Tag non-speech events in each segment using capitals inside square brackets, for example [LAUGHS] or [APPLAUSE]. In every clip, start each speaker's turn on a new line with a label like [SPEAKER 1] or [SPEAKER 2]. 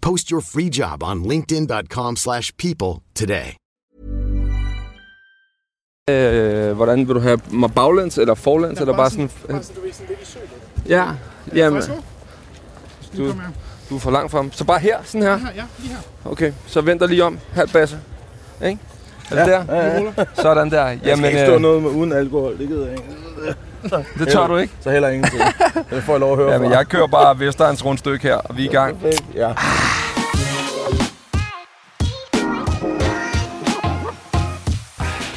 [SPEAKER 1] Post your free job on linkedin.com/people slash people today.
[SPEAKER 2] Øh, hvordan vil du have mig baglæns eller forlæns, eller bare sådan...
[SPEAKER 3] Bare så du er sådan lidt i sø.
[SPEAKER 2] ja, jamen,
[SPEAKER 3] Værsgo.
[SPEAKER 2] du,
[SPEAKER 3] Du... Kom her.
[SPEAKER 2] du er for langt fra ham. Så bare her, sådan her.
[SPEAKER 3] Her, ja, lige her.
[SPEAKER 2] Okay, så venter lige om. Halv basse. Ikke? Er det der?
[SPEAKER 4] Ja, ja.
[SPEAKER 2] Sådan der. Jamen,
[SPEAKER 4] Jeg skal ikke stå
[SPEAKER 2] øh,
[SPEAKER 4] noget med uden alkohol, det gider jeg ikke.
[SPEAKER 2] det tør du ikke.
[SPEAKER 4] Så heller
[SPEAKER 2] [LAUGHS]
[SPEAKER 4] ingenting. Det får jeg lov at høre
[SPEAKER 2] Jamen,
[SPEAKER 4] fra.
[SPEAKER 2] jeg kører bare Vestegns rundstykke her, og vi er i gang.
[SPEAKER 4] Perfekt, Ja.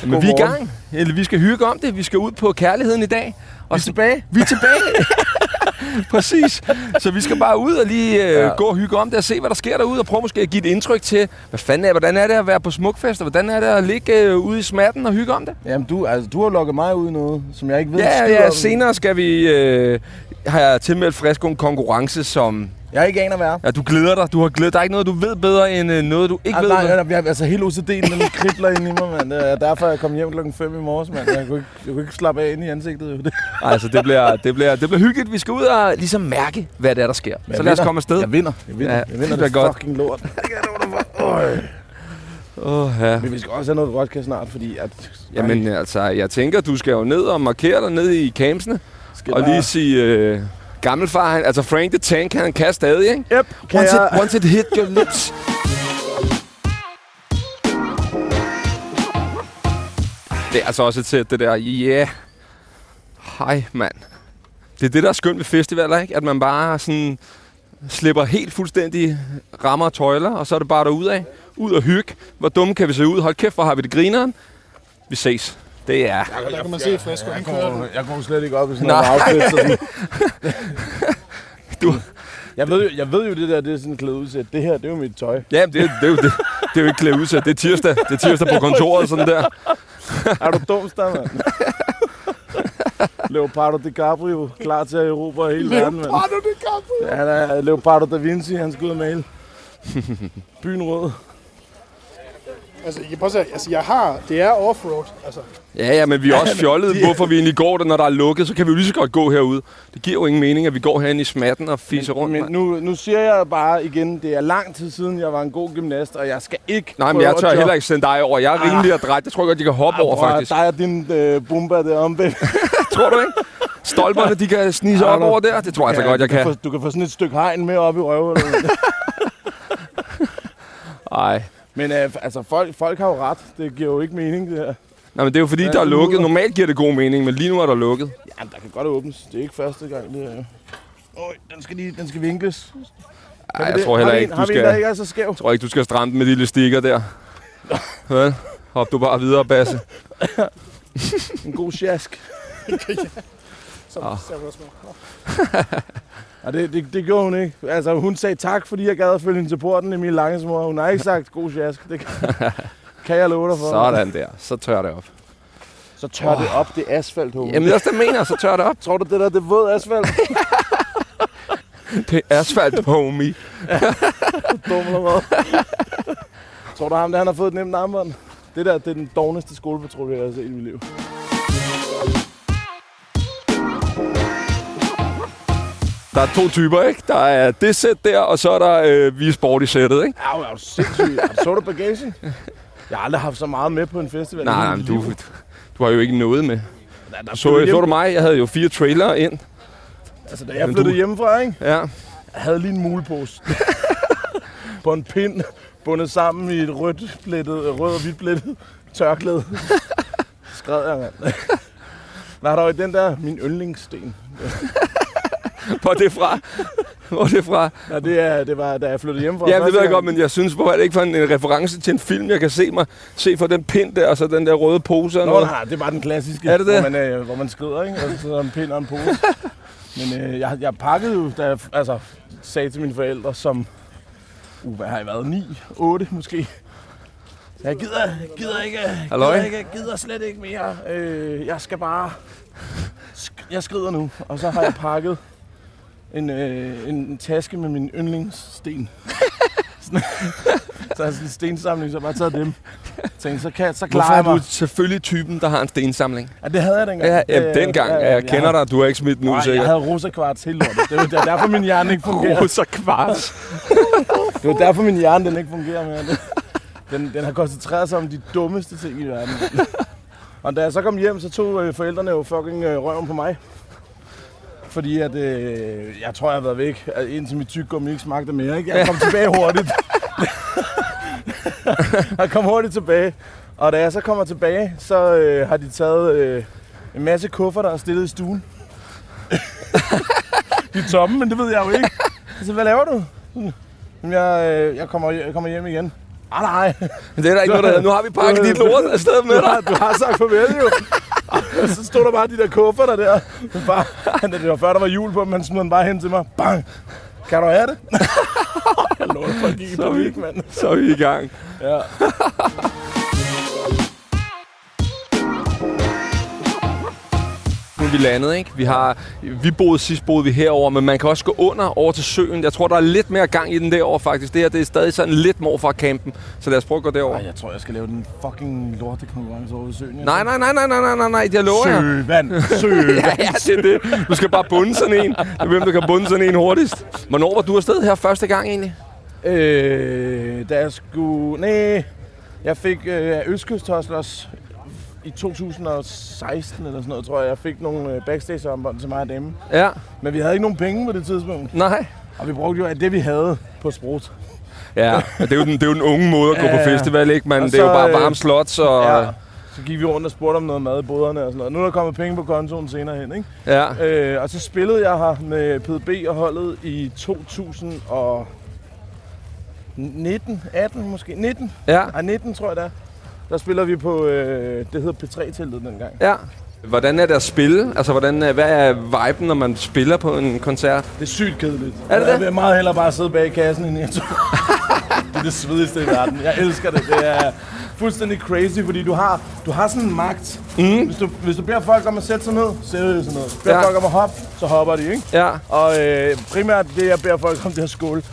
[SPEAKER 2] Men vi er i
[SPEAKER 4] Godmorgen.
[SPEAKER 2] gang. Eller vi skal hygge om det. Vi skal ud på kærligheden i dag. Og vi er tilbage. Vi er tilbage. [LAUGHS] Præcis. Så vi skal bare ud og lige øh, ja. gå og hygge om det og se, hvad der sker derude. Og prøve måske at give et indtryk til, hvad fanden er, hvordan er det at være på smukfest, og hvordan er det at ligge øh, ude i smatten og hygge om det.
[SPEAKER 4] Jamen, du, altså, du har lukket mig ud i noget, som jeg ikke ved en
[SPEAKER 2] Ja,
[SPEAKER 4] skid
[SPEAKER 2] ja,
[SPEAKER 4] om.
[SPEAKER 2] senere skal vi... Øh, har jeg tilmeldt Fresco en konkurrence, som...
[SPEAKER 4] Jeg ikke aner, hvad jeg er.
[SPEAKER 2] Ja, du glæder dig. Du har glædet dig. Der er ikke noget, du ved bedre, end øh, noget, du ikke
[SPEAKER 4] Ej,
[SPEAKER 2] ved.
[SPEAKER 4] nej,
[SPEAKER 2] bedre.
[SPEAKER 4] nej, jeg, altså hele OCD'en, den kribler ind i mig, mand. Det er derfor, jeg kom hjem klokken 5 i morges, mand. Jeg kunne, ikke, jeg kunne ikke slappe af ind i ansigtet. Jo. Det.
[SPEAKER 2] Ej, Altså, det bliver, det, bliver, det bliver hyggeligt. Vi skal ud og ligesom mærke, hvad det er, der sker.
[SPEAKER 4] Men
[SPEAKER 2] Så
[SPEAKER 4] jeg
[SPEAKER 2] lad os
[SPEAKER 4] vinder.
[SPEAKER 2] komme afsted.
[SPEAKER 4] Jeg vinder. Jeg vinder,
[SPEAKER 2] Ja,
[SPEAKER 4] ja, jeg vinder
[SPEAKER 2] det er
[SPEAKER 4] det,
[SPEAKER 2] godt. [LAUGHS]
[SPEAKER 4] fucking lort. Det kan jeg love dig for. Øj.
[SPEAKER 2] Åh, ja.
[SPEAKER 4] Men vi skal også have noget vodka snart, fordi at...
[SPEAKER 2] Jamen altså, jeg tænker, du skal jo ned og markere dig ned i campsene.
[SPEAKER 4] Skal
[SPEAKER 2] og
[SPEAKER 4] bare-
[SPEAKER 2] lige sige, øh, gammelfar, han, altså Frank the Tank, han kan stadig, ikke?
[SPEAKER 4] Yep. Kan
[SPEAKER 2] Once,
[SPEAKER 4] jeg-
[SPEAKER 2] it, once it hit your lips. Det er altså også et sæt, det der, yeah. Hej, mand. Det er det, der er skønt ved festivaler, ikke? At man bare sådan slipper helt fuldstændig rammer og tøjler, og så er det bare derudad. Ud og hygge. Hvor dumme kan vi se ud? Hold kæft, hvor har vi det grineren. Vi ses. Det er...
[SPEAKER 3] Og der kan man se Fresco, han kører den.
[SPEAKER 4] Jeg går slet ikke op i sådan
[SPEAKER 2] Nej.
[SPEAKER 4] noget outfit. så Sådan.
[SPEAKER 2] [LAUGHS] Du-
[SPEAKER 4] Jeg ved, jo, jeg ved jo, det der det er sådan en klædeudsæt. Det her, det er jo mit tøj.
[SPEAKER 2] Ja, det, det, er jo- det, det er jo ikke klæde ud til. Det er tirsdag. Det er tirsdag på kontoret, sådan der.
[SPEAKER 4] Er du dumster, mand? [LAUGHS] Leopardo DiCaprio, klar til at erobre hele verden, mand. Leopardo DiCaprio? Ja, han er Leopardo da Vinci, han skal ud og male. Byen rød.
[SPEAKER 3] Altså, I kan prøve at se, altså, jeg har, det er offroad. Altså,
[SPEAKER 2] Ja, ja, men vi er også fjollede, hvorfor vi egentlig går der, når der er lukket. Så kan vi jo lige så godt gå herude. Det giver jo ingen mening, at vi går herinde i smatten og fiser rundt.
[SPEAKER 4] Men
[SPEAKER 2] mand.
[SPEAKER 4] nu, nu siger jeg bare igen, det er lang tid siden, jeg var en god gymnast, og jeg skal ikke
[SPEAKER 2] Nej, men
[SPEAKER 4] prøve
[SPEAKER 2] jeg
[SPEAKER 4] at
[SPEAKER 2] tør
[SPEAKER 4] jogge.
[SPEAKER 2] heller ikke sende dig over. Jeg er rimelig og dræt. Jeg tror godt, de kan hoppe over,
[SPEAKER 4] Prøv at- [LAUGHS]
[SPEAKER 2] faktisk.
[SPEAKER 4] Dig og din øh, bumba derom, baby.
[SPEAKER 2] Tror du ikke? Stolperne, de kan snige sig
[SPEAKER 4] Ah, Ja,
[SPEAKER 2] op
[SPEAKER 4] du-
[SPEAKER 2] over der. Det tror jeg altså godt, jeg
[SPEAKER 4] du
[SPEAKER 2] kan.
[SPEAKER 4] Få, du kan få sådan et stykke hegn med op i røven.
[SPEAKER 2] [LAUGHS] Ej.
[SPEAKER 4] men øh, altså, folk, folk har jo ret. Det giver jo ikke mening, det her.
[SPEAKER 2] Nej, men det er jo fordi,
[SPEAKER 4] Ja,
[SPEAKER 2] der er
[SPEAKER 4] det
[SPEAKER 2] lukket.
[SPEAKER 4] lyder.
[SPEAKER 2] Normalt giver det god mening, men lige nu er der lukket.
[SPEAKER 4] Ja, der kan godt åbnes. Det er ikke første gang, det her. jo. Øj, den skal lige, den skal vinkles.
[SPEAKER 2] Ej, jeg tror heller ikke,
[SPEAKER 4] du
[SPEAKER 2] du
[SPEAKER 4] Har vi en, der
[SPEAKER 2] skal...
[SPEAKER 4] ikke er så skæv?
[SPEAKER 2] Jeg tror ikke, du skal stramme den med de lille stikker
[SPEAKER 4] [LAUGHS]
[SPEAKER 2] der. Vel? Hop du bare videre, Basse.
[SPEAKER 4] En god sjask.
[SPEAKER 3] så oh. ser man også med. Nå.
[SPEAKER 4] Og det, det, det gjorde hun ikke. Altså, hun sagde tak, fordi jeg gad at følge hende til porten, Emil Langes mor. Hun har ikke sagt god sjask.
[SPEAKER 2] [LAUGHS]
[SPEAKER 4] Det kan, kan jeg love dig for.
[SPEAKER 2] Sådan der. Så tør det op.
[SPEAKER 4] Uh. Så tør det op, det asfalt, Håbe.
[SPEAKER 2] Jamen, det er også det, jeg mener. Så tør det op.
[SPEAKER 4] Tror du, det der det er våd
[SPEAKER 2] [LAUGHS]
[SPEAKER 4] asfalt?
[SPEAKER 2] Det er asfalt, homie.
[SPEAKER 4] dum eller hvad? [LAUGHS] Tror du ham, der han har fået et nemt armbånd? Det der, det er den dårligste skolepatrulje, jeg har set i mit liv.
[SPEAKER 2] Der er to typer, ikke? Der er det sæt der, og så er der øh, vi er sport i sættet, ikke?
[SPEAKER 4] Au, er du sindssyg? Har du- Så du bagagen? Jeg har aldrig haft så meget med på en festival. i
[SPEAKER 2] Nej, nej,
[SPEAKER 4] hele
[SPEAKER 2] men
[SPEAKER 4] mit
[SPEAKER 2] du,
[SPEAKER 4] liv.
[SPEAKER 2] du har jo ikke noget med.
[SPEAKER 4] Da- da
[SPEAKER 2] Så, så
[SPEAKER 4] flyttede
[SPEAKER 2] du
[SPEAKER 4] hjem-
[SPEAKER 2] mig? Jeg havde jo fire trailere ind.
[SPEAKER 4] Altså, da jeg
[SPEAKER 2] Jamen,
[SPEAKER 4] flyttede
[SPEAKER 2] du-
[SPEAKER 4] hjemmefra, ikke?
[SPEAKER 2] Ja.
[SPEAKER 4] Jeg havde lige en mulepose. på en pind. bundet sammen i et rødt blættet, rød og hvidt blættet
[SPEAKER 2] [LAUGHS]
[SPEAKER 4] tørklæde. Skred jeg, mand. Nej, der var den der, min yndlingssten.
[SPEAKER 2] [LAUGHS] Hvor er det fra? Hvor er det fra?
[SPEAKER 4] Ja, det, er, det var, da jeg flyttede hjemmefra.
[SPEAKER 2] Ja, det ved
[SPEAKER 4] første
[SPEAKER 2] jeg godt,
[SPEAKER 4] gang.
[SPEAKER 2] men jeg synes, hvor er det ikke for en, en reference til en film, jeg kan se mig se for den pind der, og så den der røde pose og
[SPEAKER 4] Nå,
[SPEAKER 2] noget.
[SPEAKER 4] nej, det var den klassiske,
[SPEAKER 2] Er det det?
[SPEAKER 4] Hvor, man, øh, hvor man skrider, ikke? Og så sidder en pind og en pose. Men øh, jeg, jeg pakkede jo, da jeg altså, sagde til mine forældre, som... Uh, hvad har jeg været? 9? 8 måske? Så Jeg gider, jeg gider ikke, jeg
[SPEAKER 2] Halløj?
[SPEAKER 4] gider, ikke, jeg gider slet ikke mere. Øh, jeg skal bare... Sk- jeg skrider nu, og så har jeg pakket en, øh, en taske med min
[SPEAKER 2] [LAUGHS]
[SPEAKER 4] yndlingssten. Sådan- så har jeg sådan en stensamling, så har jeg bare taget dem. Tænkte, så, kan, så klarer
[SPEAKER 2] Hvorfor
[SPEAKER 4] jeg
[SPEAKER 2] er
[SPEAKER 4] mig.
[SPEAKER 2] du selvfølgelig typen, der har en stensamling?
[SPEAKER 4] Ja, det havde jeg dengang.
[SPEAKER 2] Ja,
[SPEAKER 4] Det,
[SPEAKER 2] ja, dengang. Ja, jeg kender dig. Du har ikke smidt den
[SPEAKER 4] Nej,
[SPEAKER 2] ud,
[SPEAKER 4] jeg
[SPEAKER 2] sikkert.
[SPEAKER 4] havde rosa kvarts hele lortet. Det var der- derfor, min hjerne
[SPEAKER 2] [LAUGHS]
[SPEAKER 4] ikke fungerer.
[SPEAKER 2] Rosa kvarts.
[SPEAKER 4] Det var derfor, min hjerne den ikke fungerer mere. Det- Den, den har koncentreret sig om de dummeste ting i verden. Og da jeg så kom hjem, så tog øh, forældrene jo fucking øh, røven på mig. Fordi at, øh, jeg tror, jeg har været væk, at indtil mit tyggegummi ikke smagte mere. Ikke? Jeg kom tilbage hurtigt. jeg kom hurtigt tilbage. Og da jeg så kommer tilbage, så øh, har de taget øh, en masse kuffer, der er stillet i stuen. de er tomme, men det ved jeg jo ikke. Så hvad laver du? Jamen, Jeg, øh, jeg, kommer, jeg kommer hjem igen. Ah, nej. [LAUGHS]
[SPEAKER 2] Det er der ikke noget, der hedder. Nu har vi pakket dit lort afsted med
[SPEAKER 4] Du
[SPEAKER 2] dig.
[SPEAKER 4] har, du har sagt farvel jo. Og så stod der bare de der kufferter der. Min far, han, det var før, der var jul på, men han smed den bare hen til mig. Bang! Kan du have det? [LAUGHS] jeg lå for at gik i
[SPEAKER 2] Så er vi-
[SPEAKER 4] panik, mand.
[SPEAKER 2] Så er vi i gang.
[SPEAKER 4] Ja.
[SPEAKER 2] Nu er vi landet, ikke? Vi, har, vi boede sidst, boede vi herover, men man kan også gå under over til søen. Jeg tror, der er lidt mere gang i den derovre, faktisk. Det her det er stadig sådan lidt morfar campen, så lad os prøve at gå derover.
[SPEAKER 4] Ej, jeg tror, jeg skal lave den fucking lorte konkurrence over ved søen. jeg
[SPEAKER 2] Nej,
[SPEAKER 4] tror.
[SPEAKER 2] nej, nej, nej, nej, nej, nej, nej, det lover jeg.
[SPEAKER 4] Søvand, søvand.
[SPEAKER 2] [LAUGHS] Ja, ja, det er det. Du skal bare bunde sådan en. Det er hvem, der kan bunde sådan en hurtigst. Hvornår var du afsted her første gang egentlig?
[SPEAKER 4] Øh, da jeg skulle... Nej, jeg fik øh, af Østkyst Hustlers i 2016 eller sådan noget, tror jeg. Jeg fik nogle øh, backstage-armbånd til mig og dem.
[SPEAKER 2] Ja,
[SPEAKER 4] Men vi havde ikke nogen penge på det tidspunkt.
[SPEAKER 2] nej.
[SPEAKER 4] Og vi brugte jo af det, vi havde på sprut.
[SPEAKER 2] Ja, men det er jo den, det er jo den unge måde at gå
[SPEAKER 4] Ja,
[SPEAKER 2] på
[SPEAKER 4] ja.
[SPEAKER 2] festival, ikke? Men
[SPEAKER 4] Og
[SPEAKER 2] det er jo
[SPEAKER 4] så,
[SPEAKER 2] bare
[SPEAKER 4] øh,
[SPEAKER 2] varme slots og... Ja.
[SPEAKER 4] Så gik vi rundt og spurgte om noget mad i boderne og sådan noget. Nu er der kommet penge på kontoen senere hen, ikke?
[SPEAKER 2] ja.
[SPEAKER 4] Øh, og så spillede jeg her med PDB og holdet i 2019, 18 måske, 19.
[SPEAKER 2] Ja.
[SPEAKER 4] Ej, 19 tror jeg det er. Der spiller vi på, øh, det hedder P3-teltet dengang.
[SPEAKER 2] Ja. Hvordan er det at spille? Altså, hvordan, er- hvad er viben, når man spiller på en koncert?
[SPEAKER 4] Det er sygt kedeligt.
[SPEAKER 2] Er det
[SPEAKER 4] jeg
[SPEAKER 2] det?
[SPEAKER 4] vil meget hellere bare sidde bag i kassen end jeg tror. [LAUGHS] det er det svedigste i verden. Jeg elsker det. Det er fuldstændig crazy, fordi du har, du har sådan en magt. Mm. Hvis, du, hvis du beder folk om at sætte sig ned, sætter de sig ned. Beder
[SPEAKER 2] Ja.
[SPEAKER 4] ja. folk om at hoppe, så hopper de, ikke?
[SPEAKER 2] Ja.
[SPEAKER 4] Og øh, primært det, jeg beder folk om, det er
[SPEAKER 2] [LAUGHS]
[SPEAKER 4] skål. det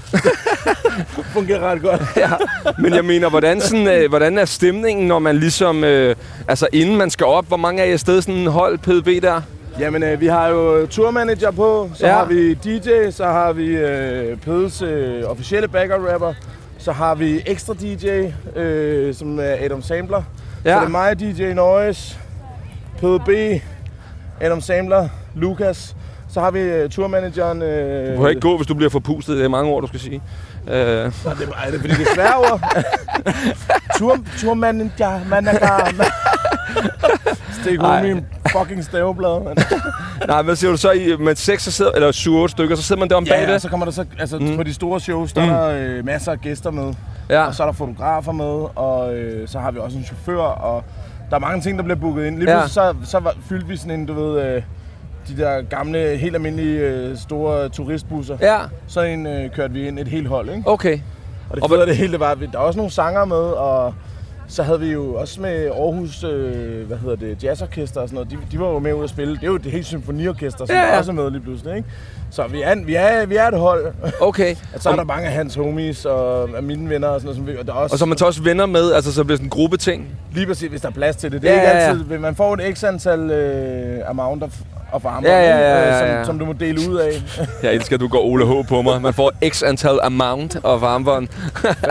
[SPEAKER 4] fungerer ret godt.
[SPEAKER 2] ja. Men jeg mener, hvordan, sådan, øh, hvordan er stemningen, når man ligesom... Øh, altså, inden man skal op, hvor mange er I afsted sådan en hold PDB der?
[SPEAKER 4] Jamen, øh, vi har jo tourmanager på, så
[SPEAKER 2] Ja.
[SPEAKER 4] ja. har vi DJ, så har vi øh, Peds øh, officielle backer-rapper, så har vi ekstra DJ, øh, som er Adam Samler. Ja. Så det er mig, DJ Noise, Pede B, Adam Samler, Lukas. Så har vi øh, tourmanageren... Øh,
[SPEAKER 2] Du kan ikke gå, hvis du bliver forpustet. Det er mange ord, du skal sige. Øh,
[SPEAKER 4] Nå, det, er, er det fordi, det er svære ord? [LAUGHS] Tour, tourmanager, manager... Stik
[SPEAKER 2] Ej.
[SPEAKER 4] homie i en fucking staveblad, mand.
[SPEAKER 2] nej, hvad siger du så? I, med seks så sidder, eller syv otte stykker, så sidder man der om bag
[SPEAKER 4] Ja,
[SPEAKER 2] det?
[SPEAKER 4] ja, så kommer der så, altså mm. på de store shows, der mm. er der øh, masser af gæster med,
[SPEAKER 2] Ja.
[SPEAKER 4] og så er der fotografer med, og øh, så har vi også en chauffør, og der er mange ting, der bliver booket ind. Lige
[SPEAKER 2] Ja.
[SPEAKER 4] ja. så, så var, fyldte vi sådan en, du ved, øh, de der gamle, helt almindelige, øh, store turistbusser.
[SPEAKER 2] ja.
[SPEAKER 4] Så en øh, kørte vi ind et helt hold, ikke?
[SPEAKER 2] Okay.
[SPEAKER 4] Og
[SPEAKER 2] Og
[SPEAKER 4] det og
[SPEAKER 2] hvad-
[SPEAKER 4] fede af det hele, det var, at vi- der var også nogle sanger med, og så havde vi jo også med Aarhus, øh, hvad hedder det, jazzorkester og sådan noget, de, de var jo med ud at spille. Det er jo det hele symfoniorkester, som
[SPEAKER 2] Ja, ja.
[SPEAKER 4] ja. også er med lige pludselig, ikke? Så vi er, en- vi er, vi er et hold. [LAUGHS]
[SPEAKER 2] Okay.
[SPEAKER 4] Og så er der mange af hans homies og af mine venner og sådan noget, som vi, og der er også,
[SPEAKER 2] Og så man tager også venner med, altså så bliver det sådan en gruppeting.
[SPEAKER 4] lige præcis, hvis der er plads til det. Det er
[SPEAKER 2] Ja,
[SPEAKER 4] ja, ikke
[SPEAKER 2] ja, ja.
[SPEAKER 4] altid, men man får et x antal øh, amount of, og farmer,
[SPEAKER 2] Ja, ja,
[SPEAKER 4] ikke?
[SPEAKER 2] ja,
[SPEAKER 4] Øh,
[SPEAKER 2] ja,
[SPEAKER 4] som,
[SPEAKER 2] ja.
[SPEAKER 4] som du må dele ud
[SPEAKER 2] [LAUGHS]
[SPEAKER 4] af.
[SPEAKER 2] Jeg elsker, at du går Ole H. på mig. Man får x antal amount og varmvånd.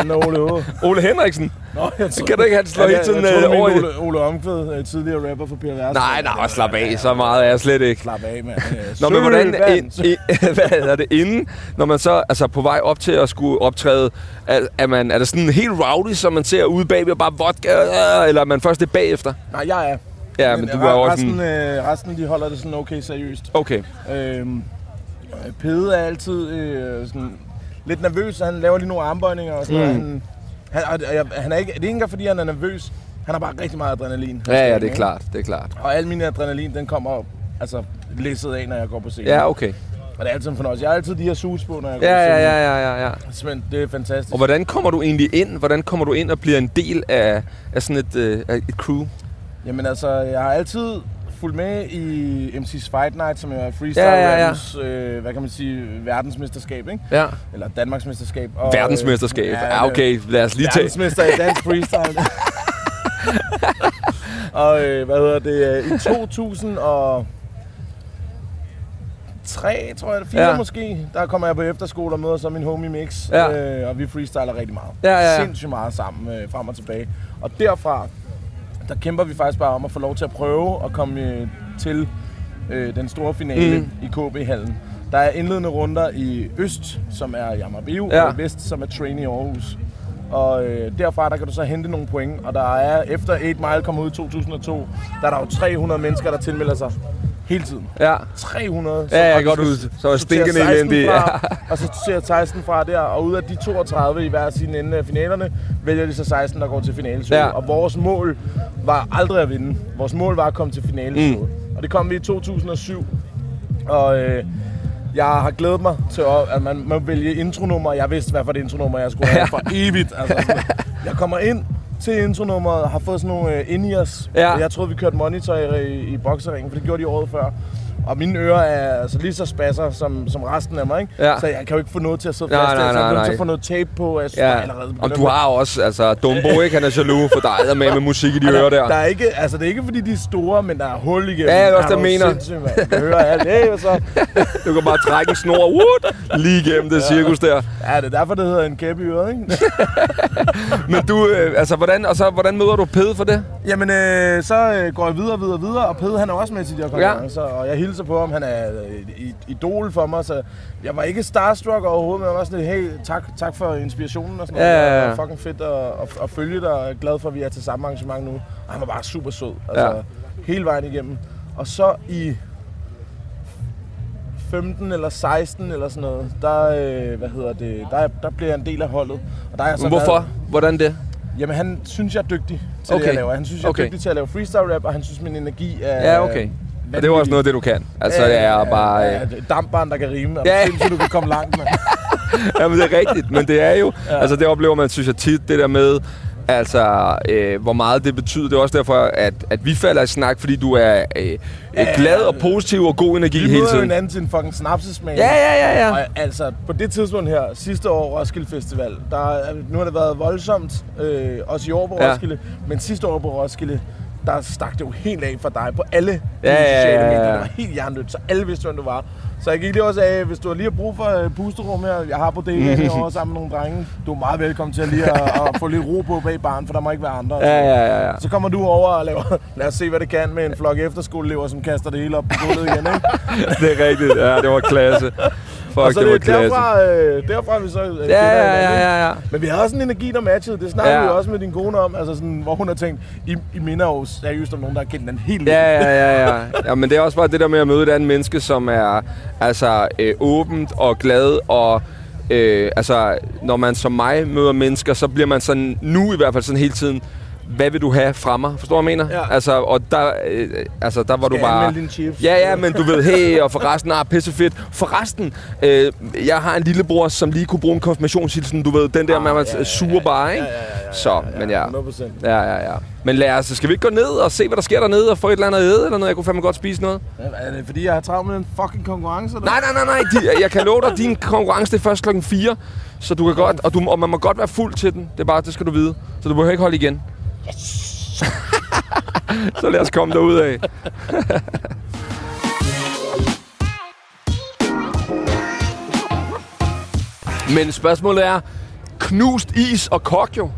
[SPEAKER 4] Den er Ole H.
[SPEAKER 2] Ole Henriksen?
[SPEAKER 4] Nå, jeg tror,
[SPEAKER 2] Kan du ikke, han slår hele tiden
[SPEAKER 4] jeg, jeg tror,
[SPEAKER 2] øh,
[SPEAKER 4] du
[SPEAKER 2] over i
[SPEAKER 4] mente
[SPEAKER 2] det?
[SPEAKER 4] Ole, Ole Omkvæd, øh, tidligere rapper for Per Vers.
[SPEAKER 2] Nej, nej, slap af. Så meget er jeg slet ikke.
[SPEAKER 4] Øh, Slap af, mand. Øh,
[SPEAKER 2] Nå, men
[SPEAKER 4] søg
[SPEAKER 2] hvordan,
[SPEAKER 4] vand.
[SPEAKER 2] ind, i, [LAUGHS] hvad hedder det, inden, når man så altså, på vej op til at skulle optræde, er, er, man, er det sådan helt rowdy, som man ser ude bagved og bare vodka, øh, eller er man først det bagefter?
[SPEAKER 4] Nej, jeg er.
[SPEAKER 2] Ja, men, du er jo også
[SPEAKER 4] resten,
[SPEAKER 2] sådan,
[SPEAKER 4] øh, resten, de holder det sådan okay seriøst.
[SPEAKER 2] okay,
[SPEAKER 4] Øhm, Pede er altid øh, sådan lidt nervøs, og han laver lige nogle armbøjninger og sådan mm. noget. Han, han, og jeg, han er ikke, det er ikke engang, fordi han er nervøs. Han har bare rigtig meget adrenalin.
[SPEAKER 2] ja, ja, det er klart, det er klart.
[SPEAKER 4] Og al min adrenalin, den kommer op, altså læsset af, når jeg går på scenen.
[SPEAKER 2] Ja, okay.
[SPEAKER 4] Og det er altid en fornøjelse. Jeg har altid de her suits på, når jeg går
[SPEAKER 2] Ja,
[SPEAKER 4] på
[SPEAKER 2] ja,
[SPEAKER 4] scenen.
[SPEAKER 2] ja, ja, ja, ja.
[SPEAKER 4] Svend, det er fantastisk.
[SPEAKER 2] Og hvordan kommer du egentlig ind? Hvordan kommer du ind og bliver en del af, af sådan et, øh, af et crew?
[SPEAKER 4] Jamen altså, jeg har altid fulgt med i MC's Fight Night, som jo er freestyle
[SPEAKER 2] Ja, ja, ja.
[SPEAKER 4] rappens, øh, hvad kan man sige, verdensmesterskab, ikke?
[SPEAKER 2] Ja.
[SPEAKER 4] Eller Danmarks mesterskab. Og,
[SPEAKER 2] Verdensmesterskab.
[SPEAKER 4] øh,
[SPEAKER 2] Ja, okay, lad os lige tage.
[SPEAKER 4] Verdensmester i
[SPEAKER 2] [LAUGHS]
[SPEAKER 4] dansk freestyle. og øh, hvad hedder det? øh, I 2003, tror jeg, 4
[SPEAKER 2] Ja.
[SPEAKER 4] ja. måske, der kommer jeg på efterskole og møder så min homie Mix.
[SPEAKER 2] Ja.
[SPEAKER 4] Øh, og vi freestyler rigtig meget.
[SPEAKER 2] Ja, ja, ja.
[SPEAKER 4] Sindssygt meget sammen, øh, frem og tilbage. Og derfra, der kæmper vi faktisk bare om at få lov til at prøve at komme øh, til øh, den store finale mm. i KB-hallen. Der er indledende runder i øst, som er i Amagerbio,
[SPEAKER 2] Ja.
[SPEAKER 4] ja. og i vest, som er Train i Aarhus. Og øh, derfra der kan du så hente nogle point, og der er, efter 8 Mile kom ud i 2002, der er der jo 300 mennesker, der tilmelder sig hele tiden.
[SPEAKER 2] Ja.
[SPEAKER 4] 300.
[SPEAKER 2] Ja, ja,
[SPEAKER 4] faktisk
[SPEAKER 2] godt ud. Så er
[SPEAKER 4] sorterer
[SPEAKER 2] stinkende
[SPEAKER 4] 16
[SPEAKER 2] elendige,
[SPEAKER 4] Fra, og så ser 16 fra der, og ud af de 32 i hver sin ende af finalerne, vælger de så 16, der går til finaleshowet.
[SPEAKER 2] Ja.
[SPEAKER 4] Ja. Og vores mål var aldrig at vinde. Vores mål var at komme til finaleshowet. Mm. Og det kom vi i 2007. Og øh, jeg har glædet mig til, at- at man må vælge intronummer. Jeg vidste, hvad for et intronummer jeg skulle have for evigt. Altså, sådan. jeg kommer ind til intronummeret og har fået sådan nogle øh, in-ears.
[SPEAKER 2] Ja.
[SPEAKER 4] Jeg troede, vi kørte monitor i, i, i bokseringen, for det gjorde de året før. Og mine ører er altså lige så spasser som, som resten af mig, ikke?
[SPEAKER 2] Ja.
[SPEAKER 4] Så jeg kan jo ikke få noget til at sidde
[SPEAKER 2] Nej,
[SPEAKER 4] fast.
[SPEAKER 2] nej,
[SPEAKER 4] altså,
[SPEAKER 2] nej,
[SPEAKER 4] jeg er nødt
[SPEAKER 2] nej.
[SPEAKER 4] til at få noget tape på, og jeg synes, ja.
[SPEAKER 2] Ja,
[SPEAKER 4] allerede
[SPEAKER 2] og du har også, altså, Dumbo, ikke? Han er jaloux, for dig er med med musik i de ører
[SPEAKER 4] der
[SPEAKER 2] der.
[SPEAKER 4] er ikke, altså, det er ikke, fordi de er store, men der er hul igennem.
[SPEAKER 2] Ja, det er også,
[SPEAKER 4] Der
[SPEAKER 2] jeg
[SPEAKER 4] jo
[SPEAKER 2] mener.
[SPEAKER 4] sindssygt, mand. Jeg hører alt. Hey, hvad så?
[SPEAKER 2] Du kan bare trække en snor, woot, lige igennem det cirkus der.
[SPEAKER 4] Ja, det er derfor, det hedder en kæppe i øret,
[SPEAKER 2] [LAUGHS]
[SPEAKER 4] ikke?
[SPEAKER 2] Men du, øh, altså, hvordan, og så, hvordan møder du Pede for det?
[SPEAKER 4] Jamen, øh, så øh, går jeg videre, videre, videre, og Pede, han er også med til de her konkurrencer, ja. og jeg hilser på ham, han er øh, i- idol for mig, så jeg var ikke starstruck overhovedet, men jeg var sådan lidt, hey, tak, tak for inspirationen og sådan
[SPEAKER 2] Ja,
[SPEAKER 4] noget,
[SPEAKER 2] ja, ja.
[SPEAKER 4] det var fucking fedt at, at, at følge dig, og jeg er glad for, at vi er til samme arrangement nu, og han var bare super sød, altså
[SPEAKER 2] Ja.
[SPEAKER 4] ja. hele vejen igennem, og så i 15 eller 16 eller sådan noget, der, øh, hvad hedder det, der, der bliver jeg en del af holdet, og der er jeg så
[SPEAKER 2] Men hvorfor?
[SPEAKER 4] været-
[SPEAKER 2] Hvordan det?
[SPEAKER 4] Jamen, han synes, jeg er dygtig til
[SPEAKER 2] Okay.
[SPEAKER 4] okay. det, jeg laver. Han synes, jeg er
[SPEAKER 2] Okay.
[SPEAKER 4] okay. dygtig til at lave freestyle rap, og han synes, min energi er...
[SPEAKER 2] Ja, okay. Og det var også noget af det, du kan. Altså, det er bare...
[SPEAKER 4] Ja,
[SPEAKER 2] Øh,
[SPEAKER 4] dampbarn, der kan rime.
[SPEAKER 2] Ja.
[SPEAKER 4] Ja. Sindssygt, du kan komme
[SPEAKER 2] [LAUGHS]
[SPEAKER 4] langt, mand.
[SPEAKER 2] ja, men det er rigtigt, men det er jo... Altså, det oplever man, synes jeg, tit, det der med... Altså, øh, hvor meget det betyder. Det er også derfor, at, at vi falder i snak, fordi du er øh, øh, glad og positiv og god energi
[SPEAKER 4] Vi
[SPEAKER 2] hele
[SPEAKER 4] møder jo
[SPEAKER 2] tiden.
[SPEAKER 4] hinanden til en fucking snapsesmag.
[SPEAKER 2] Ja, ja, ja, ja.
[SPEAKER 4] Og altså, på det tidspunkt her, sidste år Roskilde Festival, der, er- nu har det været voldsomt, øh, også i år på
[SPEAKER 2] Ja.
[SPEAKER 4] Roskilde, men sidste år på Roskilde, der stak det jo helt af for dig på alle dine
[SPEAKER 2] Ja, ja,
[SPEAKER 4] sociale
[SPEAKER 2] ja, ja.
[SPEAKER 4] medier. Det var helt jerndødt, så alle vidste, hvem du var. Så jeg gik lige også af, hvis du har lige har brug for øh, pusterum her, jeg har på det
[SPEAKER 2] [LAUGHS]
[SPEAKER 4] herovre sammen med nogle drenge, du er meget velkommen til at lige at, at få lidt ro på bag baren, for der må ikke være andre. og
[SPEAKER 2] Ja,
[SPEAKER 4] sådan noget.
[SPEAKER 2] ja, ja, ja.
[SPEAKER 4] Så kommer du over og laver, lad os se, hvad det kan med en flok efterskoleelever, som kaster det hele op på gulvet igen, ikke?
[SPEAKER 2] Det er rigtigt. Ja, det var klasse. Fuck,
[SPEAKER 4] Og så
[SPEAKER 2] det var
[SPEAKER 4] det er
[SPEAKER 2] klasse.
[SPEAKER 4] derfra, øh, derfra er vi så... Øh, kender
[SPEAKER 2] Ja, ja,
[SPEAKER 4] hinanden,
[SPEAKER 2] ja,
[SPEAKER 4] ikke?
[SPEAKER 2] ja, ja.
[SPEAKER 4] Men vi havde også en energi, der matchede. Det snakkede
[SPEAKER 2] Ja.
[SPEAKER 4] ja. vi jo også med din kone om, altså sådan, hvor hun har tænkt, I, I minder jo seriøst om nogen, der har kendt den helt
[SPEAKER 2] Ja, ja, ja, ja. ja. Men det er også bare det der med at møde et andet menneske, som er altså øh, åbent og glad og... Øh, altså, når man som mig møder mennesker, så bliver man sådan, nu i hvert fald sådan hele tiden, hvad vil du have fra mig? Forstår du, hvad jeg mener?
[SPEAKER 4] Ja.
[SPEAKER 2] Altså, og der, øh, altså, der var du
[SPEAKER 4] jeg
[SPEAKER 2] bare...
[SPEAKER 4] anmelde dine chips?
[SPEAKER 2] Ja, ja, men du ved, hey, og forresten, ah, pissefedt. Forresten, øh, jeg har en lillebror, som lige kunne bruge en konfirmationshilsen, du ved, den der ah, med, at man ja, suger bare, ikke? Ja, ja, ja, ja, så, men ja.
[SPEAKER 4] 100%.
[SPEAKER 2] Ja, ja, ja. Men lad os, skal vi ikke gå ned og se, hvad der sker dernede, og få et eller andet at æde, eller noget? Jeg kunne fandme godt spise noget.
[SPEAKER 4] Er det fordi, jeg har travlt med en fucking konkurrence? Eller?
[SPEAKER 2] Nej, nej, nej, nej. De, jeg kan love dig, din konkurrence det er først klokken 4. Så du kan godt, og, du, og man må godt være fuld til den. Det er bare, det skal du vide. Så du behøver ikke holde igen. [LAUGHS] Yes. så lad os komme derud af. Men spørgsmålet er, knust is og kok jo.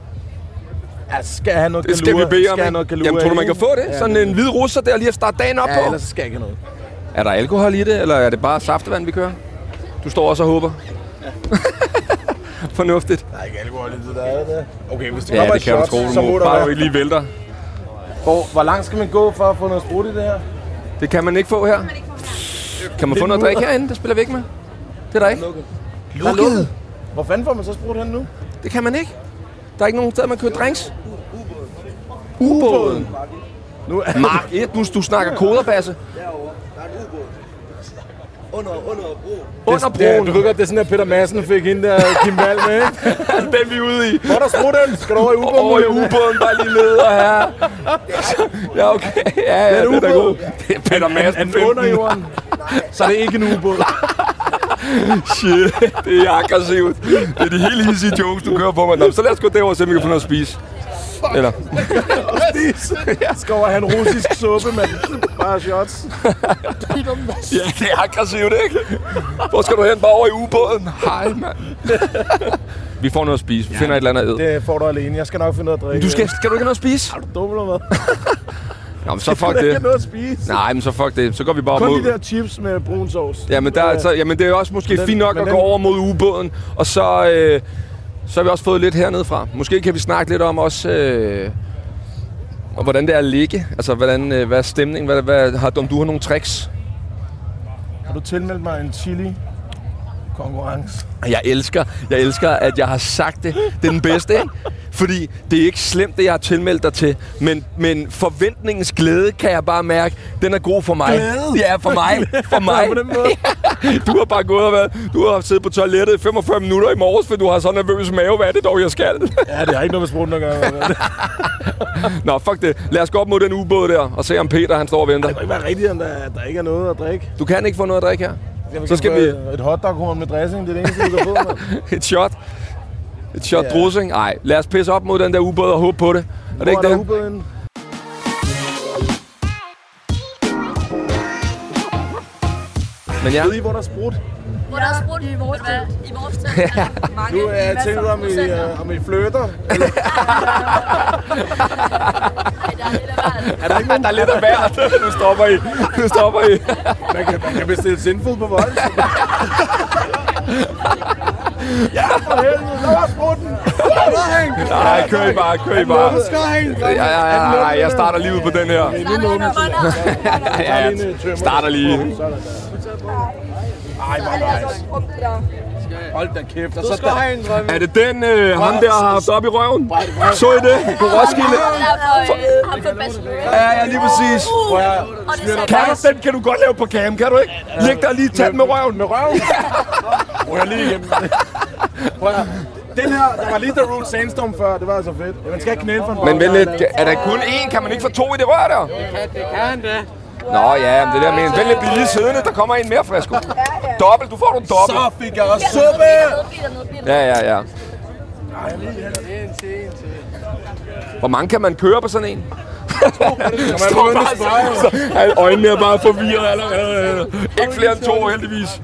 [SPEAKER 4] Ja, skal jeg have noget
[SPEAKER 2] Det skal vi
[SPEAKER 4] galua?
[SPEAKER 2] bede om,
[SPEAKER 4] jeg have
[SPEAKER 2] ikke?
[SPEAKER 4] noget galua
[SPEAKER 2] Jamen, tror du, man
[SPEAKER 4] ikke?
[SPEAKER 2] kan få det? Sådan en hvid russer der lige at starte dagen op
[SPEAKER 4] Ja,
[SPEAKER 2] på?
[SPEAKER 4] ellers så skal jeg ikke have noget.
[SPEAKER 2] Er der alkohol i det, eller er det bare saftevand, vi kører? Du står også og håber. [LAUGHS] Fornuftigt.
[SPEAKER 4] Der er ikke alkohol i det der, er det? Okay, hvis det
[SPEAKER 2] Ja,
[SPEAKER 4] kommer
[SPEAKER 2] det
[SPEAKER 4] et
[SPEAKER 2] kan du
[SPEAKER 4] shot,
[SPEAKER 2] tro,
[SPEAKER 4] så
[SPEAKER 2] du
[SPEAKER 4] må
[SPEAKER 2] må.
[SPEAKER 4] der
[SPEAKER 2] Bare du
[SPEAKER 4] være.
[SPEAKER 2] ikke lige vælter.
[SPEAKER 4] Hvor, hvor langt skal man gå for at få noget sprut i det her?
[SPEAKER 2] Det kan man ikke få her. Kan man få noget drik herinde? Det spiller vi ikke med. Det er der ikke.
[SPEAKER 4] Der er lukket. Hvor fanden får man så sprut hen nu?
[SPEAKER 2] Det kan man ikke. Der er ikke nogen sted, man kører drinks. Ubåden.
[SPEAKER 4] Nu er
[SPEAKER 2] Mark 1, du, du snakker koderbasse. Under
[SPEAKER 4] det, er-
[SPEAKER 2] broen.
[SPEAKER 4] du ved godt, det er sådan, at Peter Madsen fik hende der Kim Wall med, ikke?
[SPEAKER 2] Den vi er ude i.
[SPEAKER 4] Hvor er der sprut hen? Skal du over i ubåden?
[SPEAKER 2] Over i ubåden, bare lige ned og her. Ja, okay. Ja, ja,
[SPEAKER 4] er
[SPEAKER 2] det er da
[SPEAKER 4] ubåd.
[SPEAKER 2] god. Det er Peter Madsen.
[SPEAKER 4] Er den
[SPEAKER 2] 15.
[SPEAKER 4] under jorden? Så er det ikke en ubåd.
[SPEAKER 2] [LAUGHS] Shit, det er aggressivt. Det er de helt hissige jokes, du kører på mig. Nå, så lad os gå derover og se, om vi kan få noget at spise. Eller,
[SPEAKER 4] Jeg skal over og have en russisk suppe, mand. Bare shots.
[SPEAKER 2] [LAUGHS] ja, det er aggressivt, ikke? Hvor skal du hen? Bare over i ubåden? Hej, mand. [LAUGHS] Vi får noget at spise. Vi finder et eller andet at æde.
[SPEAKER 4] Det får du alene. Jeg skal nok finde noget at drikke.
[SPEAKER 2] Du skal, skal du ikke have noget at spise?
[SPEAKER 4] Er du dum eller hvad?
[SPEAKER 2] Nå, men så fuck
[SPEAKER 4] Der er
[SPEAKER 2] det.
[SPEAKER 4] ikke noget at spise.
[SPEAKER 2] Nej, men så fuck det. Så går vi bare
[SPEAKER 4] Kun
[SPEAKER 2] mod...
[SPEAKER 4] de der chips med brun sovs.
[SPEAKER 2] Jamen, der, så, jamen, det er altså- også måske
[SPEAKER 4] den-
[SPEAKER 2] fint nok
[SPEAKER 4] men
[SPEAKER 2] at
[SPEAKER 4] den-
[SPEAKER 2] gå over mod ubåden, og så, øh, så har vi også fået lidt hernede fra. Måske kan vi snakke lidt om også, øh, og hvordan det er at ligge. Altså, hvordan, øh, hvad er stemningen? Hvad, hvad, har, om du har nogle tricks?
[SPEAKER 4] Har du tilmeldt mig en chili konkurrence?
[SPEAKER 2] Jeg elsker, jeg elsker, at jeg har sagt det. Det er den bedste, ikke? Fordi det er ikke slemt, det jeg har tilmeldt dig til. Men, men forventningens glæde, kan jeg bare mærke, den er god for mig.
[SPEAKER 4] Glæde?
[SPEAKER 2] Ja,
[SPEAKER 4] [LAUGHS]
[SPEAKER 2] for mig. For mig.
[SPEAKER 4] På den måde.
[SPEAKER 2] [LAUGHS] Du har bare gået og været, du har siddet på toilettet i 45 minutter i morges, for du har så nervøs mave. Hvad er det dog, jeg
[SPEAKER 4] [LAUGHS]
[SPEAKER 2] skal?
[SPEAKER 4] Ja, det har ikke noget med spruten at gøre. Det kan
[SPEAKER 2] Nå, fuck det. Lad os gå op mod den ubåd der, og se om Peter, han står og venter.
[SPEAKER 4] ikke være rigtigt, at der, der ikke er noget at drikke.
[SPEAKER 2] Du kan ikke få noget at drikke her. [LAUGHS] Så skal vi
[SPEAKER 4] Et hotdoghorn med dressing, det er det eneste, du kan få.
[SPEAKER 2] [LAUGHS]
[SPEAKER 4] mand.
[SPEAKER 2] et shot. Et shot
[SPEAKER 4] Ja.
[SPEAKER 2] ja. drusing. Nej, lad os pisse op mod den der ubåd og håbe på det. Er det
[SPEAKER 4] Hvor
[SPEAKER 2] ikke
[SPEAKER 4] er
[SPEAKER 2] det?
[SPEAKER 4] ubåden?
[SPEAKER 2] Men ja,
[SPEAKER 4] Ved I, hvor der er sprut?
[SPEAKER 5] Hvor der er spurgt i vores tid. I vores tid. er der mange- altså.
[SPEAKER 4] Nu er jeg
[SPEAKER 5] hvad
[SPEAKER 4] tænkt,
[SPEAKER 5] for
[SPEAKER 4] om I,
[SPEAKER 5] procenter?
[SPEAKER 4] øh, om I flirter.
[SPEAKER 5] Ej, der er lidt af hvert.
[SPEAKER 2] er der, ikke, [LAUGHS] der er lidt af hvert. Nu stopper I. Nu stopper I.
[SPEAKER 4] Man kan, man kan bestille sindfod på
[SPEAKER 2] [LAUGHS]
[SPEAKER 4] vold. ja, for helvede. Der var sprutten.
[SPEAKER 2] Nej, kør I bare, kør I bare. Ja, ja, ja, ja, jeg starter lige ud på den her.
[SPEAKER 5] Der er noget, der er noget.
[SPEAKER 2] Ja, ja. starter lige.
[SPEAKER 5] Der er altså et punkt der.
[SPEAKER 4] Hold da kæft. Og så skal have en drømme.
[SPEAKER 2] Er det den, øh, ham der har haft op i røven? Så I det? På Roskilde?
[SPEAKER 5] Der er for, øh, ham for Bachelorette.
[SPEAKER 2] Ja, ja, lige præcis.
[SPEAKER 5] Uh, og det
[SPEAKER 2] Kan
[SPEAKER 5] sagde
[SPEAKER 2] du, den kan du godt lave på cam, kan du ikke? Læg dig og lige tag den med røven.
[SPEAKER 4] Med røven. Prøv jeg lige igennem. Prøv at- Den her, der var lige The Rule Sandstorm før. Det var altså fedt. Ja, Man skal ikke knæle for en
[SPEAKER 2] Men
[SPEAKER 4] bold.
[SPEAKER 2] vel lidt, er der kun én? Kan man ikke få to i det rør der? Det kan det. Nå ja, men det der med, vel lidt blive lige siddende, der kommer en mere frisk. Dobbelt, du får du en dobbelt.
[SPEAKER 4] Så fik jeg også suppe.
[SPEAKER 2] Ja, ja, ja. Hvor mange kan man køre på sådan en? Står bare, så, han, øjnene er bare forvirret allerede. Ikke flere end to, heldigvis.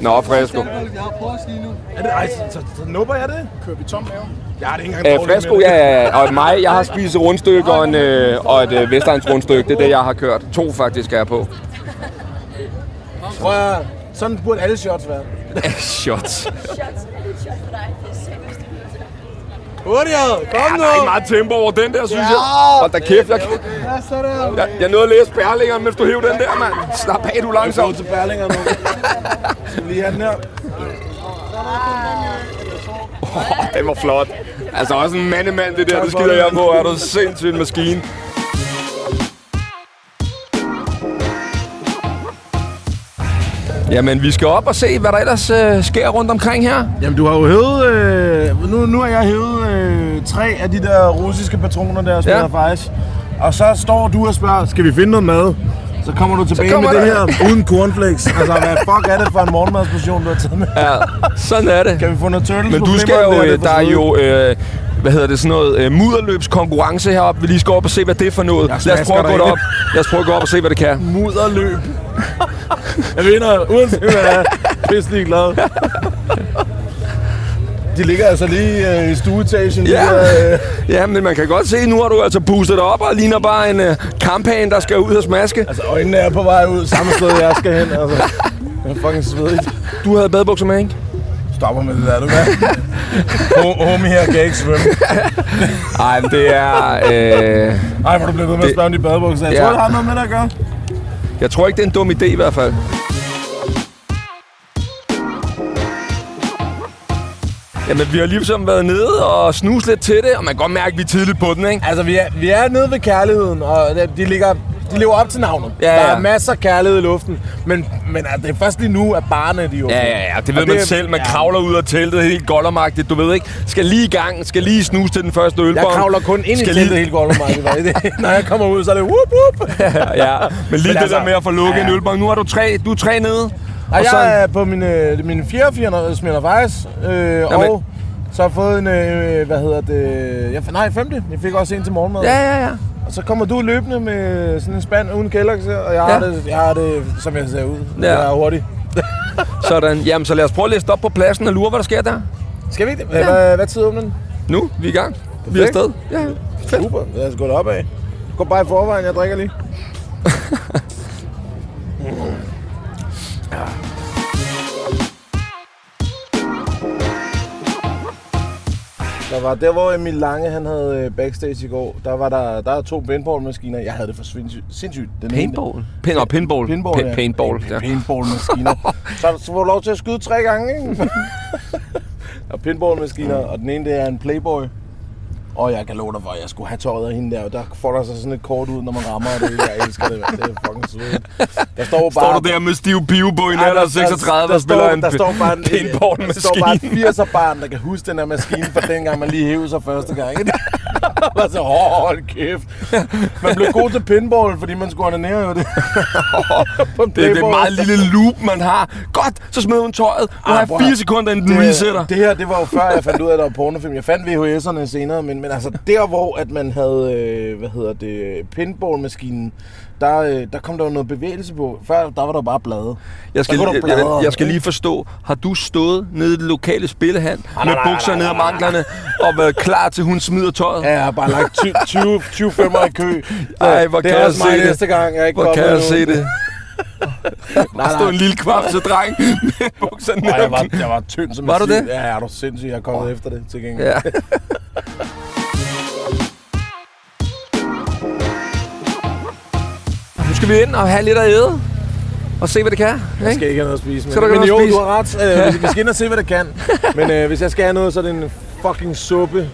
[SPEAKER 2] Nå, Fresco.
[SPEAKER 4] Er det, ej, så, så, så nupper jeg det? Kører vi tom mave? Jeg har det ikke engang
[SPEAKER 2] Æh,
[SPEAKER 4] dårligt
[SPEAKER 2] Øh, Fresco,
[SPEAKER 4] med det.
[SPEAKER 2] ja, ja, og mig, jeg har spist et rundstykke og, en, øh, og et øh, Vestegns rundstykke. Det er det, jeg har kørt. To faktisk er jeg
[SPEAKER 4] [LAUGHS]
[SPEAKER 2] på.
[SPEAKER 4] Prøv at, sådan burde alle shots være.
[SPEAKER 2] Shots.
[SPEAKER 4] Hurtigere, kom
[SPEAKER 2] Ja,
[SPEAKER 4] nu!
[SPEAKER 2] der er ikke meget tempo over den der, synes jeg. Og da kæft, jeg,
[SPEAKER 4] Ja, så der.
[SPEAKER 2] jeg, jeg nåede at læse Berlinger, mens du hævde den der, mand. Slap af, du
[SPEAKER 4] Jeg går
[SPEAKER 2] langsomt.
[SPEAKER 4] til Berlinger nu. Skal vi lige have den her?
[SPEAKER 2] Den var flot. Altså også en mandemand, det der, det skider jeg på. Er du sindssygt en maskine. Jamen, vi skal op og se, hvad der ellers øh, sker rundt omkring her.
[SPEAKER 4] Jamen, du har jo hævet... Øh, nu, nu har jeg hævet øh, tre af de der russiske patroner der, som
[SPEAKER 2] Ja.
[SPEAKER 4] ja. faktisk. Og så står du og spørger, skal vi finde noget mad? Så kommer du tilbage
[SPEAKER 2] kommer
[SPEAKER 4] med det
[SPEAKER 2] der- [LAUGHS]
[SPEAKER 4] her uden cornflakes. Altså, hvad fuck er det for en morgenmadsportion, du har taget med?
[SPEAKER 2] Ja, sådan er det.
[SPEAKER 4] Kan vi få noget turtles
[SPEAKER 2] Men
[SPEAKER 4] på
[SPEAKER 2] du skal
[SPEAKER 4] flimmeren?
[SPEAKER 2] jo,
[SPEAKER 4] Det
[SPEAKER 2] øh,
[SPEAKER 4] for
[SPEAKER 2] der er
[SPEAKER 4] svedigt.
[SPEAKER 2] jo, øh, hvad hedder det, sådan noget øh, mudderløbskonkurrence heroppe. Vi lige skal op og se, hvad det er for noget.
[SPEAKER 4] Jeg
[SPEAKER 2] Lad os prøve at
[SPEAKER 4] smasker
[SPEAKER 2] gå
[SPEAKER 4] dig
[SPEAKER 2] derop. Lad os prøve at gå op og se, hvad det kan.
[SPEAKER 4] mudderløb. jeg vinder, uanset hvad det er. pisselig glad.
[SPEAKER 2] [LAUGHS]
[SPEAKER 4] De ligger altså lige øh, i stueetagen. de
[SPEAKER 2] Ja.
[SPEAKER 4] der, øh,
[SPEAKER 2] Ja, men man kan godt se, nu har du altså boostet dig op og ligner bare en øh, kamphane, der skal ud og smaske.
[SPEAKER 4] altså, øjnene er på vej ud samme sted, jeg skal hen. Altså. Jeg er fucking svedig.
[SPEAKER 2] Du havde badebukser med, ikke?
[SPEAKER 4] Stopper med det der, du hvad? Ho- Homie her kan ikke svømme.
[SPEAKER 2] Nej, det er... Øh,
[SPEAKER 4] Ej, hvor du bliver ved med at
[SPEAKER 2] Det-
[SPEAKER 4] spørge om de badebukser. Jeg
[SPEAKER 2] Ja.
[SPEAKER 4] tror, det har noget med det at gøre.
[SPEAKER 2] jeg tror ikke, det er en dum idé i hvert fald. Jamen, vi har ligesom været nede og snuse lidt til det, og man kan godt mærke, at vi er tidligt på den, ikke?
[SPEAKER 4] Altså, vi er, vi er nede ved kærligheden, og det- de, ligger, de lever op til navnet.
[SPEAKER 2] Ja,
[SPEAKER 4] der
[SPEAKER 2] ja.
[SPEAKER 4] er masser af kærlighed i luften, men, men altså, det er først lige nu, at barne de åbner.
[SPEAKER 2] Ja, ja, ja. Det ved
[SPEAKER 4] Og
[SPEAKER 2] man selv. Man kravler ud af teltet helt goldermagtigt. Du ved ikke, skal lige i gang, skal lige snuse til den første ølbom.
[SPEAKER 4] Jeg kravler kun ind i
[SPEAKER 2] Skal
[SPEAKER 4] teltet
[SPEAKER 2] lige-
[SPEAKER 4] hele goldemarkedet. hva'? Når jeg [LAUGHS] kommer ud, så er det whoop, whoop.
[SPEAKER 2] [LAUGHS] ja, men lige men det altså, der med at få lukket ja, ja. en ølbong. Nu har du tre, du er tre nede.
[SPEAKER 4] Og jeg
[SPEAKER 2] så,
[SPEAKER 4] er på min, øh, min fjerde fjerde smiler faktisk, øh,
[SPEAKER 2] Jamen.
[SPEAKER 4] og så har jeg fået en, øh, hvad hedder det, jeg, nej, femte. Jeg fik også en til morgenmad.
[SPEAKER 2] ja, ja, ja.
[SPEAKER 4] Og så kommer du løbende med sådan en spand uden Kellogg's, her, og jeg, har
[SPEAKER 2] Ja.
[SPEAKER 4] det, jeg har det, som jeg ser ud.
[SPEAKER 2] Ja.
[SPEAKER 4] Ja. Jeg er hurtig.
[SPEAKER 2] Sådan. Jamen, så lad os prøve at liste op på pladsen og lure, hvad der sker der.
[SPEAKER 4] Skal vi ikke det? Hvad, hvad, hvad tid åbner den?
[SPEAKER 2] Nu, vi er i gang. Vi er
[SPEAKER 4] Perfekt.
[SPEAKER 2] afsted. Ja. Fedt.
[SPEAKER 4] Super, lad os gå derop af. Gå bare i forvejen, jeg drikker lige. Der var der, hvor Emil Lange han havde øh, backstage i går, der var der, der er to paintball-maskiner. Jeg havde det for sindssygt. sindssygt. Den ene-
[SPEAKER 2] Pin, og pinball.
[SPEAKER 4] Pinball,
[SPEAKER 2] Pin- Paintball.
[SPEAKER 4] ja.
[SPEAKER 2] Ja.
[SPEAKER 4] Paintball-maskiner. så, så får du lov til at skyde tre gange, ikke? og pinball-maskiner, og den ene det er en playboy. Og jeg kan love dig for, at jeg skulle have tøjet af hende der, og der får der så sådan et kort ud, når man rammer, og det hele. jeg elsker det, mand. det er fucking svedigt. Der står bare...
[SPEAKER 2] Står du der med stiv pive på en
[SPEAKER 4] Ej,
[SPEAKER 2] alder af 36, der spiller
[SPEAKER 4] står,
[SPEAKER 2] en
[SPEAKER 4] der står bare
[SPEAKER 2] [LAUGHS]
[SPEAKER 4] en,
[SPEAKER 2] pinball
[SPEAKER 4] Der står bare et
[SPEAKER 2] maskine
[SPEAKER 4] 80'er barn, der kan huske den her maskine fra dengang, man lige hævede sig første gang. [LAUGHS] Ikke? Og så, "Åh, hold kæft. Man blev god til pinball, fordi man skulle ordinere jo det. [LAUGHS] På en
[SPEAKER 2] Det er det
[SPEAKER 4] playboy.
[SPEAKER 2] meget lille loop, man har. Godt, så smider hun tøjet. Nu har
[SPEAKER 4] Ah,
[SPEAKER 2] jeg
[SPEAKER 4] prøv at
[SPEAKER 2] fire
[SPEAKER 4] høre.
[SPEAKER 2] sekunder, inden den
[SPEAKER 4] Det-
[SPEAKER 2] resetter.
[SPEAKER 4] Det her, det var jo før, jeg fandt ud af, at der var pornofilm. Jeg fandt VHS'erne senere, men, men altså der, hvor at man havde, øh, hvad hedder det, pinballmaskinen, der, øh, der kom der jo noget bevægelse på. Før, der var der bare blade.
[SPEAKER 2] Jeg skal,
[SPEAKER 4] Der kunne
[SPEAKER 2] lige,
[SPEAKER 4] der
[SPEAKER 2] jeg,
[SPEAKER 4] bladre,
[SPEAKER 2] jeg skal
[SPEAKER 4] ikke?
[SPEAKER 2] lige forstå, har du stået nede i det lokale spillehand
[SPEAKER 4] Ah, nej,
[SPEAKER 2] med
[SPEAKER 4] nej, nej,
[SPEAKER 2] bukser
[SPEAKER 4] nej,
[SPEAKER 2] ned ad
[SPEAKER 4] nej, nej.
[SPEAKER 2] manglerne og været klar til, hun smider tøjet?
[SPEAKER 4] Ja, jeg har bare lagt 20, 20, 20 femmer i kø.
[SPEAKER 2] Ej, hvor
[SPEAKER 4] det
[SPEAKER 2] kan
[SPEAKER 4] er
[SPEAKER 2] jeg
[SPEAKER 4] også
[SPEAKER 2] se
[SPEAKER 4] mig
[SPEAKER 2] det.
[SPEAKER 4] næste gang, jeg er ikke
[SPEAKER 2] Hvor kan
[SPEAKER 4] kommet
[SPEAKER 2] jeg
[SPEAKER 4] endnu.
[SPEAKER 2] se det? Der
[SPEAKER 4] nej.
[SPEAKER 2] stod en lille kvapset dreng med bukser ned.
[SPEAKER 4] Ej,
[SPEAKER 2] ad
[SPEAKER 4] jeg var,
[SPEAKER 2] manglerne.
[SPEAKER 4] jeg var tynd som
[SPEAKER 2] Var
[SPEAKER 4] en
[SPEAKER 2] du
[SPEAKER 4] sild.
[SPEAKER 2] det?
[SPEAKER 4] Ja, er du sindssyg. Jeg er kommet efter det til gengæld.
[SPEAKER 2] Ja. Nu skal vi ind og have lidt at æde og se, hvad det kan.
[SPEAKER 4] Jeg
[SPEAKER 2] Ikke?
[SPEAKER 4] skal ikke have noget at spise. Men,
[SPEAKER 2] Skal du ikke have
[SPEAKER 4] men
[SPEAKER 2] noget at
[SPEAKER 4] jo, du
[SPEAKER 2] spise?
[SPEAKER 4] har ret. Øh, vi- vi skal ind og se, hvad det
[SPEAKER 2] [LAUGHS]
[SPEAKER 4] kan. Men øh, hvis jeg skal have noget, så er det en fucking suppe.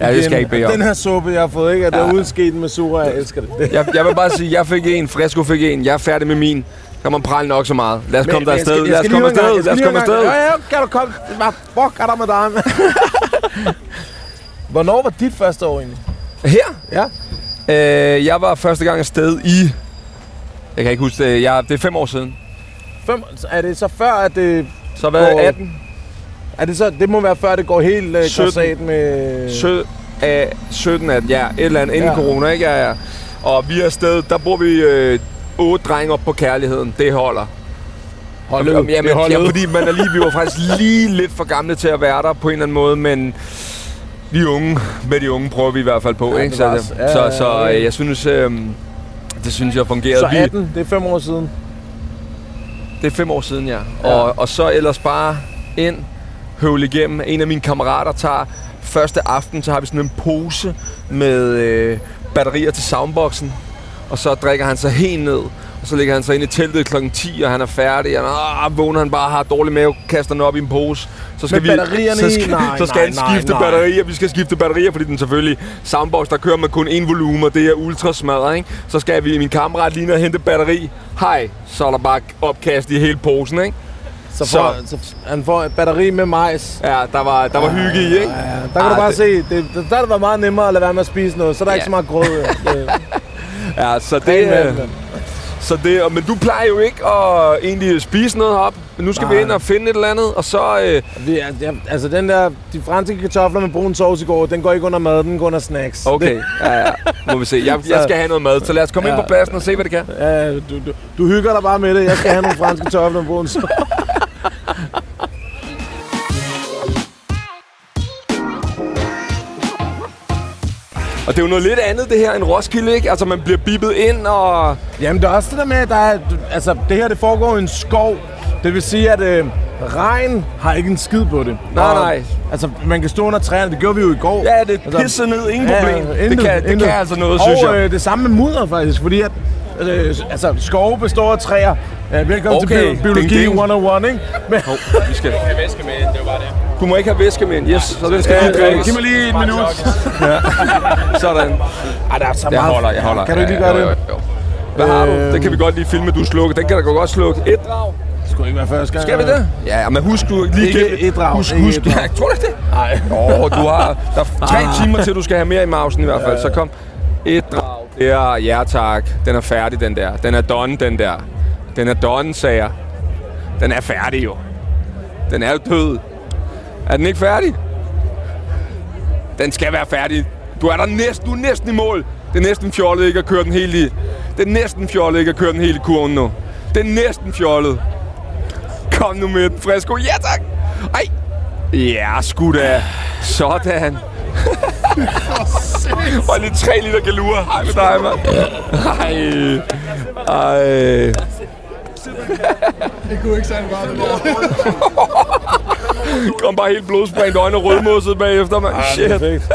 [SPEAKER 2] Ja, det skal jeg ikke bede om.
[SPEAKER 4] Den her suppe, jeg har fået, ikke? Og det er uden sketen med sura. Jeg elsker det.
[SPEAKER 2] Jeg, jeg vil bare sige, jeg fik en, Fresco fik en, jeg er færdig med min. Kan man prale nok så meget. Lad os komme der afsted. Lad os komme afsted. Lad os komme afsted.
[SPEAKER 4] Ja, ja, kan du komme? Hvad fuck er der med dig?
[SPEAKER 2] [LAUGHS]
[SPEAKER 4] Hvornår var dit første år egentlig?
[SPEAKER 2] Her?
[SPEAKER 4] Ja.
[SPEAKER 2] Øh, jeg var første gang afsted i... Jeg kan ikke huske det. Jeg, det er fem år siden.
[SPEAKER 4] Fem, er det så før, at det...
[SPEAKER 2] Så var
[SPEAKER 4] går-
[SPEAKER 2] jeg 18,
[SPEAKER 4] Er det, så, det må være før, det går helt øh,
[SPEAKER 2] Sytten.
[SPEAKER 4] græsat med...
[SPEAKER 2] sød af 17, 18, ja, et eller andet, inden ja.
[SPEAKER 4] Ja.
[SPEAKER 2] corona, ikke? Ja, ja. Og vi er afsted, der bor vi øh, otte drenge op på kærligheden. Det holder.
[SPEAKER 4] Hold
[SPEAKER 2] Jamen,
[SPEAKER 4] ud.
[SPEAKER 2] jamen,
[SPEAKER 4] Det holder
[SPEAKER 2] ja,
[SPEAKER 4] ud.
[SPEAKER 2] fordi man er lige, vi var
[SPEAKER 4] [LAUGHS]
[SPEAKER 2] faktisk lige lidt for gamle til at være der på en eller anden måde, men de unge, med de unge prøver vi i hvert fald på,
[SPEAKER 4] Ja,
[SPEAKER 2] ikke?
[SPEAKER 4] det
[SPEAKER 2] Så,
[SPEAKER 4] var
[SPEAKER 2] så,
[SPEAKER 4] også- ja, ja,
[SPEAKER 2] så, så
[SPEAKER 4] ja.
[SPEAKER 2] øh, jeg synes, øh, det synes jeg fungerede.
[SPEAKER 4] Så
[SPEAKER 2] Vi-
[SPEAKER 4] 18, det er fem år siden.
[SPEAKER 2] Det er fem år siden, ja. Og, og så ellers bare ind, høvle igennem. En af mine kammerater tager første aften, så har vi sådan en pose med øh, batterier til soundboxen. Og så drikker han sig helt ned. Og så ligger han sig ind i teltet kl. 10, og han er færdig. Og ah, vågner han bare, har dårlig mave, kaster den op i en pose. Så skal
[SPEAKER 4] Med batterierne
[SPEAKER 2] så
[SPEAKER 4] i?
[SPEAKER 2] skal,
[SPEAKER 4] Nej,
[SPEAKER 2] så skal
[SPEAKER 4] nej,
[SPEAKER 2] han
[SPEAKER 4] nej,
[SPEAKER 2] skifte
[SPEAKER 4] nej.
[SPEAKER 2] batterier. Vi skal skifte batterier, fordi den selvfølgelig soundbox, der kører med kun én volume, og det er ultrasmadret, ikke? Så skal vi min kammerat lige ned og hente batteri. Hej, så er der bare opkast i hele posen, ikke?
[SPEAKER 4] Så,
[SPEAKER 2] Så-
[SPEAKER 4] får, så. han får et batteri med majs.
[SPEAKER 2] Ja, der var, der var hygge i, ikke?
[SPEAKER 4] Ja, der kan du
[SPEAKER 2] Ah,
[SPEAKER 4] bare
[SPEAKER 2] det-
[SPEAKER 4] det. se, det, der, der har det været meget nemmere at lade være med at spise noget, så er der er ikke
[SPEAKER 2] Ja.
[SPEAKER 4] så meget grød. øh,
[SPEAKER 2] [LAUGHS]
[SPEAKER 4] Det,
[SPEAKER 2] Ja, så
[SPEAKER 4] det,
[SPEAKER 2] det... øh, Så det, og- men du plejer jo ikke at egentlig spise noget op. Men nu skal Nej. vi
[SPEAKER 4] Nej.
[SPEAKER 2] ind og finde et eller andet, og så... Øh,
[SPEAKER 4] vi, er- ja, altså den der, de franske kartofler med brun sovs i går, den går ikke under mad, den går under snacks.
[SPEAKER 2] okay, ja, ja, må vi se. Jeg, jeg skal have noget mad, [LAUGHS] så lad os komme ja. ind
[SPEAKER 4] Ja.
[SPEAKER 2] på pladsen og se, hvad det kan.
[SPEAKER 4] Ja, du, du, du hygger dig bare med det. Jeg skal have nogle franske kartofler med brun sovs.
[SPEAKER 2] Og det er jo noget lidt andet, det her, end Roskilde, ikke? Altså, man bliver bippet ind, og...
[SPEAKER 4] Jamen, der er også det der med, at der er, altså, det her det foregår i en skov. Det vil sige, at øh, regn har ikke en skid på det.
[SPEAKER 2] Nej, nej.
[SPEAKER 4] Altså, man kan stå under træerne. Det gjorde vi jo i går.
[SPEAKER 2] Ja,
[SPEAKER 4] Altså,
[SPEAKER 2] det er pisset ned. Ingen problem. Det
[SPEAKER 4] intet,
[SPEAKER 2] kan- det
[SPEAKER 4] intet.
[SPEAKER 2] kan altså noget,
[SPEAKER 4] og,
[SPEAKER 2] synes jeg.
[SPEAKER 4] Øh, det samme med mudder, faktisk. Fordi at, øh, altså, skove består af træer. Ja, velkommen
[SPEAKER 2] Okay.
[SPEAKER 4] til bi- biologi
[SPEAKER 2] Ding, ding.
[SPEAKER 4] 101, ikke? Men,
[SPEAKER 2] Hov, vi skal... Jeg væske med, det var bare det. Du må ikke have væske med ind. Yes, så den skal lige
[SPEAKER 4] øh, øh,
[SPEAKER 2] drikkes.
[SPEAKER 4] giv mig lige et minut.
[SPEAKER 2] Sådan.
[SPEAKER 4] Ej, der er så
[SPEAKER 2] Jeg
[SPEAKER 4] meget-
[SPEAKER 2] holder, jeg holder.
[SPEAKER 4] Kan du ikke lige
[SPEAKER 2] Ja,
[SPEAKER 4] gøre
[SPEAKER 2] jo,
[SPEAKER 4] det?
[SPEAKER 2] jo, Øhm. jo. Hvad har du? Det kan vi godt lige filme, du slukker. Den kan da godt slukke. Et drag.
[SPEAKER 4] Det skulle ikke være første gang.
[SPEAKER 2] Skal vi det? Ja, men husk du lige
[SPEAKER 4] Ikke
[SPEAKER 2] gennem-
[SPEAKER 4] et drag,
[SPEAKER 2] Husk,
[SPEAKER 4] ikke
[SPEAKER 2] husk.
[SPEAKER 4] et
[SPEAKER 2] [LAUGHS]
[SPEAKER 4] drag.
[SPEAKER 2] Ja, tror du ikke det?
[SPEAKER 4] Nej.
[SPEAKER 2] Åh, du har... Der er tre timer til, du skal have mere i mausen i hvert fald. Så kom. Et drag. Ja, ja tak. Den er færdig, den der. Den er done, den der. Den er done, sagde jeg. Den er færdig jo. Den er jo død. Er den ikke færdig? Den skal være færdig. Du er der næsten, du er næsten i mål. Det er næsten fjollet ikke at køre den hele i. Det er næsten fjollet ikke at køre den hele i kurven nu. Det er næsten fjollet. Kom nu med den, Fresco. Ja, tak. Ej. Ja, sgu da. Sådan. [LAUGHS] Og lige tre liter galure. Hej med dig, mand. Ej. Ej.
[SPEAKER 3] Det kunne ikke særlig meget. det der.
[SPEAKER 2] Kom bare helt blodsprængt øjne og rødmosset bagefter, mand. Shit.
[SPEAKER 4] Perfekt.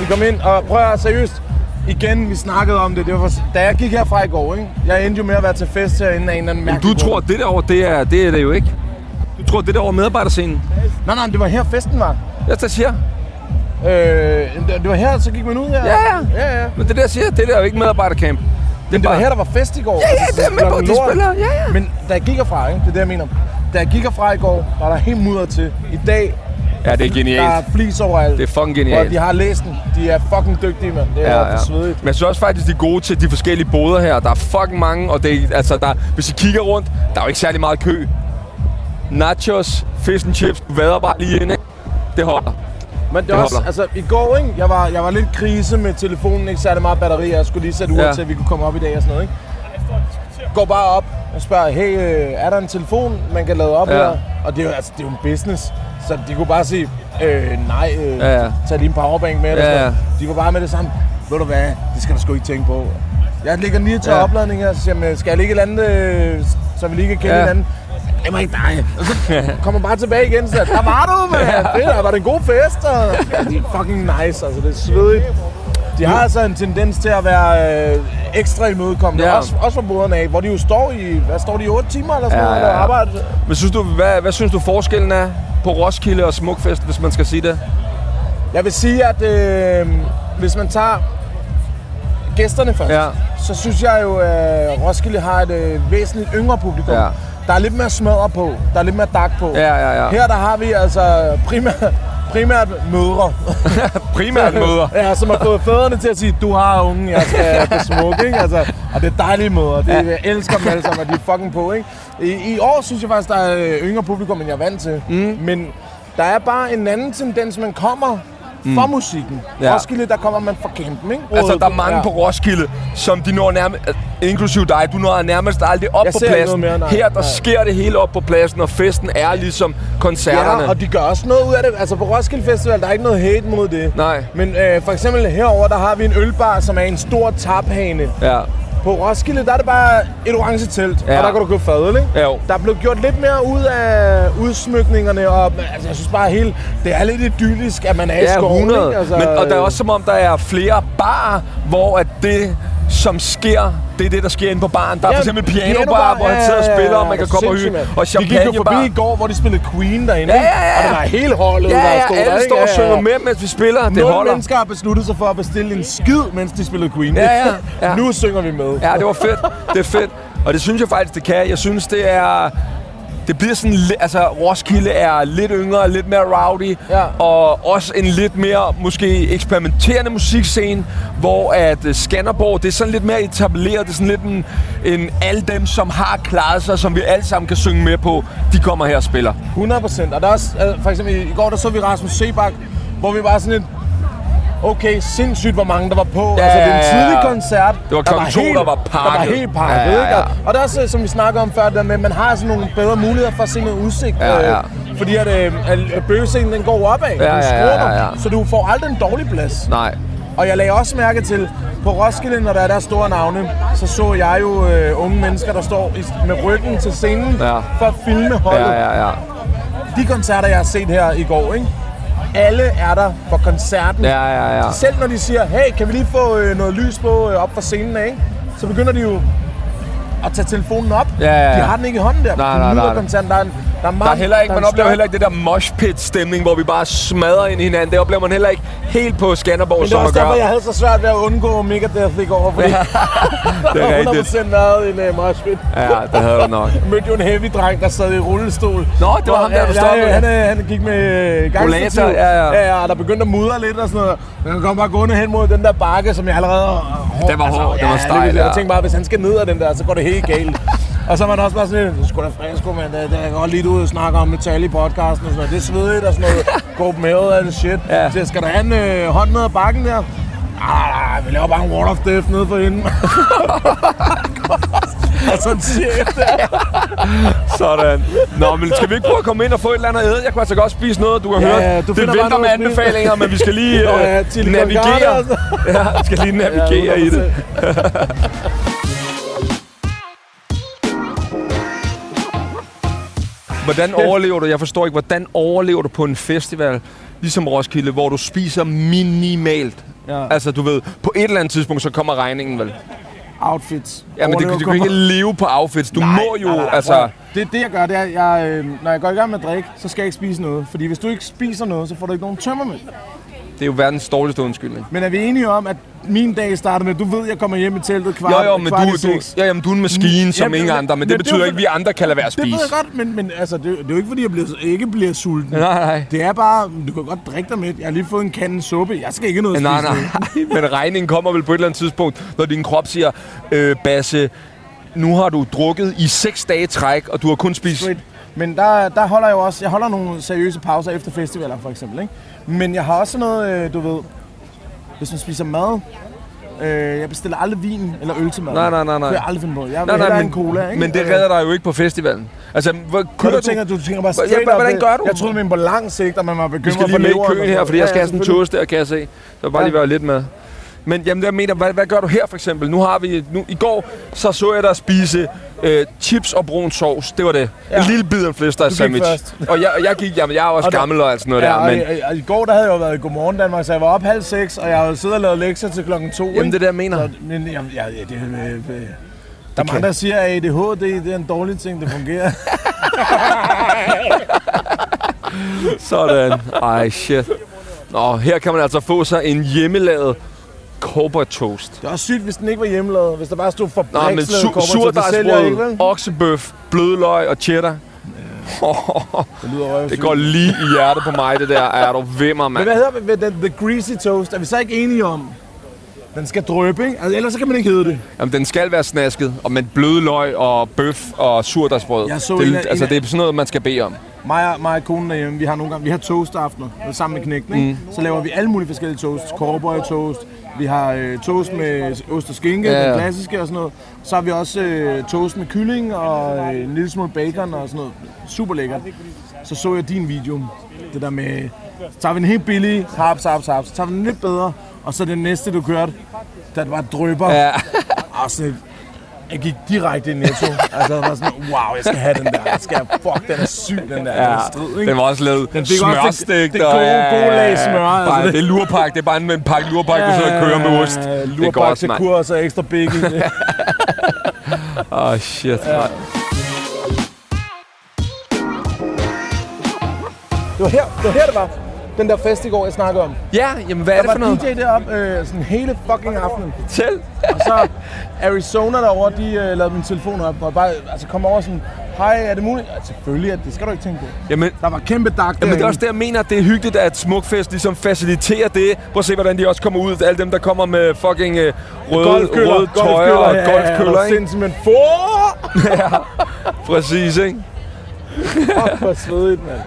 [SPEAKER 4] Vi kom ind, og prøv at høre, seriøst, igen, vi snakkede om det. det var for, da jeg gik herfra i går, ikke? jeg endte jo med at være til fest herinde af en eller anden mærkelig
[SPEAKER 2] Du tror,
[SPEAKER 4] grund.
[SPEAKER 2] det derovre, det er det, er det jo ikke. Du tror, det derovre er medarbejderscenen.
[SPEAKER 4] Nej, nej, men det var her festen var.
[SPEAKER 2] Jeg tager siger.
[SPEAKER 4] Øh, det- det var her, så gik man ud her.
[SPEAKER 2] Ja, ja.
[SPEAKER 4] ja, ja.
[SPEAKER 2] Men det der siger, det der er jo ikke medarbejdercamp.
[SPEAKER 4] Men det var
[SPEAKER 2] bare-
[SPEAKER 4] her, der var fest i går.
[SPEAKER 2] ja, det er med på,
[SPEAKER 4] klokken
[SPEAKER 2] de
[SPEAKER 4] lort.
[SPEAKER 2] spiller, ja, ja.
[SPEAKER 4] Men da jeg gik herfra, ikke? det er det, jeg mener. Da jeg gik herfra i går, var der helt mudder til. I dag,
[SPEAKER 2] Ja, det er
[SPEAKER 4] der er
[SPEAKER 2] genialt.
[SPEAKER 4] flis overalt.
[SPEAKER 2] Det er fucking
[SPEAKER 4] Prøv,
[SPEAKER 2] genialt.
[SPEAKER 4] de har læst den. De er fucking dygtige, mand. Det er ja, ja. svedigt.
[SPEAKER 2] Men jeg synes også faktisk, de er gode til de forskellige boder her. Der er fucking mange, og det er, altså, der, hvis I kigger rundt, der er jo ikke særlig meget kø. Nachos, fish and chips, vader bare lige ind, ikke? Det holder.
[SPEAKER 4] Men det
[SPEAKER 2] Det
[SPEAKER 4] er også,
[SPEAKER 2] holder.
[SPEAKER 4] altså i går, ikke? Jeg var, jeg var lidt krise med telefonen, ikke særlig meget batteri, og jeg skulle lige sætte ur
[SPEAKER 2] Ja.
[SPEAKER 4] ja. til, at vi kunne komme op i dag og sådan noget, ikke? Går bare op og spørger, hey, øh, er der en telefon, man kan lade op
[SPEAKER 2] Ja.
[SPEAKER 4] ja. her? Og det er, jo, altså, det er jo en business, så de kunne bare sige, øh, nej, øh,
[SPEAKER 2] Ja, ja.
[SPEAKER 4] ja. tag lige en powerbank med, eller
[SPEAKER 2] Ja,
[SPEAKER 4] ja,
[SPEAKER 2] ja.
[SPEAKER 4] ja. De var bare med det samme, ved du hvad, det skal du sgu ikke tænke på. Jeg ligger lige til
[SPEAKER 2] Ja.
[SPEAKER 4] ja. opladning her, så siger, jeg, "Men skal jeg ligge et eller andet, øh, så vi lige kan kende
[SPEAKER 2] Ja.
[SPEAKER 4] ja. hinanden? Det var ikke dig. Og så kommer bare tilbage igen, så der var du, mand. Fedt, og var det en god fest. Og... Ja, de er fucking nice, altså. Det er svedigt. De har altså en tendens til at være øh, ekstra imødekommende,
[SPEAKER 2] Ja.
[SPEAKER 4] ja. også, også fra boderne af, hvor de jo står i, hvad står de, 8 timer eller sådan
[SPEAKER 2] Ja,
[SPEAKER 4] ja, noget,
[SPEAKER 2] ja,
[SPEAKER 4] ja,
[SPEAKER 2] ja.
[SPEAKER 4] arbejde.
[SPEAKER 2] Men synes du, hvad, hvad synes du forskellen er på Roskilde og Smukfest, hvis man skal sige det?
[SPEAKER 4] Jeg vil sige, at øh, hvis man tager gæsterne først,
[SPEAKER 2] Ja.
[SPEAKER 4] ja. så synes jeg jo, at Roskilde har et øh, væsentligt yngre publikum.
[SPEAKER 2] Ja.
[SPEAKER 4] Ja. Der er lidt mere smadre på, der er lidt mere dak på.
[SPEAKER 2] Ja, ja, ja.
[SPEAKER 4] Her der har vi altså primært, primært mødre.
[SPEAKER 2] Primært møder.
[SPEAKER 4] Ja, som har fået fædrene til at sige, du har ungen, jeg skal besmukke, ikke? Altså, og det er dejlige måder. Det, jeg elsker dem alle sammen, og de er fucking på, ikke? I, I år synes jeg faktisk, der er øh, yngre publikum, end jeg er vant til. Mm. Men der er bare en anden tendens, man kommer mm. for musikken.
[SPEAKER 2] Ja.
[SPEAKER 4] Ja. Roskilde, der kommer man for campen, ikke?
[SPEAKER 2] Altså, der er mange
[SPEAKER 4] Ja.
[SPEAKER 2] på Roskilde, som de når nærmest, inklusiv dig, du når nærmest aldrig op
[SPEAKER 4] Jeg
[SPEAKER 2] på
[SPEAKER 4] ser ikke
[SPEAKER 2] pladsen.
[SPEAKER 4] noget mere, nej.
[SPEAKER 2] Her, der
[SPEAKER 4] Nej.
[SPEAKER 2] sker det hele op på pladsen, og festen er ligesom koncerterne.
[SPEAKER 4] Ja, og de gør også noget ud af det. Altså på Roskilde Festival, der er ikke noget hate mod det.
[SPEAKER 2] Nej.
[SPEAKER 4] Men øh, for eksempel herover der har vi en ølbar, som er en stor taphane.
[SPEAKER 2] Ja.
[SPEAKER 4] På Roskilde, der er det bare et orange telt,
[SPEAKER 2] Ja.
[SPEAKER 4] ja. og der kan du købe fadøl, ikke?
[SPEAKER 2] Jo.
[SPEAKER 4] Der er blevet gjort lidt mere ud af udsmykningerne, og altså, jeg synes bare hele, det er lidt idyllisk, at man er i
[SPEAKER 2] Ja,
[SPEAKER 4] skoven,
[SPEAKER 2] 100.
[SPEAKER 4] ikke? øh,
[SPEAKER 2] Altså, Men, og der er også som om, der er flere barer, hvor at det, som sker, det er det, der sker inde på baren. Der er for
[SPEAKER 4] Ja,
[SPEAKER 2] eksempel en pianobar,
[SPEAKER 4] pianobar,
[SPEAKER 2] hvor han
[SPEAKER 4] ja,
[SPEAKER 2] sidder og
[SPEAKER 4] ja,
[SPEAKER 2] spiller,
[SPEAKER 4] ja,
[SPEAKER 2] og man kan
[SPEAKER 4] det er
[SPEAKER 2] komme og
[SPEAKER 4] sindssygt,
[SPEAKER 2] hygge.
[SPEAKER 4] mand.
[SPEAKER 2] Og
[SPEAKER 4] Vi gik jo forbi
[SPEAKER 2] champagnebar.
[SPEAKER 4] i går, hvor de spillede Queen derinde,
[SPEAKER 2] Ja,
[SPEAKER 4] ikke?
[SPEAKER 2] ja, ja.
[SPEAKER 4] og der var hele holdet,
[SPEAKER 2] Ja,
[SPEAKER 4] der stod
[SPEAKER 2] ja,
[SPEAKER 4] der,
[SPEAKER 2] alle
[SPEAKER 4] ikke?
[SPEAKER 2] står og
[SPEAKER 4] Ja, ja.
[SPEAKER 2] synger med, mens vi spiller. Det
[SPEAKER 4] Nogle
[SPEAKER 2] holder.
[SPEAKER 4] mennesker har besluttet sig for at bestille en skid, mens de spillede Queen.
[SPEAKER 2] Ja, ja, ja.
[SPEAKER 4] [LAUGHS] nu synger vi med.
[SPEAKER 2] Ja, det var fedt. Det er fedt. Og det synes jeg faktisk, det kan. Jeg synes, det er... Det bliver sådan lidt... Altså, Roskilde er lidt yngre, lidt mere rowdy.
[SPEAKER 4] Ja.
[SPEAKER 2] Og også en lidt mere, måske, eksperimenterende musikscene, hvor at øh, Skanderborg, det er sådan lidt mere etableret. Det er sådan lidt en, en... Alle dem, som har klaret sig, som vi alle sammen kan synge med på, de kommer her og spiller.
[SPEAKER 4] 100 procent. Og der er også, øh, for eksempel i- i går, der så vi Rasmus Sebak, hvor vi var sådan lidt, okay, sindssygt, hvor mange der var på.
[SPEAKER 2] Ja,
[SPEAKER 4] altså, det er en
[SPEAKER 2] ja, ja.
[SPEAKER 4] tidlig koncert.
[SPEAKER 2] Det var klokken to,
[SPEAKER 4] helt,
[SPEAKER 2] der var
[SPEAKER 4] Der var
[SPEAKER 2] pakket.
[SPEAKER 4] helt pakket,
[SPEAKER 2] Ja, ja, ja.
[SPEAKER 4] ikke? Og- Og der er også, øh, som vi snakker om før, det der med, at man har sådan nogle bedre muligheder for at se noget udsigt.
[SPEAKER 2] Ja, ja.
[SPEAKER 4] øh, Fordi at, øh, at bøgescenen den går opad.
[SPEAKER 2] ja,
[SPEAKER 4] du
[SPEAKER 2] ja,
[SPEAKER 4] skruer
[SPEAKER 2] ja,
[SPEAKER 4] dig,
[SPEAKER 2] ja.
[SPEAKER 4] Så du får aldrig en dårlig plads.
[SPEAKER 2] Nej.
[SPEAKER 4] Og jeg lagde også mærke til, på Roskilde, når der er der store navne, så så jeg jo øh, unge mennesker, der står i, med ryggen til scenen
[SPEAKER 2] Ja.
[SPEAKER 4] for at filme holdet.
[SPEAKER 2] Ja, ja, ja.
[SPEAKER 4] De koncerter, jeg har set her i går, ikke? alle er der for koncerten.
[SPEAKER 2] Ja, ja, ja.
[SPEAKER 4] Selv når de siger, hey, kan vi lige få øh, noget lys på øh, op fra scenen af, ikke? så begynder de jo at tage telefonen op.
[SPEAKER 2] Ja, ja, ja.
[SPEAKER 4] De har den ikke i hånden der.
[SPEAKER 2] Nej,
[SPEAKER 4] De
[SPEAKER 2] nej,
[SPEAKER 4] nyder
[SPEAKER 2] nej.
[SPEAKER 4] koncerten. Der er, en, der er,
[SPEAKER 2] Der er
[SPEAKER 4] meget,
[SPEAKER 2] heller ikke,
[SPEAKER 4] der er
[SPEAKER 2] man
[SPEAKER 4] en
[SPEAKER 2] oplever
[SPEAKER 4] større-
[SPEAKER 2] heller ikke det der mosh pit stemning, hvor vi bare smadrer ind i hinanden. Det oplever man heller ikke helt på Skanderborg,
[SPEAKER 4] Men det
[SPEAKER 2] som
[SPEAKER 4] er
[SPEAKER 2] man
[SPEAKER 4] også
[SPEAKER 2] gør.
[SPEAKER 4] derfor, jeg havde så svært ved at undgå Megadeth i går, fordi
[SPEAKER 2] [LAUGHS] det
[SPEAKER 4] [LAUGHS]
[SPEAKER 2] er
[SPEAKER 4] der
[SPEAKER 2] rigtigt.
[SPEAKER 4] 100% været en uh, moshpit.
[SPEAKER 2] Ja, det havde du nok.
[SPEAKER 4] mødte jo en heavy dreng, der sad i rullestol.
[SPEAKER 2] Nå, det var ham der, du
[SPEAKER 4] Ja,
[SPEAKER 2] stoppede.
[SPEAKER 4] ja, Han, øh, han gik med øh, gangstativ.
[SPEAKER 2] Rollator, ja, ja.
[SPEAKER 4] ja, ja, og der begyndte at mudre lidt og sådan noget. Men han kom bare gående hen mod den der bakke, som jeg allerede... øh, Hår, altså,
[SPEAKER 2] Den var hård, den var
[SPEAKER 4] lige
[SPEAKER 2] stejl,
[SPEAKER 4] pludselig.
[SPEAKER 2] ja.
[SPEAKER 4] Jeg tænkte bare, hvis han skal ned af den der, så går det
[SPEAKER 2] [LAUGHS]
[SPEAKER 4] helt galt. og så er man også bare sådan lidt, sgu da fresco, men det, det er godt lige ud og snakke om metal i podcasten og sådan noget. Det er svedigt og
[SPEAKER 2] [LAUGHS]
[SPEAKER 4] sådan noget. Copenhagen and shit.
[SPEAKER 2] Ja.
[SPEAKER 4] Så skal der have en øh, hånd med af bakken der? Ah, vi laver bare en wall of death nede for
[SPEAKER 2] [LAUGHS]
[SPEAKER 4] hende. [LAUGHS] altså en chef der.
[SPEAKER 2] Sådan. Nå, men skal vi ikke prøve at komme ind og få et eller andet at æde? Jeg kunne altså godt spise noget, du har
[SPEAKER 4] Ja,
[SPEAKER 2] hørt.
[SPEAKER 4] ja, du
[SPEAKER 2] det
[SPEAKER 4] finder bare
[SPEAKER 2] venter med
[SPEAKER 4] noget at spise.
[SPEAKER 2] anbefalinger, men vi skal lige
[SPEAKER 4] Nå
[SPEAKER 2] øh,
[SPEAKER 4] ja, chili con carne
[SPEAKER 2] navigere.
[SPEAKER 4] og sådan.
[SPEAKER 2] ja, vi skal lige navigere i det. Hvordan overlever du? Jeg forstår ikke, hvordan overlever du på en festival, ligesom Roskilde, hvor du spiser minimalt?
[SPEAKER 4] Ja.
[SPEAKER 2] Altså, du ved, på et eller andet tidspunkt, så kommer regningen vel?
[SPEAKER 4] Outfits.
[SPEAKER 2] Ja, men det,
[SPEAKER 4] Overlever
[SPEAKER 2] du kan ikke
[SPEAKER 4] kommer-
[SPEAKER 2] leve på outfits. Du må jo, altså...
[SPEAKER 4] prøv. Det, det jeg gør, det er, jeg, øh, når jeg går i gang med at drikke, så skal jeg ikke spise noget. Fordi hvis du ikke spiser noget, så får du ikke nogen tømmermænd.
[SPEAKER 2] Det er jo verdens dårligste undskyldning.
[SPEAKER 4] Men er vi enige om, at min dag starter med, du ved, jeg kommer hjem i teltet kvart,
[SPEAKER 2] Jo, jo, men du,
[SPEAKER 4] kvart i
[SPEAKER 2] du,
[SPEAKER 4] seks.
[SPEAKER 2] ja, jamen, du er en maskine som
[SPEAKER 4] Jamen,
[SPEAKER 2] ingen
[SPEAKER 4] men-
[SPEAKER 2] andre, men
[SPEAKER 4] men
[SPEAKER 2] det
[SPEAKER 4] det er
[SPEAKER 2] betyder
[SPEAKER 4] jo
[SPEAKER 2] ikke, at vi andre kan lade være at
[SPEAKER 4] Det ved
[SPEAKER 2] spise.
[SPEAKER 4] jeg godt, men, men altså, det, det er jo ikke, fordi jeg bliver, ikke bliver sulten.
[SPEAKER 2] Nej, nej.
[SPEAKER 4] Det er bare, du kan godt drikke dig med. Jeg har lige fået en kande suppe. Jeg skal ikke noget at
[SPEAKER 2] Nej,
[SPEAKER 4] spise
[SPEAKER 2] nej,
[SPEAKER 4] nu.
[SPEAKER 2] nej, men regningen kommer vel på et eller andet tidspunkt, når din krop siger, øh, Basse, nu har du drukket i 6 dage i træk, og du har kun spist...
[SPEAKER 4] Straight. Men der, der holder jeg jo også, jeg holder nogle seriøse pauser efter festivaler for eksempel, ikke? Men jeg har også noget, øh, du ved, hvis man spiser mad, øh, jeg bestiller aldrig vin eller øl til mad.
[SPEAKER 2] Nej, nej, nej, nej.
[SPEAKER 4] Det jeg aldrig finde på. Jeg vil hellere have en cola, ikke?
[SPEAKER 2] men det
[SPEAKER 4] Øh,
[SPEAKER 2] redder dig jo ikke på festivalen. Altså, hvor
[SPEAKER 4] Når
[SPEAKER 2] kører
[SPEAKER 4] du tænker, du tænker bare
[SPEAKER 2] Hvor- ja,
[SPEAKER 4] straight
[SPEAKER 2] hvordan
[SPEAKER 4] op,
[SPEAKER 2] gør du?
[SPEAKER 4] Jeg troede, men på lang sigt, at man var
[SPEAKER 2] Vi
[SPEAKER 4] bekymret
[SPEAKER 2] skal lige
[SPEAKER 4] for
[SPEAKER 2] med i
[SPEAKER 4] leveren
[SPEAKER 2] køen
[SPEAKER 4] og
[SPEAKER 2] her,
[SPEAKER 4] sådan
[SPEAKER 2] fordi jeg
[SPEAKER 4] noget.
[SPEAKER 2] skal
[SPEAKER 4] Ja,
[SPEAKER 2] have sådan en
[SPEAKER 4] selvfølgelig.
[SPEAKER 2] toast der, kan jeg se. Så bare lige være lidt med. Men jamen, jeg mener, hvad, hvad gør du her for eksempel? Nu har vi, nu, i går, så så jeg dig spise øh, chips og brun sovs. Det var det. Ja.
[SPEAKER 4] Ja.
[SPEAKER 2] En lille bid af en flæsteg
[SPEAKER 4] gik
[SPEAKER 2] sandwich.
[SPEAKER 4] først.
[SPEAKER 2] og jeg, og jeg gik, jamen jeg er også
[SPEAKER 4] Og der-
[SPEAKER 2] gammel og alt sådan noget
[SPEAKER 4] Ja,
[SPEAKER 2] der.
[SPEAKER 4] og,
[SPEAKER 2] Men,
[SPEAKER 4] i- og, i går der havde jeg jo været i Godmorgen Danmark, så jeg var op halv seks, og jeg havde siddet og lavet lektier til klokken to. ikke?
[SPEAKER 2] jamen det der jeg mener.
[SPEAKER 4] Så- Men jeg, jeg, jeg, det, øh, øh, der er mange, der siger, at ADHD det er en dårlig ting, det fungerer.
[SPEAKER 2] Sådan. Ej, shit. Nå, her kan man altså få sig en hjemmelavet cowboy toast.
[SPEAKER 4] det er også sygt, hvis den ikke var hjemmelavet. Hvis der bare stod for
[SPEAKER 2] Nå, men su- surdejsbrød, oksebøf, blødløg og cheddar.
[SPEAKER 4] Det lyder røv.
[SPEAKER 2] Det går lige i hjertet på mig, det der. Er du vimmer, mand?
[SPEAKER 4] Men hvad hedder det? Ved den? The Greasy Toast? Er vi så ikke enige om? Den skal drøbe, ikke? Altså, ellers så kan man ikke hedde det.
[SPEAKER 2] Jamen, den skal være snasket, og med bløde løg og bøf og surdagsbrød.
[SPEAKER 4] Jeg så
[SPEAKER 2] det,
[SPEAKER 4] en af-
[SPEAKER 2] altså,
[SPEAKER 4] en af-
[SPEAKER 2] det er sådan noget, man skal bede om.
[SPEAKER 4] Mig og, mig og konen derhjemme, vi har nogle gange, vi har toastaftener øh, sammen med knægten, ikke?
[SPEAKER 2] Mm.
[SPEAKER 4] Så laver vi alle mulige forskellige toasts. Cowboy toast, vi har øh, toast med ost og skinke,
[SPEAKER 2] Ja,
[SPEAKER 4] ja,
[SPEAKER 2] ja.
[SPEAKER 4] ja. den klassiske og sådan noget. Så har vi også øh, toast med kylling og øh, en lille smule bacon og sådan noget. Super lækkert. Så så jeg din video, det der med, så tager vi den helt billige, haps, haps, haps, så tager vi den lidt bedre, og så den næste, du kørte, der var drøber.
[SPEAKER 2] Ja.
[SPEAKER 4] [LAUGHS] Og sådan, jeg gik direkte i netto. altså, jeg var sådan, wow, jeg skal have den der. Jeg skal, fuck, den er syg, den der. Ja. Den er strid, ikke?
[SPEAKER 2] Den var også lavet
[SPEAKER 4] Den fik også det-
[SPEAKER 2] smørstegt.
[SPEAKER 4] det gode- gode lag smør,
[SPEAKER 2] Nej,
[SPEAKER 4] altså.
[SPEAKER 2] det er lurpak. Det er bare en, en pakke lurpak, du sidder og kører med ost. det er
[SPEAKER 4] Lurpak
[SPEAKER 2] godt,
[SPEAKER 4] til
[SPEAKER 2] mand.
[SPEAKER 4] kur og så ekstra big i.
[SPEAKER 2] [LAUGHS] Åh, oh, shit. Ja.
[SPEAKER 4] Det var her, det var her, det var. Den der fest i går, jeg snakkede om.
[SPEAKER 2] ja, jamen hvad er det
[SPEAKER 4] Der
[SPEAKER 2] for
[SPEAKER 4] var
[SPEAKER 2] noget?
[SPEAKER 4] DJ deroppe øh, sådan hele fucking aftenen. [LAUGHS]
[SPEAKER 2] Selv?
[SPEAKER 4] Og så Arizona derover, de øh, lavede min telefon op, og bare altså, kom over sådan, hej, er det muligt? Ja, selvfølgelig, at det skal du ikke tænke på.
[SPEAKER 2] Jamen,
[SPEAKER 4] Der var kæmpe dag
[SPEAKER 2] Jamen, det er også det, jeg mener, at det er hyggeligt, at Smukfest ligesom faciliterer det. Prøv at se, hvordan de også kommer ud. Alle dem, der kommer med fucking øh, røde,
[SPEAKER 4] golfkøller,
[SPEAKER 2] røde tøjer og
[SPEAKER 4] ja,
[SPEAKER 2] golfkøller,
[SPEAKER 4] ja, ja,
[SPEAKER 2] ikke?
[SPEAKER 4] ikke? men
[SPEAKER 2] [LAUGHS]
[SPEAKER 4] for...
[SPEAKER 2] Præcis, ikke?
[SPEAKER 4] Fuck, hvor svedigt, mand.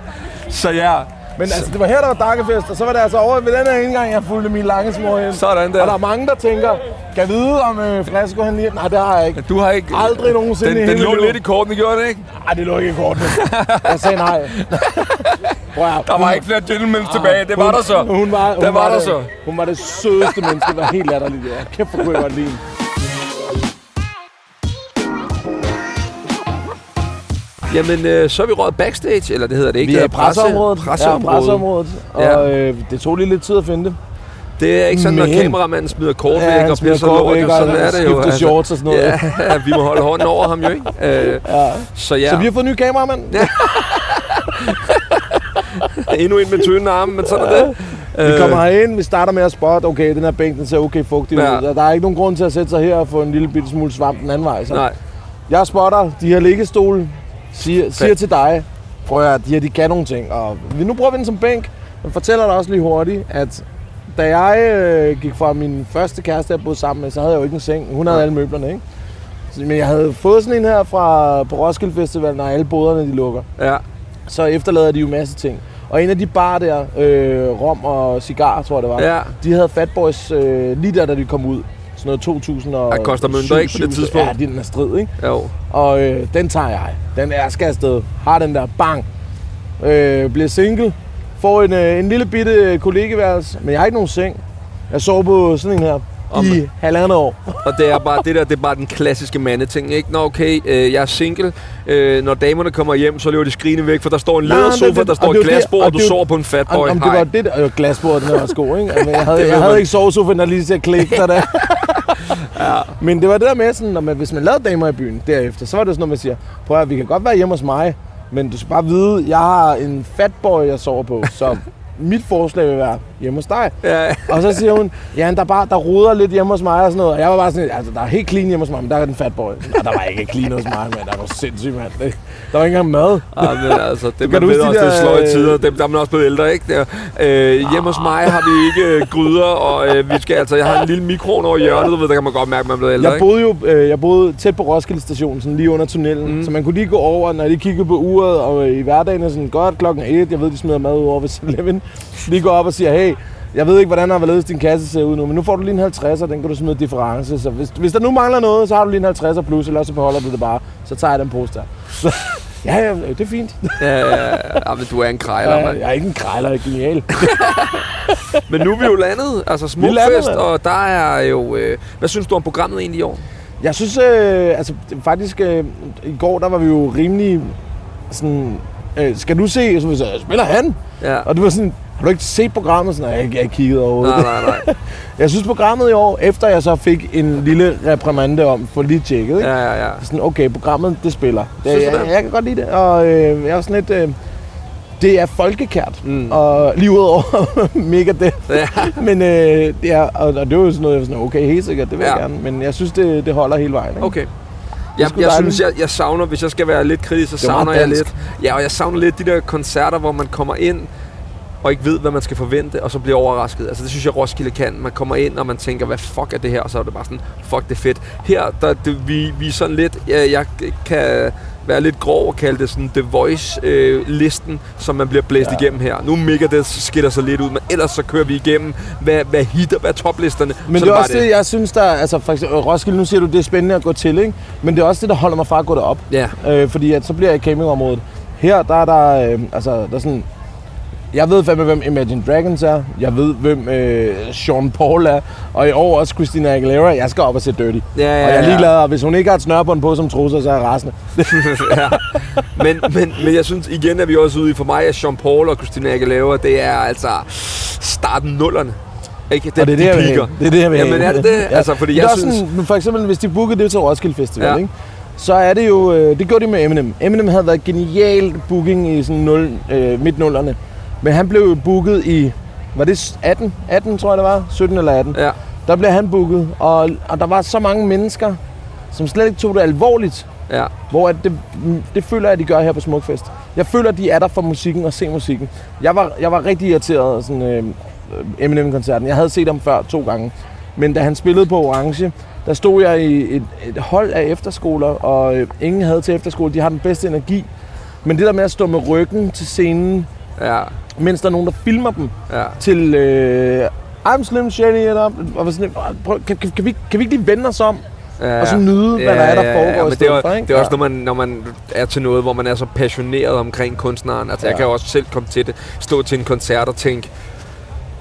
[SPEAKER 2] Så ja,
[SPEAKER 4] Men altså, det var her, der var dakkefest, og så var det altså over ved den her indgang, jeg fulgte min lange små hjem.
[SPEAKER 2] Sådan der.
[SPEAKER 4] Og der er mange, der tænker, kan jeg vide, om øh, Fresco han lige... Nej, det har jeg ikke.
[SPEAKER 2] Du har ikke...
[SPEAKER 4] Aldrig nogensinde i
[SPEAKER 2] den, den
[SPEAKER 4] hele
[SPEAKER 2] lå
[SPEAKER 4] mit liv.
[SPEAKER 2] lidt i kortene, gjorde den ikke?
[SPEAKER 4] Nej, det lå ikke i kortene. jeg sagde
[SPEAKER 2] [LAUGHS]
[SPEAKER 4] nej. Prøv at-
[SPEAKER 2] Der var ikke flere gentlemen tilbage. Det var
[SPEAKER 4] Ah, hun,
[SPEAKER 2] der så.
[SPEAKER 4] Hun var, hun
[SPEAKER 2] det var der
[SPEAKER 4] det,
[SPEAKER 2] så.
[SPEAKER 4] Hun var det sødeste menneske, der var helt latterligt. Ja. Kæft, hvor kunne jeg godt lide hende.
[SPEAKER 2] Jamen, øh, så er vi røget backstage, eller det hedder det ikke.
[SPEAKER 4] Vi
[SPEAKER 2] det
[SPEAKER 4] er i
[SPEAKER 2] hedder presse-
[SPEAKER 4] presseområdet.
[SPEAKER 2] Presseområdet.
[SPEAKER 4] Ja, presseområdet. Og
[SPEAKER 2] Ja.
[SPEAKER 4] øh, det tog lige lidt tid at finde det.
[SPEAKER 2] Det er ikke sådan, når
[SPEAKER 4] Men-
[SPEAKER 2] kameramanden smider kort
[SPEAKER 4] Ja,
[SPEAKER 2] væk
[SPEAKER 4] han
[SPEAKER 2] og bliver
[SPEAKER 4] smider
[SPEAKER 2] så
[SPEAKER 4] kort
[SPEAKER 2] lort.
[SPEAKER 4] væk,
[SPEAKER 2] jo,
[SPEAKER 4] og
[SPEAKER 2] Sådan
[SPEAKER 4] han
[SPEAKER 2] er det jo. altså.
[SPEAKER 4] skifter shorts og sådan noget.
[SPEAKER 2] Ja, vi må holde hånden over ham jo, ikke? Øh, ja. Så ja,
[SPEAKER 4] Så vi har fået en ny kameramand.
[SPEAKER 2] endnu en med tynde arme, men sådan er det.
[SPEAKER 4] Vi
[SPEAKER 2] Øh,
[SPEAKER 4] kommer herind, vi starter med at spotte, okay, den her bænk, den ser okay fugtig
[SPEAKER 2] Ja.
[SPEAKER 4] ja. ud. Og Der er ikke nogen grund til at sætte sig her og få en lille bitte smule svamp den anden vej. Så.
[SPEAKER 2] Nej,
[SPEAKER 4] Jeg spotter de her liggestole, siger, siger til dig, prøv at høre, de her, de kan nogle ting. Og vi- nu bruger vi den som bænk, men fortæller dig også lige hurtigt, at da jeg øh, gik fra min første kæreste, jeg boede sammen med, så havde jeg jo ikke en seng. Hun havde alle møblerne, ikke? Så, men jeg havde fået sådan en her fra på Roskilde Festival, når alle boderne de lukker
[SPEAKER 2] ja.
[SPEAKER 4] så efterlader de jo masse ting. Og en af de bar der, øh, rom og cigar, tror jeg det var,
[SPEAKER 2] Ja.
[SPEAKER 4] de havde Fat Boys øh, lige der, da de kom ud. Sådan noget 2000 og...
[SPEAKER 2] Der koster mønter, ikke, på det tidspunkt?
[SPEAKER 4] Ja, det er den er strid, ikke?
[SPEAKER 2] Jo.
[SPEAKER 4] Og øh, den tager jeg. Den er jeg skal afsted. Har den der, bang. Øh, bliver single. Får en, øh, en lille bitte øh, kollegeværelse, men jeg har ikke nogen seng. Jeg sover på sådan en her
[SPEAKER 2] Om-
[SPEAKER 4] Om. i halvandet år.
[SPEAKER 2] Og det er bare det der, det er bare den klassiske mandeting, ikke? Nå, okay, øh, jeg er single. Øh, når damerne kommer hjem, så løber de skrigende væk, for der står en
[SPEAKER 4] Nej, men
[SPEAKER 2] ledersofa,
[SPEAKER 4] det-
[SPEAKER 2] der står
[SPEAKER 4] og
[SPEAKER 2] et
[SPEAKER 4] det er jo det-
[SPEAKER 2] glasbord, og du
[SPEAKER 4] det er jo-
[SPEAKER 2] sover på en fatboy.
[SPEAKER 4] Om, om det
[SPEAKER 2] Hej.
[SPEAKER 4] var det der, øh, glasbordet, den her var sko, ikke? Altså, jeg
[SPEAKER 2] [LAUGHS] Det
[SPEAKER 4] havde,
[SPEAKER 2] ved
[SPEAKER 4] jeg
[SPEAKER 2] man.
[SPEAKER 4] havde ikke sovesofaen, der lige til at klikke
[SPEAKER 2] [LAUGHS]
[SPEAKER 4] der. der. Men det var det der med, sådan, når man, hvis man lavede damer i byen derefter, så var det sådan noget, man siger, prøv at høre, vi kan godt være hjemme hos mig, men du skal bare vide, jeg har en fatboy, jeg sover på, så mit forslag vil være hjemme hos dig.
[SPEAKER 2] Ja.
[SPEAKER 4] Og så siger hun, ja, der, er bare, der ruder lidt hjemme hos mig og sådan noget. Og jeg var bare sådan, altså, der er helt clean hjemme hos mig, men der er den fatboy. Nej, der var ikke clean hos mig, men der var sindssyg, mand. Det- Der var ikke engang mad.
[SPEAKER 2] Ja, men
[SPEAKER 4] [LAUGHS]
[SPEAKER 2] altså, det,
[SPEAKER 4] Kan
[SPEAKER 2] man
[SPEAKER 4] du
[SPEAKER 2] ved
[SPEAKER 4] huske
[SPEAKER 2] også,
[SPEAKER 4] de
[SPEAKER 2] det er
[SPEAKER 4] der,
[SPEAKER 2] sløje
[SPEAKER 4] øh,
[SPEAKER 2] tider. Dem, der er man også blevet ældre, ikke? Der, øh, hjemme hos mig har vi ikke øh, gryder, og øh, vi skal altså... Jeg har en lille mikron over hjørnet, du ved, der kan man godt mærke, at man er blevet ældre,
[SPEAKER 4] Jeg boede jo øh, jeg boede tæt på Roskilde station, sådan lige under tunnelen, mm. så man kunne lige gå over, når de kiggede på uret, og øh, i hverdagen er sådan, godt, klokken er et, jeg ved, de smider mad ud over ved [LAUGHS] 7-Eleven. Lige går op og siger, hey, jeg ved ikke, hvordan og hvorledes din kasse ser ud nu, men nu får du lige en 50'er, den kan du smide i difference. Så hvis, hvis der nu mangler noget, så har du lige en 50'er plus, eller også beholder du det bare. Så tager jeg den pose der. [LAUGHS] Så, ja, ja, det er fint.
[SPEAKER 2] ikke? Ja, ja, ja. ja, men du er en krejler,
[SPEAKER 4] Jeg,
[SPEAKER 2] mand.
[SPEAKER 4] [LAUGHS] jeg er ikke en krejler, jeg er genial.
[SPEAKER 2] Men nu er vi jo landet, altså
[SPEAKER 4] landet,
[SPEAKER 2] smugfest,
[SPEAKER 4] mand.
[SPEAKER 2] og der er jo... Øh, hvad synes du om programmet egentlig i år?
[SPEAKER 4] Jeg synes øh, altså, det- faktisk, øh, i går der var vi jo rimelig sådan, øh, skal du se? Så vi sagde, spiller han?
[SPEAKER 2] Ja.
[SPEAKER 4] Og det var sådan, har du ikke set programmet? Sådan, nej, jeg, jeg kiggede overhovedet.
[SPEAKER 2] Nej, nej, nej.
[SPEAKER 4] [LAUGHS] Jeg synes programmet i år, efter jeg så fik en lille reprimande om, for lige tjekket, ikke?
[SPEAKER 2] Ja, ja, ja.
[SPEAKER 4] Sådan, okay, programmet, det spiller. Det,
[SPEAKER 2] Synes
[SPEAKER 4] jeg,
[SPEAKER 2] du
[SPEAKER 4] jeg,
[SPEAKER 2] det?
[SPEAKER 4] kan godt lide det, og øh, jeg er sådan lidt... Øh, det er folkekært, mm. og lige ud over [LAUGHS] mega det.
[SPEAKER 2] Ja.
[SPEAKER 4] [LAUGHS] Men øh, det er, og, og det var jo sådan noget, jeg var sådan, okay, helt sikkert, det vil
[SPEAKER 2] Ja.
[SPEAKER 4] jeg gerne. Men jeg synes, det, det holder hele vejen. Ikke?
[SPEAKER 2] Okay. Jeg,
[SPEAKER 4] sgu
[SPEAKER 2] jeg
[SPEAKER 4] dejligt.
[SPEAKER 2] synes, jeg, jeg savner, hvis jeg skal være lidt kritisk, så
[SPEAKER 4] er meget
[SPEAKER 2] savner jeg
[SPEAKER 4] dansk.
[SPEAKER 2] lidt. Ja, og jeg savner lidt de der koncerter, hvor man kommer ind og ikke ved, hvad man skal forvente, og så bliver overrasket. Altså, det synes jeg, Roskilde kan. Man kommer ind, og man tænker, hvad fuck er det her? Og så er det bare sådan, fuck, det er fedt. Her, der, det, vi, vi er sådan lidt, ja, jeg kan være lidt grov og kalde det sådan The Voice-listen, som man bliver blæst ja. igennem her. Nu mega det skiller sig lidt ud, men ellers så kører vi igennem, hvad, hvad hitter, hvad er toplisterne.
[SPEAKER 4] Men
[SPEAKER 2] så
[SPEAKER 4] det er
[SPEAKER 2] bare
[SPEAKER 4] også det. det, jeg synes, der... Altså, for eksempel, Roskilde, nu siger du, det er spændende at gå til, ikke? Men det er også det, der holder mig fra at gå derop.
[SPEAKER 2] Ja.
[SPEAKER 4] Øh, fordi at, så bliver jeg i campingområdet. Her, der er der... Øh, altså, der er sådan... Jeg ved fandme, hvem Imagine Dragons er. Jeg ved, hvem øh, Sean Paul er. Og i år også Christina Aguilera. Jeg skal op og se Dirty.
[SPEAKER 2] Ja, ja,
[SPEAKER 4] og jeg er
[SPEAKER 2] ja.
[SPEAKER 4] ligeglad, og hvis hun ikke har et snørbånd på som trusser, så er jeg rasende.
[SPEAKER 2] [LAUGHS] ja. men, men, men jeg synes igen, at vi også ude i for mig, at Jean Paul og Christina Aguilera, det er altså starten nullerne. Ikke?
[SPEAKER 4] Og det er det,
[SPEAKER 2] de
[SPEAKER 4] jeg vil have.
[SPEAKER 2] piker.
[SPEAKER 4] Det er det, jeg vil have.
[SPEAKER 2] Jamen er det det? Altså, fordi
[SPEAKER 4] Men
[SPEAKER 2] jeg
[SPEAKER 4] der er
[SPEAKER 2] synes...
[SPEAKER 4] Sådan, men for eksempel, hvis de bookede det til Roskilde Festival,
[SPEAKER 2] Ja.
[SPEAKER 4] ja. ikke? så er det jo... Øh, det gjorde de med Eminem. Eminem havde været genial booking i sådan nul, øh, midt nullerne. Men han blev jo booket i... Var det 18? 18, tror jeg, det var. 17 eller 18.
[SPEAKER 2] Ja.
[SPEAKER 4] Der blev han booket, og, og der var så mange mennesker, som slet ikke tog det alvorligt.
[SPEAKER 2] Ja.
[SPEAKER 4] Hvor at det, det føler jeg, at de gør her på Smukfest. Jeg føler, at de er der for musikken og se musikken. Jeg var, jeg var rigtig irriteret af sådan, øh, Eminem-koncerten. Jeg havde set ham før to gange. Men da han spillede på Orange, der stod jeg i et, et hold af efterskoler, og øh, ingen havde til efterskole. De har den bedste energi. Men det der med at stå med ryggen til scenen
[SPEAKER 2] Ja,
[SPEAKER 4] mens der er nogen, der filmer dem
[SPEAKER 2] ja.
[SPEAKER 4] til øh, I'm Slim Shady, eller, og var sådan, lidt, "Åh, prøv, kan, kan, kan, vi, ikke- kan vi ikke lige vende os om?
[SPEAKER 2] Ja,
[SPEAKER 4] Og så nyde, hvad der er, der foregår i
[SPEAKER 2] men det
[SPEAKER 4] stedet
[SPEAKER 2] er,
[SPEAKER 4] for, ikke?
[SPEAKER 2] Det er også,
[SPEAKER 4] Ja.
[SPEAKER 2] når man, når man er til noget, hvor man er så passioneret omkring kunstneren. Altså, ja. jeg
[SPEAKER 4] Ja.
[SPEAKER 2] kan jo også selv komme til det, stå til en koncert og tænke,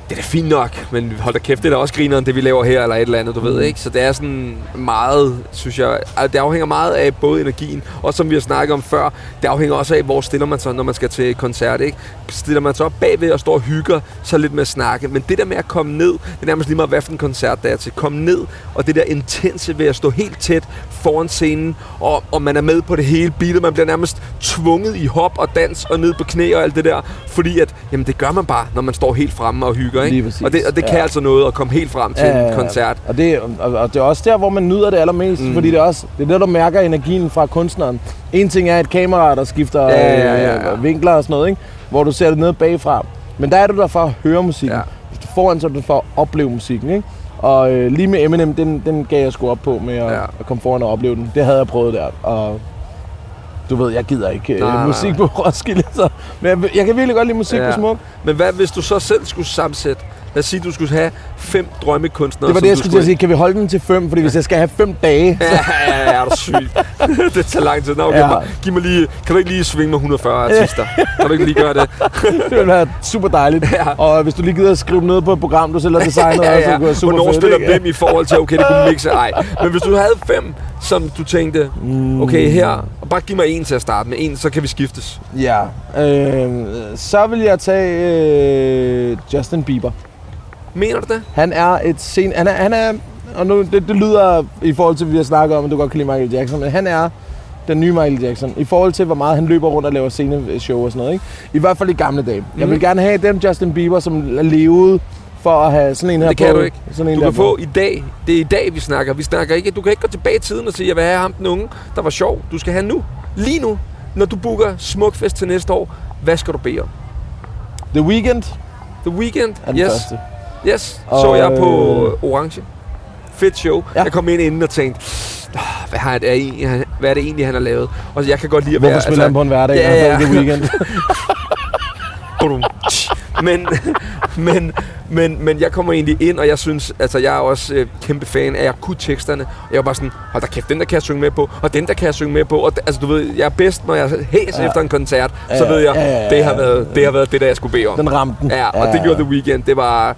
[SPEAKER 2] det er da fint nok, men hold da kæft, det er da også grineren, det vi laver her, eller et eller andet, du
[SPEAKER 4] Mm.
[SPEAKER 2] ved, ikke? Så det er sådan meget, synes jeg, altså, det afhænger meget af både energien, og som vi har snakket om før, det afhænger også af, hvor stiller man sig, når man skal til koncert, ikke? Stiller man sig op bagved og står og hygger sig lidt med at snakke, men det der med at komme ned, det er nærmest lige meget, hvad for en koncert der er til. Kom ned, og det der intense ved at stå helt tæt foran scenen, og, og man er med på det hele billede, man bliver nærmest tvunget i hop og dans og ned på knæ og alt det der, fordi at, jamen det gør man bare, når man står helt fremme og hygger, ikke?
[SPEAKER 4] Lige præcis.
[SPEAKER 2] Og det, og det kan
[SPEAKER 4] Ja.
[SPEAKER 2] altså noget at komme helt frem til en koncert.
[SPEAKER 4] Og det, og, og det er også der, hvor man nyder det allermest, mm. fordi det er, også, det er der, du mærker energien fra kunstneren. En ting er et kamera, der skifter
[SPEAKER 2] Ja, ja, ja, ja.
[SPEAKER 4] øh, vinkler og sådan noget, ikke? hvor du ser det nede bagfra. Men der er du der for at høre musikken.
[SPEAKER 2] Ja.
[SPEAKER 4] Ja. Hvis du foran, så er du der for at opleve musikken. Ikke? Og øh, lige med Eminem, den, den gav jeg sgu op på med at,
[SPEAKER 2] Ja.
[SPEAKER 4] ja. at komme foran og opleve den. Det havde jeg prøvet der. Og du ved, jeg gider ikke
[SPEAKER 2] Nej,
[SPEAKER 4] nej,
[SPEAKER 2] nej,
[SPEAKER 4] øh, musik på Roskilde. Så. Men jeg, jeg kan virkelig godt lide musik
[SPEAKER 2] Ja.
[SPEAKER 4] ja. på Smuk.
[SPEAKER 2] Men hvad hvis du så selv skulle sammensætte? Lad os sige, du skulle have fem drømmekunstnere,
[SPEAKER 4] Det var
[SPEAKER 2] som
[SPEAKER 4] det, jeg
[SPEAKER 2] du
[SPEAKER 4] skulle til at sige. Kan vi holde den til fem? Fordi hvis jeg skal have fem dage,
[SPEAKER 2] Ja, ja, ja, er du syg. [LAUGHS] det tager lang tid. Nå, okay,
[SPEAKER 4] Ja.
[SPEAKER 2] ja. giv mig lige, kan du ikke lige svinge med 140 artister? kan du ikke lige
[SPEAKER 4] [LAUGHS]
[SPEAKER 2] gøre det?
[SPEAKER 4] Det ville være super dejligt.
[SPEAKER 2] Ja.
[SPEAKER 4] Ja. Og hvis du lige gider at skrive noget på et program,
[SPEAKER 2] [LAUGHS]
[SPEAKER 4] du selv har designet, ja, ja. så kunne være super
[SPEAKER 2] Hvornår
[SPEAKER 4] fedt,
[SPEAKER 2] spiller
[SPEAKER 4] ikke?
[SPEAKER 2] hvem i forhold til, okay, det kunne mixe? Ej. Men hvis du havde fem, som du tænkte,
[SPEAKER 4] Mm.
[SPEAKER 2] okay, her, og bare giv mig en til at starte med. En, så kan vi skiftes.
[SPEAKER 4] Ja. Øh, så vil jeg tage øh, Justin Bieber.
[SPEAKER 2] Mener du det?
[SPEAKER 4] Han er et sen... Han er, han er og nu, det, det lyder i forhold til, hvad vi har snakket om, at du godt kan lide Michael Jackson, men han er den nye Michael Jackson, i forhold til, hvor meget han løber rundt og laver sceneshow og sådan noget. Ikke? I hvert fald i gamle dage. Mm.
[SPEAKER 2] Mhm.
[SPEAKER 4] Jeg vil gerne have den Justin Bieber, som levede for at have sådan en her
[SPEAKER 2] Det kan
[SPEAKER 4] på.
[SPEAKER 2] du ikke.
[SPEAKER 4] Sådan en
[SPEAKER 2] Du
[SPEAKER 4] der
[SPEAKER 2] kan
[SPEAKER 4] på.
[SPEAKER 2] få i dag. Det er i dag, vi snakker. Vi snakker ikke. Du kan ikke gå tilbage i tiden og sige, jeg vil have ham den unge, der var sjov. Du skal have nu. Lige nu. Når du booker Smukfest til næste år, hvad skal du bede om?
[SPEAKER 4] The Weeknd
[SPEAKER 2] The Weekend?
[SPEAKER 4] er den
[SPEAKER 2] yes.
[SPEAKER 4] første.
[SPEAKER 2] Yes.
[SPEAKER 4] Og,
[SPEAKER 2] Så jeg på Orange. Fedt show. Ja.
[SPEAKER 4] Ja.
[SPEAKER 2] Jeg kom ind inden og tænkte, "Ah, hvad, har det, er egentlig- hvad er det egentlig, han har lavet? Og jeg kan godt lide at
[SPEAKER 4] Hvorfor
[SPEAKER 2] være...
[SPEAKER 4] spiller altså, han på en hverdag,
[SPEAKER 2] Ja,
[SPEAKER 4] og
[SPEAKER 2] ja.
[SPEAKER 4] så ikke i weekend?
[SPEAKER 2] [LAUGHS] Badum. Tsch. men, [LAUGHS] men, men, men jeg kommer egentlig ind, og jeg synes, altså jeg er også øh, kæmpe fan af akutteksterne. Jeg var bare sådan, hold da kæft, den der kan jeg synge med på, og den der kan jeg synge med på. Og d- altså du ved, jeg er bedst, når jeg hæs ja. efter en koncert, så
[SPEAKER 4] Ja,
[SPEAKER 2] ved jeg,
[SPEAKER 4] ja, ja, ja,
[SPEAKER 2] det, har
[SPEAKER 4] ja.
[SPEAKER 2] været, det har været det, der jeg skulle bede om.
[SPEAKER 4] [LAUGHS] Den ramte den.
[SPEAKER 2] Ja, og det gjorde The Weeknd. Det var,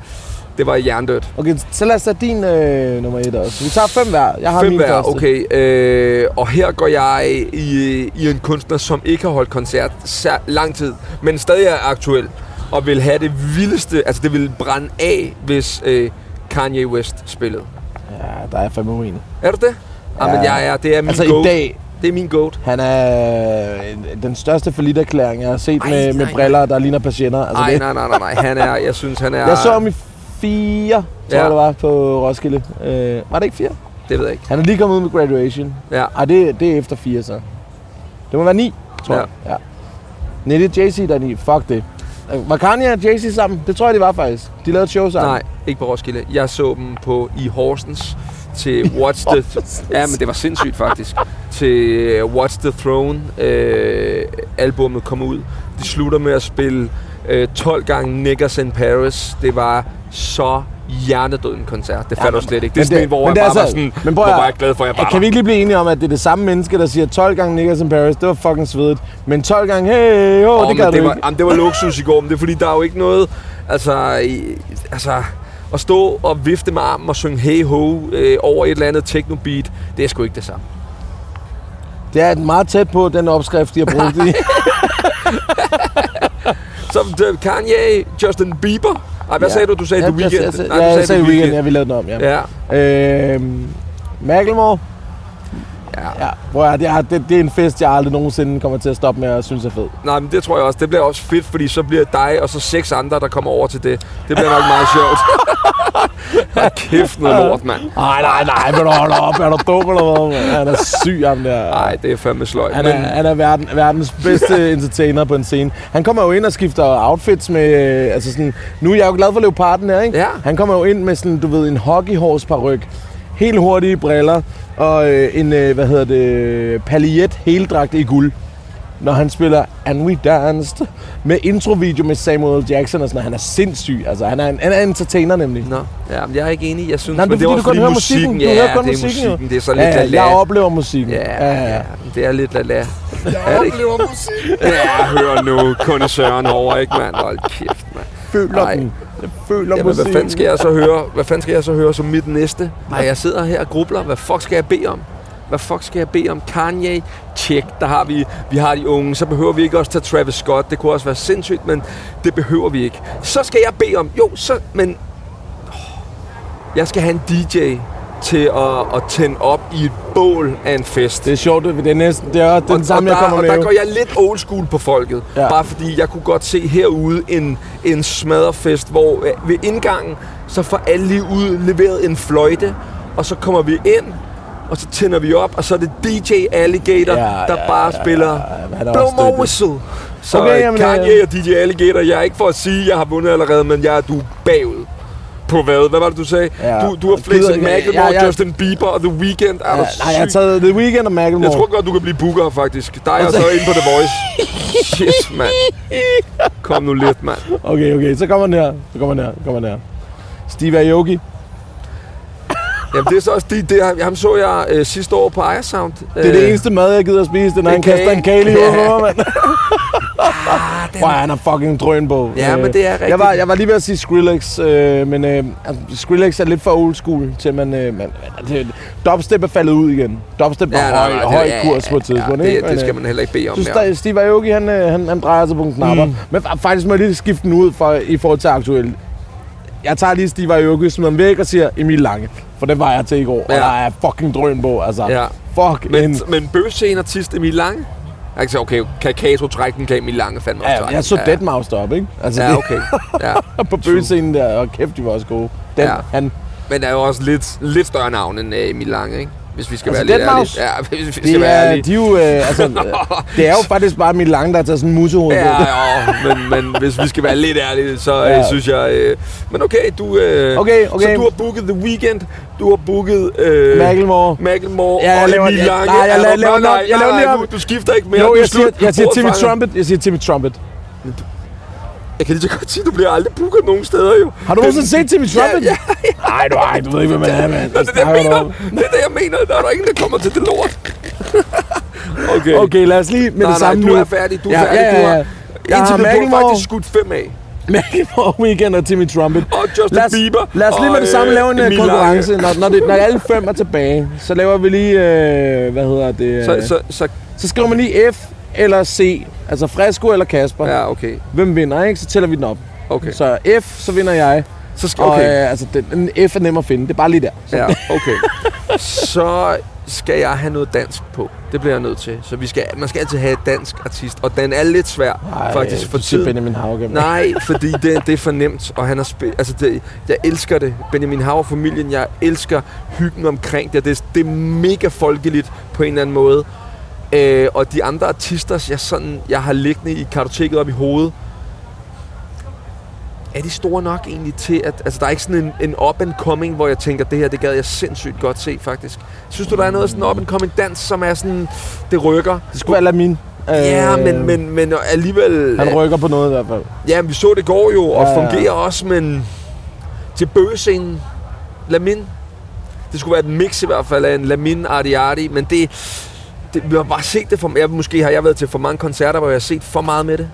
[SPEAKER 2] det var jerndødt.
[SPEAKER 4] Okay, så lad os tage din øh, nummer et også. Vi tager fem hver. Jeg har
[SPEAKER 2] Fem
[SPEAKER 4] min
[SPEAKER 2] hver,
[SPEAKER 4] første.
[SPEAKER 2] okay. Øh, og her går jeg i, i en kunstner, som ikke har holdt koncert sær- lang tid, men stadig er aktuel, og vil have det vildeste, altså det vil brænde af, hvis øh, Kanye West spillede.
[SPEAKER 4] Ja, der er jeg fandme uenig.
[SPEAKER 2] Er du det? Ja. men
[SPEAKER 4] Ja.
[SPEAKER 2] jeg er, det er min
[SPEAKER 4] Altså
[SPEAKER 2] goat.
[SPEAKER 4] i dag, Altså,
[SPEAKER 2] Det er min goat.
[SPEAKER 4] han er øh, den største forlitterklæring, jeg har set
[SPEAKER 2] Ej,
[SPEAKER 4] Ej, med, med
[SPEAKER 2] nej,
[SPEAKER 4] briller, der ligner patienter. Altså,
[SPEAKER 2] Nej,
[SPEAKER 4] det,
[SPEAKER 2] nej, nej, nej, nej. Han er, jeg synes, han er...
[SPEAKER 4] Jeg så ham i fire, tror
[SPEAKER 2] Ja.
[SPEAKER 4] ja. jeg, det var, på Roskilde. Øh, var det ikke fire?
[SPEAKER 2] Det ved jeg ikke.
[SPEAKER 4] Han er lige kommet ud med graduation.
[SPEAKER 2] Ja.
[SPEAKER 4] Ej, det, det er efter fire, så. Det må være ni, tror
[SPEAKER 2] Ja.
[SPEAKER 4] jeg. Ja. Nej, det er Jay-Z, der er ni. Fuck det. Øh, Var Kanye og Jay-Z sammen? Det tror jeg, de var faktisk. De lavede et show sammen.
[SPEAKER 2] Nej, ikke på Roskilde. Jeg så dem på i Horsens
[SPEAKER 4] [LAUGHS]
[SPEAKER 2] til Watch the... Ja, men det var sindssygt faktisk. til Watch the Throne øh, albummet kom ud. De slutter med at spille øh, 12 gange Niggas in Paris. Det var så hjernedød en koncert. Det falder ja, slet ikke. Det er
[SPEAKER 4] Men
[SPEAKER 2] sådan en, hvor
[SPEAKER 4] men
[SPEAKER 2] jeg
[SPEAKER 4] det er
[SPEAKER 2] bare var
[SPEAKER 4] altså-
[SPEAKER 2] sådan...
[SPEAKER 4] men
[SPEAKER 2] hvor
[SPEAKER 4] prøv at-
[SPEAKER 2] var jeg glad for, at jeg bare
[SPEAKER 4] Kan vi ikke lige blive enige om, at det er det samme menneske, der siger 12 gange Niggas in Paris, det var fucking svedigt. Men 12 gange, hey, ho, oh, det
[SPEAKER 2] men
[SPEAKER 4] gør du
[SPEAKER 2] det var,
[SPEAKER 4] ikke.
[SPEAKER 2] Jamen, det var luksus i går, men det er fordi, der er jo ikke noget... Altså, i, altså at stå og vifte med armen og synge hey ho øh, over et eller andet techno-beat, det er sgu ikke det samme.
[SPEAKER 4] Det er meget tæt på den opskrift, de har brugt i.
[SPEAKER 2] Så øh, Kanye, Justin Bieber. Ej, [LAUGHS] hvad ja. sagde du? Du sagde
[SPEAKER 4] ja,
[SPEAKER 2] The Weeknd.
[SPEAKER 4] Jeg, jeg,
[SPEAKER 2] Nej,
[SPEAKER 4] jeg,
[SPEAKER 2] du
[SPEAKER 4] jeg, jeg sagde
[SPEAKER 2] The
[SPEAKER 4] Weeknd,
[SPEAKER 2] Weeknd.
[SPEAKER 4] ja, vi lavede den om, ja.
[SPEAKER 2] Ja.
[SPEAKER 4] Øhm, Macklemore.
[SPEAKER 2] Ja.
[SPEAKER 4] Ja, prøv at, høre, det, er, det, det er en fest, jeg aldrig nogensinde kommer til at stoppe med at synes er fed.
[SPEAKER 2] Nej, men det tror jeg også. Det bliver også fedt, fordi så bliver dig og så seks andre, der kommer over til det. Det bliver nok meget sjovt. [LAUGHS] Hold kæft noget lort, mand.
[SPEAKER 4] Nej, nej, nej, men hold op, er du dum eller hvad? mand? Han er syg, ham der.
[SPEAKER 2] Nej, det er fandme sløjt.
[SPEAKER 4] Han
[SPEAKER 2] men,
[SPEAKER 4] er, han er verden, verdens bedste entertainer på en scene. Han kommer jo ind og skifter outfits med... øh, Altså sådan, nu er jeg jo glad for leoparden her, ikke?
[SPEAKER 2] Ja.
[SPEAKER 4] Han kommer jo ind med sådan, du ved, en hockeyhors paryk, helt hurtige briller og øh, en, øh, hvad hedder det, paljet heldragt i guld. når han spiller And We Danced med introvideo med Samuel Jackson og sådan noget. Han er sindssyg, altså. Han er en, han er en entertainer nemlig.
[SPEAKER 2] Nå, ja, men jeg er ikke enig. Jeg synes,
[SPEAKER 4] Nej, men det er fordi, du kun hører musikken. Du
[SPEAKER 2] Ja,
[SPEAKER 4] hører kun
[SPEAKER 2] det er
[SPEAKER 4] musikken, jo.
[SPEAKER 2] musikken. Det er så lidt
[SPEAKER 4] Ja,
[SPEAKER 2] ja,
[SPEAKER 4] ja, jeg oplever musikken.
[SPEAKER 2] Ja, ja, det er lidt lala.
[SPEAKER 3] Jeg oplever musik.
[SPEAKER 2] Ja, hør nu kun Søren over, ikke mand? Hold kæft, mand.
[SPEAKER 4] Føler
[SPEAKER 2] Ej.
[SPEAKER 4] den. Jeg føler
[SPEAKER 2] Jamen, hvad
[SPEAKER 4] musikken.
[SPEAKER 2] fanden skal jeg så høre? Hvad fanden skal jeg så høre som mit næste? Nej, jeg sidder her og grubler. Hvad fuck skal jeg bede om? Hvad fuck skal jeg bede om? Kanye? Tjek, der har vi, vi har de unge. Så behøver vi ikke også tage Travis Scott. Det kunne også være sindssygt, men det behøver vi ikke. Så skal jeg bede om... Jo, så... Men... Åh, Jeg skal have en DJ til at, at tænde op i et bål af en fest.
[SPEAKER 4] Det er sjovt, det det er næsten det er også den samme,
[SPEAKER 2] og
[SPEAKER 4] jeg
[SPEAKER 2] der,
[SPEAKER 4] kommer
[SPEAKER 2] og
[SPEAKER 4] med.
[SPEAKER 2] der
[SPEAKER 4] jo.
[SPEAKER 2] går jeg lidt old school på folket.
[SPEAKER 4] Ja.
[SPEAKER 2] Ja. Bare fordi jeg kunne godt se herude en, en smadderfest, hvor øh, ved indgangen, så får alle lige ud leveret en fløjte, og så kommer vi ind, og så tænder vi op, og så er det DJ Alligator,
[SPEAKER 4] Ja,
[SPEAKER 2] ja,
[SPEAKER 4] ja,
[SPEAKER 2] der
[SPEAKER 4] ja,
[SPEAKER 2] bare
[SPEAKER 4] ja,
[SPEAKER 2] spiller
[SPEAKER 4] ja.
[SPEAKER 2] ja,
[SPEAKER 4] Han er
[SPEAKER 2] Blow
[SPEAKER 4] også
[SPEAKER 2] My
[SPEAKER 4] dygtig.
[SPEAKER 2] Whistle. Så
[SPEAKER 4] Okay,
[SPEAKER 2] okay,
[SPEAKER 4] jamen,
[SPEAKER 2] Kanye
[SPEAKER 4] øh,
[SPEAKER 2] og DJ Alligator, jeg er ikke for at sige, at jeg har vundet allerede, men jeg er du er bagud. På hvad? Hvad var det, du sagde?
[SPEAKER 4] Ja,
[SPEAKER 2] du, du har
[SPEAKER 4] jeg
[SPEAKER 2] flæsset
[SPEAKER 4] gider ikke.
[SPEAKER 2] Macklemore,
[SPEAKER 4] Ja, ja.
[SPEAKER 2] Justin Bieber og The Weeknd. Er
[SPEAKER 4] Ja,
[SPEAKER 2] du
[SPEAKER 4] nej, jeg har
[SPEAKER 2] syg?
[SPEAKER 4] taget The Weeknd og Macklemore.
[SPEAKER 2] Jeg tror godt, du kan blive booker, faktisk. Dig og så inde på The Voice. Shit, mand. Kom nu lidt, mand.
[SPEAKER 4] Okay, okay, så kommer den her. Så kommer den her. Så kommer den her. Steve Aoki.
[SPEAKER 2] Jamen, det er så også det, det ham, ham så jeg øh, sidste år på Ejersound. Øh,
[SPEAKER 4] Det er det eneste mad, jeg gider at spise, det er, når
[SPEAKER 2] en
[SPEAKER 4] han kaster
[SPEAKER 2] kage.
[SPEAKER 4] en kage lige ud
[SPEAKER 2] Ja.
[SPEAKER 4] over,
[SPEAKER 2] [LAUGHS]
[SPEAKER 4] mand. Prøv, han er fucking drøn på. Øh,
[SPEAKER 2] Ja, men det er
[SPEAKER 4] Jeg
[SPEAKER 2] rigtigt.
[SPEAKER 4] var, jeg var lige ved at sige Skrillex, øh, men øh, altså, Skrillex er lidt for old school, til man... Øh, man det, dubstep er faldet ud igen. Dubstep var ja, høj, høj kurs på et tidspunkt,
[SPEAKER 2] ja,
[SPEAKER 4] ikke?
[SPEAKER 2] det,
[SPEAKER 4] Men,
[SPEAKER 2] det
[SPEAKER 4] øh,
[SPEAKER 2] skal man heller ikke bede om.
[SPEAKER 4] synes,
[SPEAKER 2] mere.
[SPEAKER 4] der, Steve Aoki, han, øh, han, han drejer sig på en knapper. Mm. Men fa- faktisk må jeg lige skifte den ud for, i forhold til aktuelt. Jeg tager lige Steve Aoki, som han væk og siger Emil Lange. For det var jeg til i går, ja. og
[SPEAKER 2] Ja.
[SPEAKER 4] der er fucking drøn på, altså.
[SPEAKER 2] Ja.
[SPEAKER 4] Fuck en...
[SPEAKER 2] Men, men bøsscene artist Emil Lange? Jeg kan sige, okay, kan Kato trække den, kan Emil Lange fandme også
[SPEAKER 4] Ja,
[SPEAKER 2] trække
[SPEAKER 4] jeg så
[SPEAKER 2] den.
[SPEAKER 4] ja. Deadmouth deroppe, ikke? Altså,
[SPEAKER 2] Altså, Ja, okay. Ja.
[SPEAKER 4] det, [LAUGHS] på bøgescenen der, og kæft, de var også gode. Den, ja.
[SPEAKER 2] Ja.
[SPEAKER 4] han,
[SPEAKER 2] Men der er jo også lidt, lidt større navn end øh, Emil Lange, ikke? Hvis vi skal
[SPEAKER 4] Altså,
[SPEAKER 2] være lidt
[SPEAKER 4] Deadmauss,
[SPEAKER 2] ærlige. Ja, [LAUGHS] hvis vi skal
[SPEAKER 4] det
[SPEAKER 2] være
[SPEAKER 4] er,
[SPEAKER 2] ærlige.
[SPEAKER 4] de er jo,
[SPEAKER 2] [LAUGHS]
[SPEAKER 4] øh, altså, øh, det er jo faktisk bare Emil Lange, der har taget sådan en musehoved på.
[SPEAKER 2] Ja, ja, men, men hvis vi skal være lidt ærlige, så ja. øh, synes jeg... Øh, men okay, du... Øh,
[SPEAKER 4] Okay, okay.
[SPEAKER 2] Så du har booket The Weeknd, du har booket... Øh,
[SPEAKER 4] Macklemore.
[SPEAKER 2] Macklemore
[SPEAKER 4] Ja, jeg
[SPEAKER 2] og
[SPEAKER 4] laver-
[SPEAKER 2] Emil
[SPEAKER 4] jeg-
[SPEAKER 2] Lange.
[SPEAKER 4] nej, jeg
[SPEAKER 2] Er
[SPEAKER 4] laver-
[SPEAKER 2] du-
[SPEAKER 4] laver-
[SPEAKER 2] nej,
[SPEAKER 4] jeg laver
[SPEAKER 2] nej,
[SPEAKER 4] lige
[SPEAKER 2] nej,
[SPEAKER 4] om-
[SPEAKER 2] du, du skifter ikke mere.
[SPEAKER 4] Jo,
[SPEAKER 2] Du er
[SPEAKER 4] jeg siger,
[SPEAKER 2] slut. Du er
[SPEAKER 4] jeg siger Timmy
[SPEAKER 2] bortfanget.
[SPEAKER 4] Trumpet. Jeg siger Timmy Trumpet.
[SPEAKER 2] Jeg kan lige så godt sige, du bliver aldrig booket nogen steder, jo.
[SPEAKER 4] Har du nogensinde set Timmy Trumpet?
[SPEAKER 2] Ja, ja, ja.
[SPEAKER 4] Nej, du, ej, du ved ikke, hvad man er,
[SPEAKER 2] [LAUGHS]
[SPEAKER 4] mand.
[SPEAKER 2] Det er det, jeg
[SPEAKER 4] Snakker du
[SPEAKER 2] mener.
[SPEAKER 4] om?
[SPEAKER 2] Det er det, jeg mener. Der er der ingen, der kommer til det lort. okay.
[SPEAKER 4] [LAUGHS] Okay, lad os lige med
[SPEAKER 2] Nej,
[SPEAKER 4] det samme
[SPEAKER 2] nej,
[SPEAKER 4] nu.
[SPEAKER 2] du er færdig. Du er
[SPEAKER 4] ja,
[SPEAKER 2] færdig.
[SPEAKER 4] Ja, ja, ja.
[SPEAKER 2] Du har,
[SPEAKER 4] Jeg har
[SPEAKER 2] indtil videre, du har
[SPEAKER 4] Macklemore,
[SPEAKER 2] faktisk skudt fem af.
[SPEAKER 4] Macklemore Weekend og Timmy Trumpet.
[SPEAKER 2] Og Justin
[SPEAKER 4] lad os,
[SPEAKER 2] Bieber
[SPEAKER 4] Lad os lige med
[SPEAKER 2] og,
[SPEAKER 4] det samme
[SPEAKER 2] øh,
[SPEAKER 4] lave en øh,
[SPEAKER 2] Emil Lange.
[SPEAKER 4] konkurrence. Når, når, det, når alle fem er tilbage, så laver vi lige, øh, hvad hedder det?
[SPEAKER 2] Så,
[SPEAKER 4] øh,
[SPEAKER 2] så, så,
[SPEAKER 4] så skriver man lige F eller C. Altså Fresco eller Kasper.
[SPEAKER 2] ja, okay.
[SPEAKER 4] Hvem vinder, ikke? Så tæller vi den op.
[SPEAKER 2] Okay.
[SPEAKER 4] Så F, så vinder jeg.
[SPEAKER 2] Så skal,
[SPEAKER 4] Og
[SPEAKER 2] okay.
[SPEAKER 4] øh, altså, den, en F er nem at finde. Det er bare lige der. Så,
[SPEAKER 2] Ja, okay. Så skal jeg have noget dansk på. Det bliver jeg nødt til. Så vi skal, man skal altid have et dansk artist. Og den er lidt svær,
[SPEAKER 4] Ej,
[SPEAKER 2] faktisk, for
[SPEAKER 4] du siger
[SPEAKER 2] tiden.
[SPEAKER 4] Benjamin Hauke. mand.
[SPEAKER 2] Nej, fordi det, det er for nemt, og han er spil... Altså, det, jeg elsker det. Benjamin Hav og familien, jeg elsker hyggen omkring det. Det, er- det er mega folkeligt på en eller anden måde. Øh, og de andre artister, jeg, sådan, jeg har liggende i kartoteket op i hovedet, er de store nok egentlig til, at... Altså, der er ikke sådan en, en up-and-coming, hvor jeg tænker, det her, det gad jeg sindssygt godt se, faktisk. Synes du, der er noget sådan up-and-coming dans, som er sådan... Det rykker?
[SPEAKER 4] Det skulle være Lamin. Øh,
[SPEAKER 2] Ja, men, men, men alligevel...
[SPEAKER 4] Han rykker på noget i hvert fald.
[SPEAKER 2] Ja, vi så det i går jo, og
[SPEAKER 4] Ja, ja, ja.
[SPEAKER 2] fungerer også, men til bøgescenen, Lamin. Det skulle være et mix i hvert fald af en Lamin Artiardi, men det, det, vi har bare set det for jeg, Måske har jeg været til for mange koncerter, hvor jeg har set for meget med det.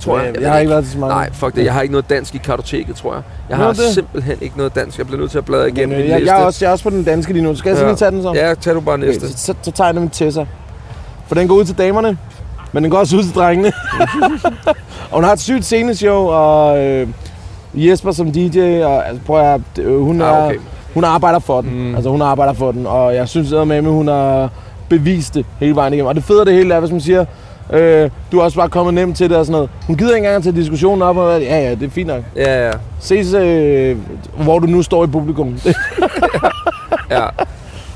[SPEAKER 2] Tror
[SPEAKER 4] Ja,
[SPEAKER 2] jeg.
[SPEAKER 4] Øh, jeg
[SPEAKER 2] ved
[SPEAKER 4] har ikke været til så mange.
[SPEAKER 2] Nej, fuck det. Jeg har ikke noget dansk i kartoteket, tror jeg. Jeg
[SPEAKER 4] Nå,
[SPEAKER 2] har
[SPEAKER 4] det.
[SPEAKER 2] simpelthen ikke noget dansk. Jeg bliver nødt til at bladre igennem
[SPEAKER 4] Jamen,
[SPEAKER 2] min
[SPEAKER 4] Øh, jeg,
[SPEAKER 2] liste.
[SPEAKER 4] jeg, er også, jeg er også på den danske lige nu. Skal jeg ja. så lige tage den så?
[SPEAKER 2] Ja, tag du bare
[SPEAKER 4] Okay,
[SPEAKER 2] næste.
[SPEAKER 4] så, så, så tager jeg nemlig Tessa. For den går ud til damerne, men den går også ud til drengene. [LAUGHS] og hun har et sygt sceneshow, og øh, Jesper som DJ, og altså, prøv at, høre, det- øh, hun,
[SPEAKER 2] Ah, okay.
[SPEAKER 4] er, hun arbejder for den. Mm. Altså hun arbejder for den, og jeg synes med, at hun har bevist det hele vejen igennem. Og det fede af det hele er, hvis man siger, øh, du er også bare kommet nemt til det og sådan noget. Hun gider ikke engang til diskussionen op, og ja, ja, det er fint nok.
[SPEAKER 2] Ja, ja,
[SPEAKER 4] Ses, øh, hvor du nu står i publikum. [LAUGHS]
[SPEAKER 2] ja.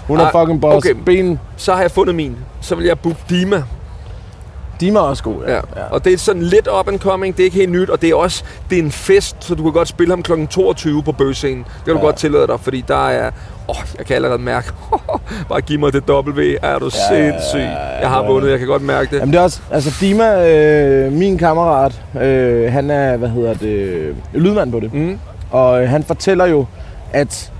[SPEAKER 4] hun er
[SPEAKER 2] Ah,
[SPEAKER 4] fucking boss.
[SPEAKER 2] okay.
[SPEAKER 4] Okay. Ben,
[SPEAKER 2] Så har jeg fundet min. Så vil jeg booke Dima.
[SPEAKER 4] de er også gode.
[SPEAKER 2] Ja. ja. Og det er sådan lidt up and coming, det er ikke helt nyt, og det er også det er en fest, så du kan godt spille ham kl. 22 på bøgescenen. Det kan du godt tillade dig, fordi der er Åh, oh, jeg kan allerede mærke. [LAUGHS] Bare giv mig det W. Er du
[SPEAKER 4] ja, ja,
[SPEAKER 2] sindssyg? Jeg har
[SPEAKER 4] ja.
[SPEAKER 2] vundet. Jeg kan godt mærke det.
[SPEAKER 4] Jamen det er også, altså Dima, øh, min kammerat, øh, han er, hvad hedder det, øh, lydmand på det.
[SPEAKER 2] Mm.
[SPEAKER 4] Og øh, han fortæller jo, at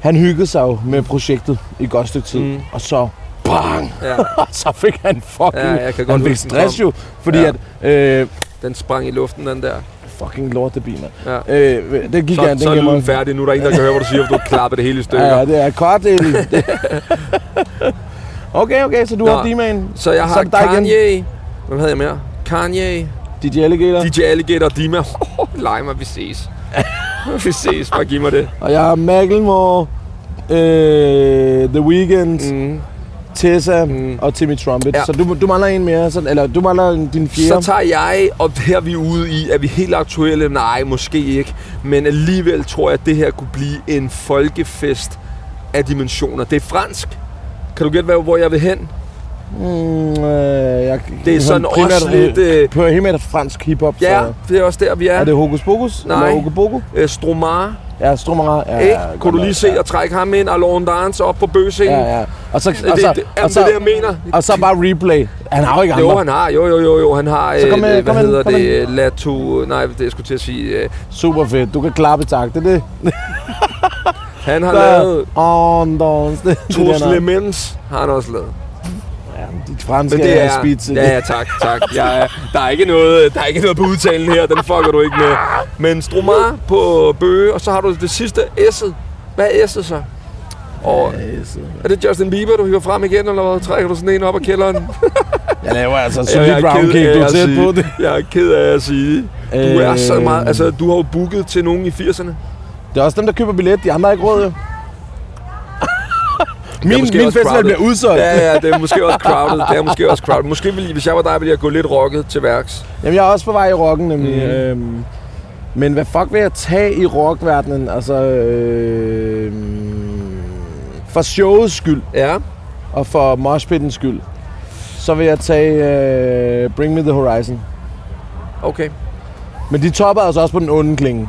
[SPEAKER 4] han hyggede sig jo med projektet i et godt stykke tid.
[SPEAKER 2] Mm.
[SPEAKER 4] Mm. Og så, bang, [LAUGHS]
[SPEAKER 2] Ja,
[SPEAKER 4] så fik han fucking,
[SPEAKER 2] Ja, jeg kan godt
[SPEAKER 4] han fik
[SPEAKER 2] huske, den
[SPEAKER 4] stress
[SPEAKER 2] kom.
[SPEAKER 4] jo, fordi
[SPEAKER 2] Ja.
[SPEAKER 4] ja. at, øh,
[SPEAKER 2] den sprang i luften, den der.
[SPEAKER 4] fucking lortebil, mand.
[SPEAKER 2] Ja.
[SPEAKER 4] Øh, det gik
[SPEAKER 2] Så,
[SPEAKER 4] jeg, den
[SPEAKER 2] så er
[SPEAKER 4] giver mig-
[SPEAKER 2] lyden færdig. Nu er der ingen, der kan høre, hvad du siger, for du har klappet det hele i stykker.
[SPEAKER 4] Ja, ja, det er kort, Eli.
[SPEAKER 2] [LAUGHS]
[SPEAKER 4] okay, okay, så du
[SPEAKER 2] Nå,
[SPEAKER 4] Nå, har D-Man.
[SPEAKER 2] Så jeg
[SPEAKER 4] så
[SPEAKER 2] har
[SPEAKER 4] er det dig igen.
[SPEAKER 2] Kanye. Hvem havde jeg mere? Kanye,
[SPEAKER 4] DJ Alligator.
[SPEAKER 2] DJ Alligator og Dima. [LAUGHS] Oh, lej mig, vi
[SPEAKER 4] [LAUGHS]
[SPEAKER 2] ses. vi ses, bare giv mig det.
[SPEAKER 4] Og jeg har Macklemore, øh, The Weeknd, mm.
[SPEAKER 2] Mm.
[SPEAKER 4] Tessa
[SPEAKER 2] Mm.
[SPEAKER 4] mm. og Timmy Trumpet.
[SPEAKER 2] Ja.
[SPEAKER 4] Ja. Så du, du mangler en mere, så, eller du mangler en- din
[SPEAKER 2] Så
[SPEAKER 4] fjerde.
[SPEAKER 2] tager jeg, og her er vi ude i, er vi helt aktuelle? Nej, måske ikke. Men alligevel tror jeg, at det her kunne blive en folkefest af dimensioner. Det er fransk. Kan du gætte, hvad- hvor jeg vil hen?
[SPEAKER 4] mm, øh, jeg,
[SPEAKER 2] Det er sådan også lidt, øh,
[SPEAKER 4] Øh, på helt fransk hiphop.
[SPEAKER 2] Ja,
[SPEAKER 4] Så.
[SPEAKER 2] det er også der, vi er.
[SPEAKER 4] Er det Hokus Pokus?
[SPEAKER 2] Nej.
[SPEAKER 4] Eller Hokoboko?
[SPEAKER 2] Øh, Stromare,
[SPEAKER 4] Ja, Strummer. Ja,
[SPEAKER 2] ikke?
[SPEAKER 4] godt
[SPEAKER 2] Kunne du
[SPEAKER 4] nok,
[SPEAKER 2] lige se
[SPEAKER 4] ja.
[SPEAKER 2] at trække ham ind, Alain Dance op på bøsingen?
[SPEAKER 4] Ja, ja. Og så, og
[SPEAKER 2] Det, det, det,
[SPEAKER 4] så,
[SPEAKER 2] jamen,
[SPEAKER 4] og
[SPEAKER 2] det er det, jeg
[SPEAKER 4] så,
[SPEAKER 2] mener.
[SPEAKER 4] og så bare replay. Han har jo ikke andre.
[SPEAKER 2] Jo, han har. Jo, jo, jo, jo. Han har,
[SPEAKER 4] Så kom
[SPEAKER 2] øh,
[SPEAKER 4] med,
[SPEAKER 2] hvad
[SPEAKER 4] kom med,
[SPEAKER 2] hedder
[SPEAKER 4] kom
[SPEAKER 2] det, øh, Latu... Nej, det jeg skulle til at sige. Øh,
[SPEAKER 4] Super fedt. Du kan klappe tak. Det er det.
[SPEAKER 2] han har
[SPEAKER 4] Der er
[SPEAKER 2] lavet
[SPEAKER 4] Andons. Det, det er det,
[SPEAKER 2] Trus
[SPEAKER 4] han har.
[SPEAKER 2] Lemens, har han også lavet.
[SPEAKER 4] De franske Men det er speed til
[SPEAKER 2] Ja, ja, tak, tak. Jeg, er- der, er ikke noget, der er ikke noget på udtalen her, den fucker du ikke med. Men Stromar på Bøge, og så har du det sidste S'et. Hvad er S'et så? Og, er det Justin Bieber, du hiver frem igen, eller hvad? Trækker du sådan en op af kælderen?
[SPEAKER 4] Jeg laver altså
[SPEAKER 2] Jeg-
[SPEAKER 4] solid
[SPEAKER 2] jeg er
[SPEAKER 4] round
[SPEAKER 2] ked af
[SPEAKER 4] kick. Du er
[SPEAKER 2] at
[SPEAKER 4] tæt
[SPEAKER 2] sige-
[SPEAKER 4] på det.
[SPEAKER 2] Jeg er ked af at sige. Du er så
[SPEAKER 4] Øh.
[SPEAKER 2] meget... Altså, du har jo booket til nogen i 80'erne.
[SPEAKER 4] Det er også dem, der køber billet. De andre har ikke råd, jo. [LAUGHS] min
[SPEAKER 2] måske
[SPEAKER 4] min
[SPEAKER 2] også
[SPEAKER 4] festival
[SPEAKER 2] crowded.
[SPEAKER 4] bliver udsolgt. Ja.
[SPEAKER 2] Ja, ja, det er måske også crowded. Det er måske også crowded. Måske ville, hvis jeg var dig, ville jeg gå lidt rocket til værks.
[SPEAKER 4] Jamen, jeg er også på vej i rocken, nemlig.
[SPEAKER 2] Mhm.
[SPEAKER 4] Mm. Øhm, men hvad fuck vil jeg tage i rockverdenen? Altså, øh, for showets skyld
[SPEAKER 2] Ja.
[SPEAKER 4] og for moshpittens skyld, så vil jeg tage øh, Bring Me The Horizon.
[SPEAKER 2] Okay.
[SPEAKER 4] Men de topper altså også på den onde klinge.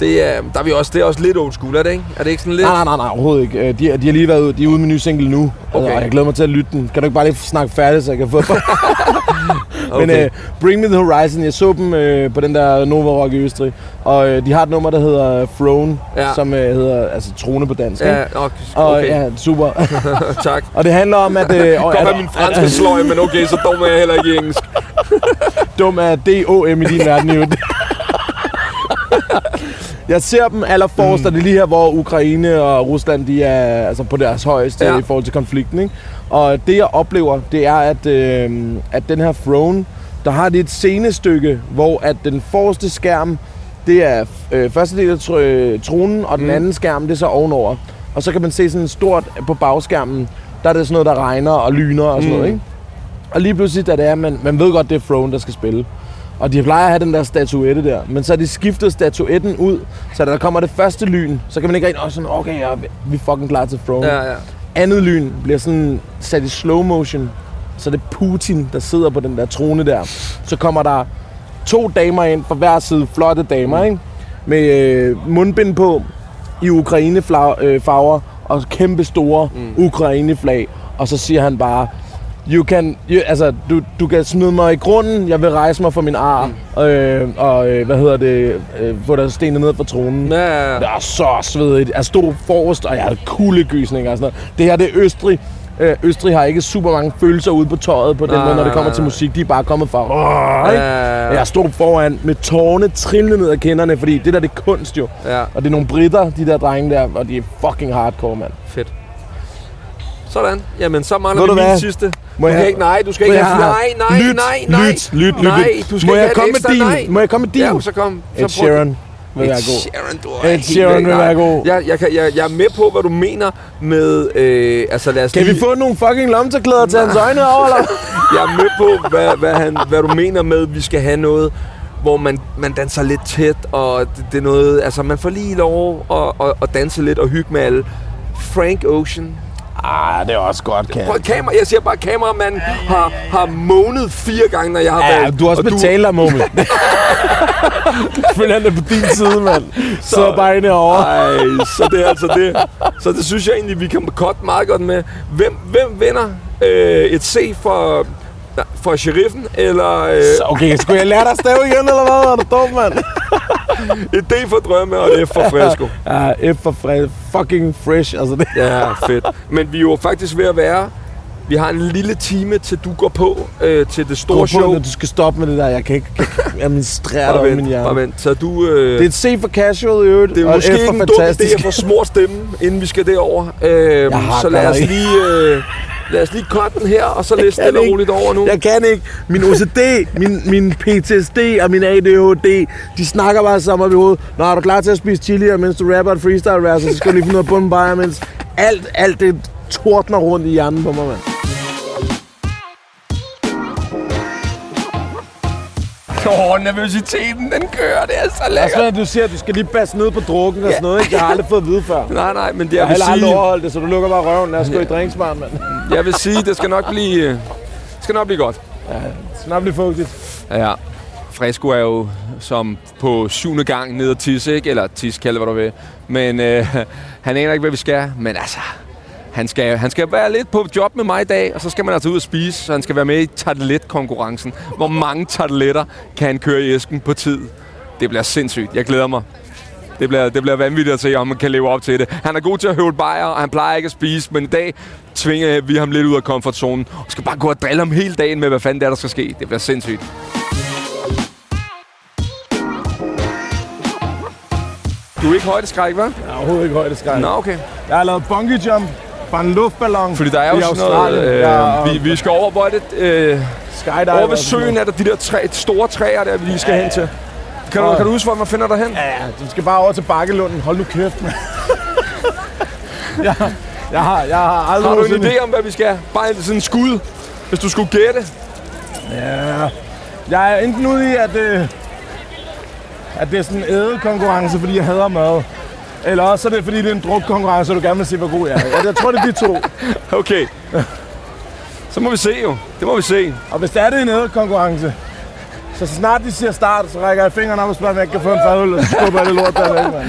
[SPEAKER 2] Det er, der er vi også, det er også lidt old school, er det ikke? Er det ikke sådan lidt?
[SPEAKER 4] Nej, nej, nej, nej, overhovedet ikke. Øh, De, er- de har lige været ude, de er ude med en ny single nu,
[SPEAKER 2] Okay.
[SPEAKER 4] okay. og jeg glæder mig til at lytte den. Kan du ikke bare lige snakke færdigt, så jeg kan få [LAUGHS]
[SPEAKER 2] Okay.
[SPEAKER 4] Men øh, Bring Me The Horizon, jeg så dem øh, på den der Nova Rock i Østrig, og øh, de har et nummer, der hedder Throne,
[SPEAKER 2] Ja.
[SPEAKER 4] ja. som øh, hedder altså trone på dansk. ikke?
[SPEAKER 2] ja, nok,
[SPEAKER 4] Og
[SPEAKER 2] okay.
[SPEAKER 4] ja, super.
[SPEAKER 2] [LAUGHS]
[SPEAKER 4] [LAUGHS]
[SPEAKER 2] tak.
[SPEAKER 4] og det handler om, at... Øh,
[SPEAKER 2] [LAUGHS]
[SPEAKER 4] og,
[SPEAKER 2] Godt
[SPEAKER 4] at
[SPEAKER 2] være min franske sløj, men okay, så dum er jeg heller ikke i
[SPEAKER 4] [LAUGHS]
[SPEAKER 2] engelsk.
[SPEAKER 4] dum er D-O-M i din verden, jo. Jeg ser dem allerforrest, mm. og det er lige her, hvor Ukraine og Rusland de er altså på deres højeste
[SPEAKER 2] Ja.
[SPEAKER 4] ja. i forhold til konflikten. Ikke? Og det, jeg oplever, det er, at, øh, at den her throne, der har de et scenestykke, hvor at den forreste skærm, det er øh, første del af tr- øh, tronen, og den
[SPEAKER 2] Mm.
[SPEAKER 4] anden skærm, det er så ovenover. Og så kan man se sådan en stort på bagskærmen, der er det sådan noget, der regner og lyner og sådan
[SPEAKER 2] Mm.
[SPEAKER 4] mm. noget. Ikke? Og lige pludselig, da det er, man, man ved godt, det er Throne, der skal spille. Og de plejer at have den der statuette der. Men så har de skiftet statuetten ud, så da der kommer det første lyn, så kan man ikke rigtig også sådan, okay, ja, vi er fucking klar til Throne.
[SPEAKER 2] Ja, ja.
[SPEAKER 4] Andet lyn bliver sådan sat i slow motion, så det er Putin, der sidder på den der trone der. Så kommer der to damer ind fra hver side, flotte damer, ikke? Med øh, mundbind på i Ukraine-farver og kæmpe store mm. Ukraine-flag. Og så siger han bare, you can, you, altså, du, du kan smide mig i grunden, jeg vil rejse mig fra min ar, mm. øh, og øh, hvad hedder det, øh, få dig stenet ned fra tronen.
[SPEAKER 2] Ja, ja, ja.
[SPEAKER 4] Det er så svedigt. Jeg stod forrest, og jeg havde kuldegysninger og sådan noget. Det her, det er Østrig. Øh, Østrig har ikke super mange følelser ude på tøjet på den
[SPEAKER 2] Nej,
[SPEAKER 4] måde, når
[SPEAKER 2] nej,
[SPEAKER 4] det kommer
[SPEAKER 2] nej,
[SPEAKER 4] til
[SPEAKER 2] nej.
[SPEAKER 4] musik. De er bare kommet fra... Åh, ikke?
[SPEAKER 2] Ja, ja.
[SPEAKER 4] Jeg stod foran med tårne trillende ned ad kinderne, fordi det der, det er kunst jo.
[SPEAKER 2] Ja.
[SPEAKER 4] Og det er nogle britter, de der drenge der, og de er fucking hardcore, mand.
[SPEAKER 2] Fedt. Sådan. Jamen, så mangler
[SPEAKER 4] Ved
[SPEAKER 2] vi
[SPEAKER 4] du
[SPEAKER 2] min
[SPEAKER 4] hvad?
[SPEAKER 2] sidste.
[SPEAKER 4] Må
[SPEAKER 2] du
[SPEAKER 4] jeg-
[SPEAKER 2] kan ikke, nej, du skal
[SPEAKER 4] Må
[SPEAKER 2] ikke
[SPEAKER 4] jeg-
[SPEAKER 2] have... Nej, nej,
[SPEAKER 4] Lyt,
[SPEAKER 2] nej, nej.
[SPEAKER 4] lyt, lyt, lyt,
[SPEAKER 2] Nej,
[SPEAKER 4] lyt.
[SPEAKER 2] du skal
[SPEAKER 4] Må
[SPEAKER 2] ikke
[SPEAKER 4] jeg
[SPEAKER 2] have
[SPEAKER 4] komme
[SPEAKER 2] et
[SPEAKER 4] med
[SPEAKER 2] ekstra,
[SPEAKER 4] din?
[SPEAKER 2] nej.
[SPEAKER 4] Må jeg komme med din?
[SPEAKER 2] Ja, jo, så kom. så
[SPEAKER 4] Ed
[SPEAKER 2] prøv det.
[SPEAKER 4] Sheeran vil være
[SPEAKER 2] Ed
[SPEAKER 4] god.
[SPEAKER 2] Sheeran, du er
[SPEAKER 4] Ed
[SPEAKER 2] helt
[SPEAKER 4] Sheeran
[SPEAKER 2] væk.
[SPEAKER 4] vil
[SPEAKER 2] Nej.
[SPEAKER 4] være god.
[SPEAKER 2] Jeg, jeg, kan, jeg, jeg er med på, hvad du mener med... Øh, altså, lad os
[SPEAKER 4] Kan
[SPEAKER 2] lige,
[SPEAKER 4] vi få nogle fucking lomterklæder til hans øjne over,
[SPEAKER 2] [LAUGHS]
[SPEAKER 4] eller?
[SPEAKER 2] Jeg er med på, hvad, hvad, han, hvad du mener med, at vi skal have noget, hvor man, man danser lidt tæt, og det, det er noget... Altså, man får lige lov at, at, at danse lidt og hygge med alle. Frank Ocean.
[SPEAKER 4] Ah, det er også godt, kan.
[SPEAKER 2] Prøv, kamera, jeg siger bare, at kameramanden ja, ja, ja, ja. har, har månet fire gange, når jeg har
[SPEAKER 4] Ja,
[SPEAKER 2] været.
[SPEAKER 4] du har også
[SPEAKER 2] og
[SPEAKER 4] betalt dig, [LAUGHS] Mummel. Følg han er på din side, mand. Så bare inde herovre.
[SPEAKER 2] Ej, så det er altså det. Så det synes jeg egentlig, vi kan cut meget godt med. Hvem, hvem vinder øh, et C for, for sheriffen, eller øh,
[SPEAKER 4] Så okay, skulle jeg lære dig at stave igen, eller hvad? Er du dum, mand?
[SPEAKER 2] et D for drømme og et F for
[SPEAKER 4] [LAUGHS]
[SPEAKER 2] fresco?
[SPEAKER 4] Ja, F for fred. Fucking fresh, altså [LAUGHS] det.
[SPEAKER 2] Ja, fedt. Men vi er jo faktisk ved at være... Vi har en lille time, til du går på øh, til det store
[SPEAKER 4] Prøv på,
[SPEAKER 2] show.
[SPEAKER 4] når du skal stoppe med det der. Jeg kan ikke jeg kan ikke administrere dig
[SPEAKER 2] bare
[SPEAKER 4] over min
[SPEAKER 2] vent,
[SPEAKER 4] hjerne.
[SPEAKER 2] bare vent. Så du... Øh,
[SPEAKER 4] Det er et C for casual i øvrigt,
[SPEAKER 2] Det er
[SPEAKER 4] og
[SPEAKER 2] måske
[SPEAKER 4] F
[SPEAKER 2] ikke
[SPEAKER 4] for
[SPEAKER 2] en dum idé
[SPEAKER 4] fantastisk.
[SPEAKER 2] at få smurt stemmen, inden vi skal derover. Øhm,
[SPEAKER 4] har
[SPEAKER 2] så lad
[SPEAKER 4] godt
[SPEAKER 2] os
[SPEAKER 4] nok
[SPEAKER 2] lige... Øh, lad os lige cutte den her, og så læse stille og
[SPEAKER 4] ikke.
[SPEAKER 2] roligt over nu.
[SPEAKER 4] Jeg kan ikke. Min OCD, min, min PTSD og min ADHD, de snakker bare sammen op i hovedet. Nå, er du klar til at spise chili, og mens du rapper et freestyle vers, så skal du lige finde noget bunden bare, mens alt, alt det tordner rundt i hjernen på mig, mand.
[SPEAKER 2] Åh, nervøsiteten, den kører. Det er så lækkert.
[SPEAKER 4] du siger, at du skal lige passe ned på drukken og
[SPEAKER 2] sådan noget, ikke?
[SPEAKER 4] Jeg har aldrig fået at vide før.
[SPEAKER 2] Nej, nej, men det, jeg,
[SPEAKER 4] Jeg
[SPEAKER 2] vil
[SPEAKER 4] har heller aldrig
[SPEAKER 2] sige,
[SPEAKER 4] overholdt det, så du lukker bare røven. Lad os gå i drinksbaren, mand.
[SPEAKER 2] jeg vil sige, det skal nok blive, øh, det skal nok blive godt.
[SPEAKER 4] Snart blive fugtigt.
[SPEAKER 2] Ja. Fresco er jo som på syvende gang ned og tisse, ikke? Eller tisse, kalde hvad du vil. Men øh, [LAUGHS] han aner ikke, hvad vi skal. Men altså, han skal, han skal være lidt på job med mig i dag, og så skal man altså ud og spise, så han skal være med i tartelet-konkurrencen. Hvor mange tarteletter kan han køre i æsken på tid? Det bliver sindssygt. Jeg glæder mig. Det bliver, det bliver vanvittigt at se, om han kan leve op til det. Han er god til at høvle bajer, og han plejer ikke at spise, men i dag tvinger vi ham lidt ud af komfortzonen. Og skal bare gå og drille ham hele dagen med, hvad fanden det er, der skal ske. Det bliver sindssygt. Du er ikke højdeskræk, hva'?
[SPEAKER 4] Jeg er overhovedet ikke højdeskræk.
[SPEAKER 2] Nå, okay.
[SPEAKER 4] Jeg har lavet bungee jump fra en luftballon.
[SPEAKER 2] Fordi der er jo
[SPEAKER 4] i
[SPEAKER 2] sådan
[SPEAKER 4] Australien.
[SPEAKER 2] noget... Øh,
[SPEAKER 4] Ja, og
[SPEAKER 2] vi, vi skal over, hvor er det... Øh,
[SPEAKER 4] skydiver
[SPEAKER 2] over ved
[SPEAKER 4] og sådan
[SPEAKER 2] søen er der de der træ, store træer, der vi lige skal hen til. Kan du,
[SPEAKER 4] Nå.
[SPEAKER 2] kan du huske, hvor man finder dig hen?
[SPEAKER 4] Ja, ja, du skal bare over til Bakkelunden. Hold nu
[SPEAKER 2] [LAUGHS]
[SPEAKER 4] kæft, mand. jeg, jeg, har, jeg har aldrig...
[SPEAKER 2] Har du en
[SPEAKER 4] nogensinde-
[SPEAKER 2] idé om, hvad vi skal? Bare sådan en skud, hvis du skulle gætte.
[SPEAKER 4] Ja. Jeg er enten ude i, at, øh, at det er sådan en ædelkonkurrence, fordi jeg hader mad. Eller også er det, fordi det er en drukkonkurrence, og du gerne vil se, hvor god jeg er. Jeg, jeg tror, det er de to. [LAUGHS]
[SPEAKER 2] Okay. Så må vi se jo. Det må vi se.
[SPEAKER 4] Og hvis det er det er en ædelkonkurrence, så snart de siger start, så rækker jeg fingrene op og spørger, om jeg ikke kan få en fadøl, og så skubber jeg det lort der væk, mand.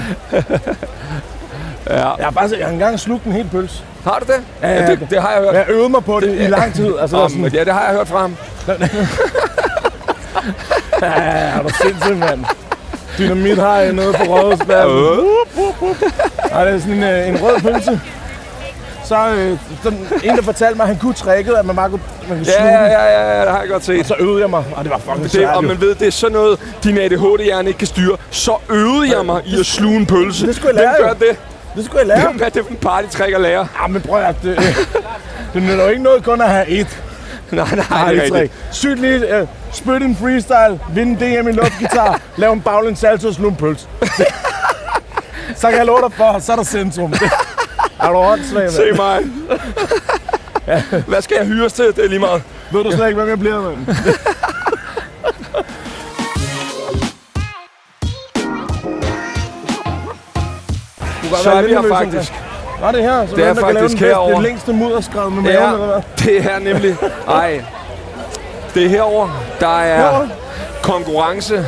[SPEAKER 2] Ja.
[SPEAKER 4] Jeg har, bare, jeg har engang slugt en hel pølse.
[SPEAKER 2] Har du det?
[SPEAKER 4] Ja, ja,
[SPEAKER 2] det, det har jeg hørt.
[SPEAKER 4] Jeg øvede mig på det i lang tid. Altså, det var sådan,
[SPEAKER 2] Om, ja, det har jeg hørt fra ham.
[SPEAKER 4] Ja, er du sindssyg, mand. Dynamit har jeg nede på Rådhuspladsen.
[SPEAKER 2] Øh.
[SPEAKER 4] Og det er sådan en, øh, en rød pølse. Så øh, den, en, der fortalte mig, at han kunne trækket, at man bare kunne, man kunne
[SPEAKER 2] Ja,
[SPEAKER 4] sluge
[SPEAKER 2] ja,
[SPEAKER 4] den.
[SPEAKER 2] ja, ja, ja, det har jeg godt set.
[SPEAKER 4] Så øvede jeg mig, og det var fucking
[SPEAKER 2] Det,
[SPEAKER 4] svært.
[SPEAKER 2] og
[SPEAKER 4] jo.
[SPEAKER 2] man ved, det er sådan noget, din ADHD-hjerne ikke kan styre. Så øvede jeg mig i at sluge en pølse.
[SPEAKER 4] det skulle jeg lære,
[SPEAKER 2] Hvem gør
[SPEAKER 4] jo.
[SPEAKER 2] det?
[SPEAKER 4] Det skulle jeg lære.
[SPEAKER 2] Hvem er det for en partytræk at
[SPEAKER 4] [LAUGHS]
[SPEAKER 2] lære?
[SPEAKER 4] Ja, men prøv at... Det, øh, det nytter jo ikke noget kun at have et
[SPEAKER 2] Nej, nej, det er
[SPEAKER 4] partytrick.
[SPEAKER 2] rigtigt.
[SPEAKER 4] Sygt lige, øh, spyt en freestyle, vind en DM i luftgitar, [LAUGHS] lav en baglæns salto og slug en pølse. [LAUGHS] så kan jeg love dig for, så er der centrum. [LAUGHS] er du åndssvag, mand?
[SPEAKER 2] Se
[SPEAKER 4] [LAUGHS]
[SPEAKER 2] mig. Hvad skal jeg hyres til? Det er lige meget.
[SPEAKER 4] Ved du slet ikke, hvem jeg bliver,
[SPEAKER 2] [LAUGHS]
[SPEAKER 4] mand?
[SPEAKER 2] Så er vi her faktisk.
[SPEAKER 4] Nå, det er her. Så
[SPEAKER 2] Det er
[SPEAKER 4] hvem, der kan
[SPEAKER 2] faktisk
[SPEAKER 4] lave den bedste-
[SPEAKER 2] herovre.
[SPEAKER 4] Det længste mudderskred med maven, eller
[SPEAKER 2] Ja,
[SPEAKER 4] hvad?
[SPEAKER 2] det er nemlig... Ej. Det er herover der er
[SPEAKER 4] Herovre?
[SPEAKER 2] konkurrence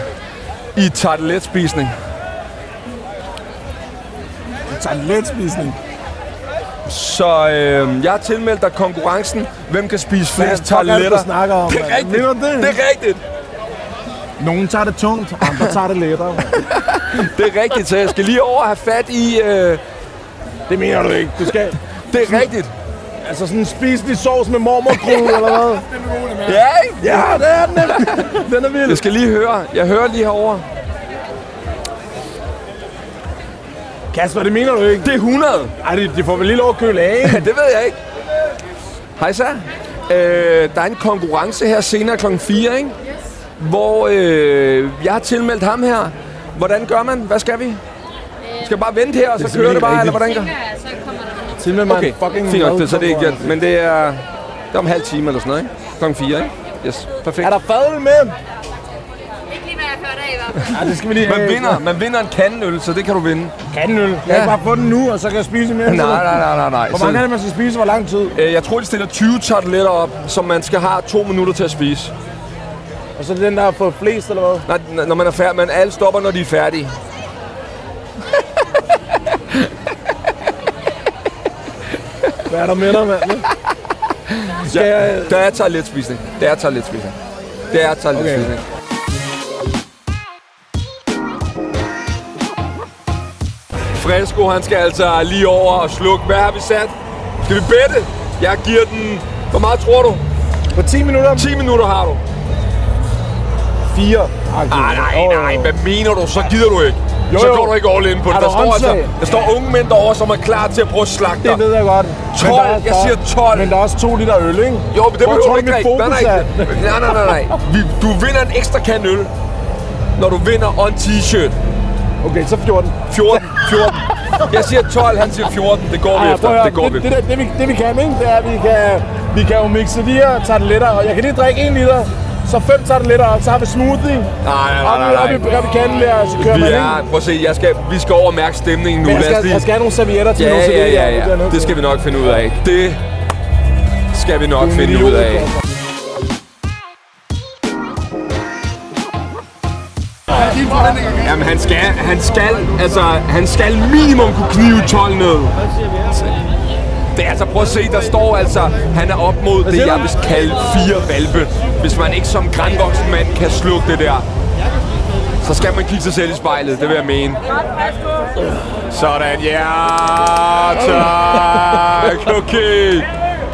[SPEAKER 2] i tarteletspisning.
[SPEAKER 4] Tag let spisning.
[SPEAKER 2] Så øh, jeg har tilmeldt dig konkurrencen. Hvem kan spise
[SPEAKER 4] Hvad
[SPEAKER 2] flest
[SPEAKER 4] fuck er det,
[SPEAKER 2] tarteletter?
[SPEAKER 4] du snakker om,
[SPEAKER 2] Det er
[SPEAKER 4] mand?
[SPEAKER 2] rigtigt.
[SPEAKER 4] Mener du det?
[SPEAKER 2] Det er rigtigt.
[SPEAKER 4] Nogen tager det tungt, andre tager det
[SPEAKER 2] [LAUGHS]
[SPEAKER 4] lettere. mand.
[SPEAKER 2] Det er rigtigt, så jeg skal lige over og have fat i... Øh,
[SPEAKER 4] Det mener du ikke. Du skal
[SPEAKER 2] det er rigtigt.
[SPEAKER 4] altså sådan en spiselig sovs med mormorkrue, eller hvad?
[SPEAKER 2] Ja, ikke?
[SPEAKER 4] Ja, det er den nemlig. Den er vild.
[SPEAKER 2] Jeg skal lige høre. Jeg hører lige herover.
[SPEAKER 4] Kasper, det mener du ikke.
[SPEAKER 2] Det er 100.
[SPEAKER 4] Ej, de, de får vel lige lov at køle af, ikke?
[SPEAKER 2] Ja, det ved jeg ikke. Hej så. Øh, der er en konkurrence her senere kl. 4, ikke? Hvor øh, jeg har tilmeldt ham her. Hvordan gør man? Hvad skal vi? Skal jeg bare vente her, og så kører
[SPEAKER 4] simpelthen
[SPEAKER 2] det bare,
[SPEAKER 4] ikke
[SPEAKER 2] eller hvordan gør?
[SPEAKER 5] tænker jeg, så kommer der nogen.
[SPEAKER 4] Til med mig
[SPEAKER 2] Okay,
[SPEAKER 4] en fucking
[SPEAKER 2] fint nok, det, så det er ikke
[SPEAKER 4] madkonkurrence.
[SPEAKER 2] jeg, Men det er, det er om halv time eller sådan noget, ikke? Klokken 4, ikke? Yes, perfekt.
[SPEAKER 4] Er der fadøl med?
[SPEAKER 5] Ikke lige, hvad jeg hørte af i hvert
[SPEAKER 4] Ja, det skal vi lige
[SPEAKER 2] Man
[SPEAKER 4] have.
[SPEAKER 2] vinder, man vinder en kandenøl, så det kan du vinde.
[SPEAKER 4] Kandenøl. Jeg
[SPEAKER 2] Ja.
[SPEAKER 4] kan bare få den nu, og så kan jeg spise mere.
[SPEAKER 2] Nej, nej, nej, nej, nej.
[SPEAKER 4] Hvor mange er
[SPEAKER 2] Så,
[SPEAKER 4] det, man skal spise? Hvor lang tid?
[SPEAKER 2] øh, jeg tror, de stiller 20 tarteletter op, som man skal have to minutter til at spise.
[SPEAKER 4] Og så er det den, der har fået flest, eller hvad?
[SPEAKER 2] Nej, n- når man er færdig, men alle stopper, når de er færdige.
[SPEAKER 4] Hvad er der med dig, mand? Skal jeg...
[SPEAKER 2] Der er toiletspisning. Der er toiletspisning. Der er toiletspisning. Fresco, han skal altså lige over og slukke. Hvad har vi sat? Skal vi bette? Jeg giver den... Hvor meget tror du?
[SPEAKER 4] På 10 minutter?
[SPEAKER 2] 10 minutter har du.
[SPEAKER 4] 4.
[SPEAKER 2] Nej, Ah, nej, nej. Hvad mener du? Så gider du ikke.
[SPEAKER 4] Jo,
[SPEAKER 2] så
[SPEAKER 4] jo.
[SPEAKER 2] går du ikke all in på det.
[SPEAKER 4] Er
[SPEAKER 2] Der
[SPEAKER 4] du
[SPEAKER 2] står, altså,
[SPEAKER 4] åndssvag?
[SPEAKER 2] der står unge mænd derovre, som er klar til at prøve at slagte
[SPEAKER 4] Det
[SPEAKER 2] dig.
[SPEAKER 4] ved jeg godt.
[SPEAKER 2] 12, jeg siger 12.
[SPEAKER 4] Men der er også 2 liter øl, ikke?
[SPEAKER 2] Jo, men det
[SPEAKER 4] Hvor
[SPEAKER 2] behøver
[SPEAKER 4] tror
[SPEAKER 2] du
[SPEAKER 4] du,
[SPEAKER 2] ikke
[SPEAKER 4] mit
[SPEAKER 2] drikke. Nej,
[SPEAKER 4] fokus
[SPEAKER 2] nej, nej, nej, nej, nej. Vi, du vinder en ekstra kan øl, når du vinder og en t-shirt.
[SPEAKER 4] Okay, så 14.
[SPEAKER 2] 14, 14. Jeg siger 12, han siger 14. Det går vi
[SPEAKER 4] Ej, Ah, prøv at
[SPEAKER 2] efter.
[SPEAKER 4] høre,
[SPEAKER 2] Det går vi
[SPEAKER 4] det,
[SPEAKER 2] efter.
[SPEAKER 4] det, der, det, vi, det vi kan, ikke? det er, at vi kan, vi kan jo mixe de her tarteletter, og jeg kan lige drikke 1 liter, så 5 tarteletter, og så har vi smoothie.
[SPEAKER 2] nej, nej,
[SPEAKER 4] Op i-
[SPEAKER 2] nej.
[SPEAKER 4] Op i, op i kanden der, og så kører
[SPEAKER 2] Vi
[SPEAKER 4] man,
[SPEAKER 2] er, prøv at se, jeg skal, vi skal over og mærke stemningen nu.
[SPEAKER 4] Men jeg
[SPEAKER 2] Lad os
[SPEAKER 4] skal,
[SPEAKER 2] lige...
[SPEAKER 4] jeg skal have nogle servietter til
[SPEAKER 2] Ja,
[SPEAKER 4] nogle
[SPEAKER 2] ja,
[SPEAKER 4] servietter.
[SPEAKER 2] ja, ja. Det skal vi nok finde ud af. Det skal vi nok finde ud af. Jamen, han skal, han skal, altså, han skal minimum kunne knive 12 ned. Det er altså, prøv at se, der står altså, han er op mod det, jeg vil kalde fire valpe. Hvis man ikke som grandvoksen mand kan slukke det der, så skal man kigge sig selv i spejlet, det vil jeg mene. Sådan, ja, tak. Okay,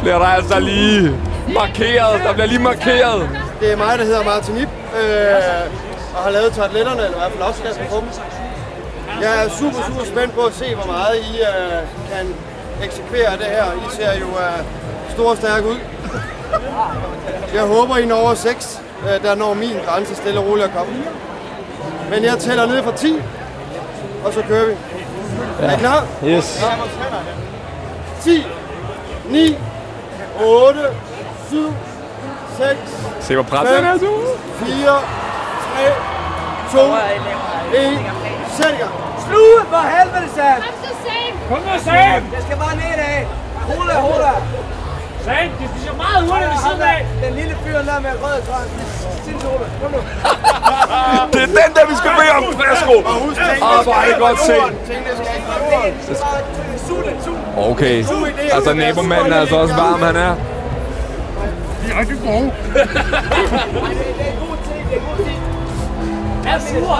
[SPEAKER 2] bliver der altså lige markeret. Der bliver lige markeret.
[SPEAKER 6] Det er mig, der hedder Martin Ip, øh, og har lavet tartletterne, eller i hvert fald opskriften på dem. Jeg er super, super spændt på at se, hvor meget I øh, kan eksekvere det her. I ser jo øh, stor og stærk ud. Jeg håber, I når over 6. Øh, der når min grænse stille og roligt at komme. Men jeg tæller ned fra 10, og så kører vi. Ja. Er I klar?
[SPEAKER 4] Yes.
[SPEAKER 6] 10, 9, 8, 7, 6,
[SPEAKER 2] Se, hvor presset han er.
[SPEAKER 6] 5, 4, 3, 2, 1, sæt i gang.
[SPEAKER 7] Sluge for helvede, Sam!
[SPEAKER 5] Kom så, Sam!
[SPEAKER 7] Kom nu, Sam!
[SPEAKER 6] Jeg skal bare nedad. Hola, hola.
[SPEAKER 7] Sam, det spiser meget hurtigt ved siden af!
[SPEAKER 6] Den lille fyr der med rød grøn. Sin hola. Kom nu.
[SPEAKER 2] Det er den der, vi skal bede om, Fresco. Åh, hvor er det godt set. Okay, altså nabomanden er altså også varm, han er.
[SPEAKER 7] Er sur!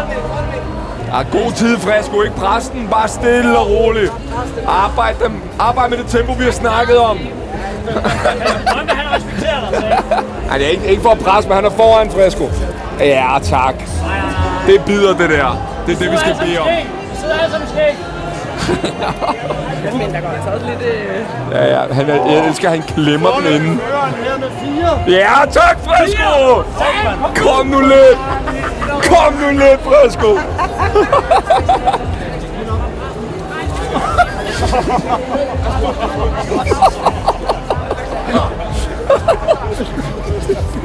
[SPEAKER 2] Ja, god tid, Fresco, ikke præsten. Bare stille og roligt. Arbejd, dem. Arbejd med det tempo, vi har snakket om.
[SPEAKER 7] Jamen, han respekterer dig, Sam!
[SPEAKER 2] Nej, det er ikke, ikke for at presse, men han er foran, Fresco. Ja, tak. Det bider, det der. Det er det, vi skal bede om.
[SPEAKER 7] Sidder alle som skæg!
[SPEAKER 2] Ja, ja, han er, jeg elsker, at han klemmer den inden.
[SPEAKER 6] Køren her med 4.
[SPEAKER 2] Ja, tak, Fresco! Kom nu lidt! Kom nu lidt, Fresco!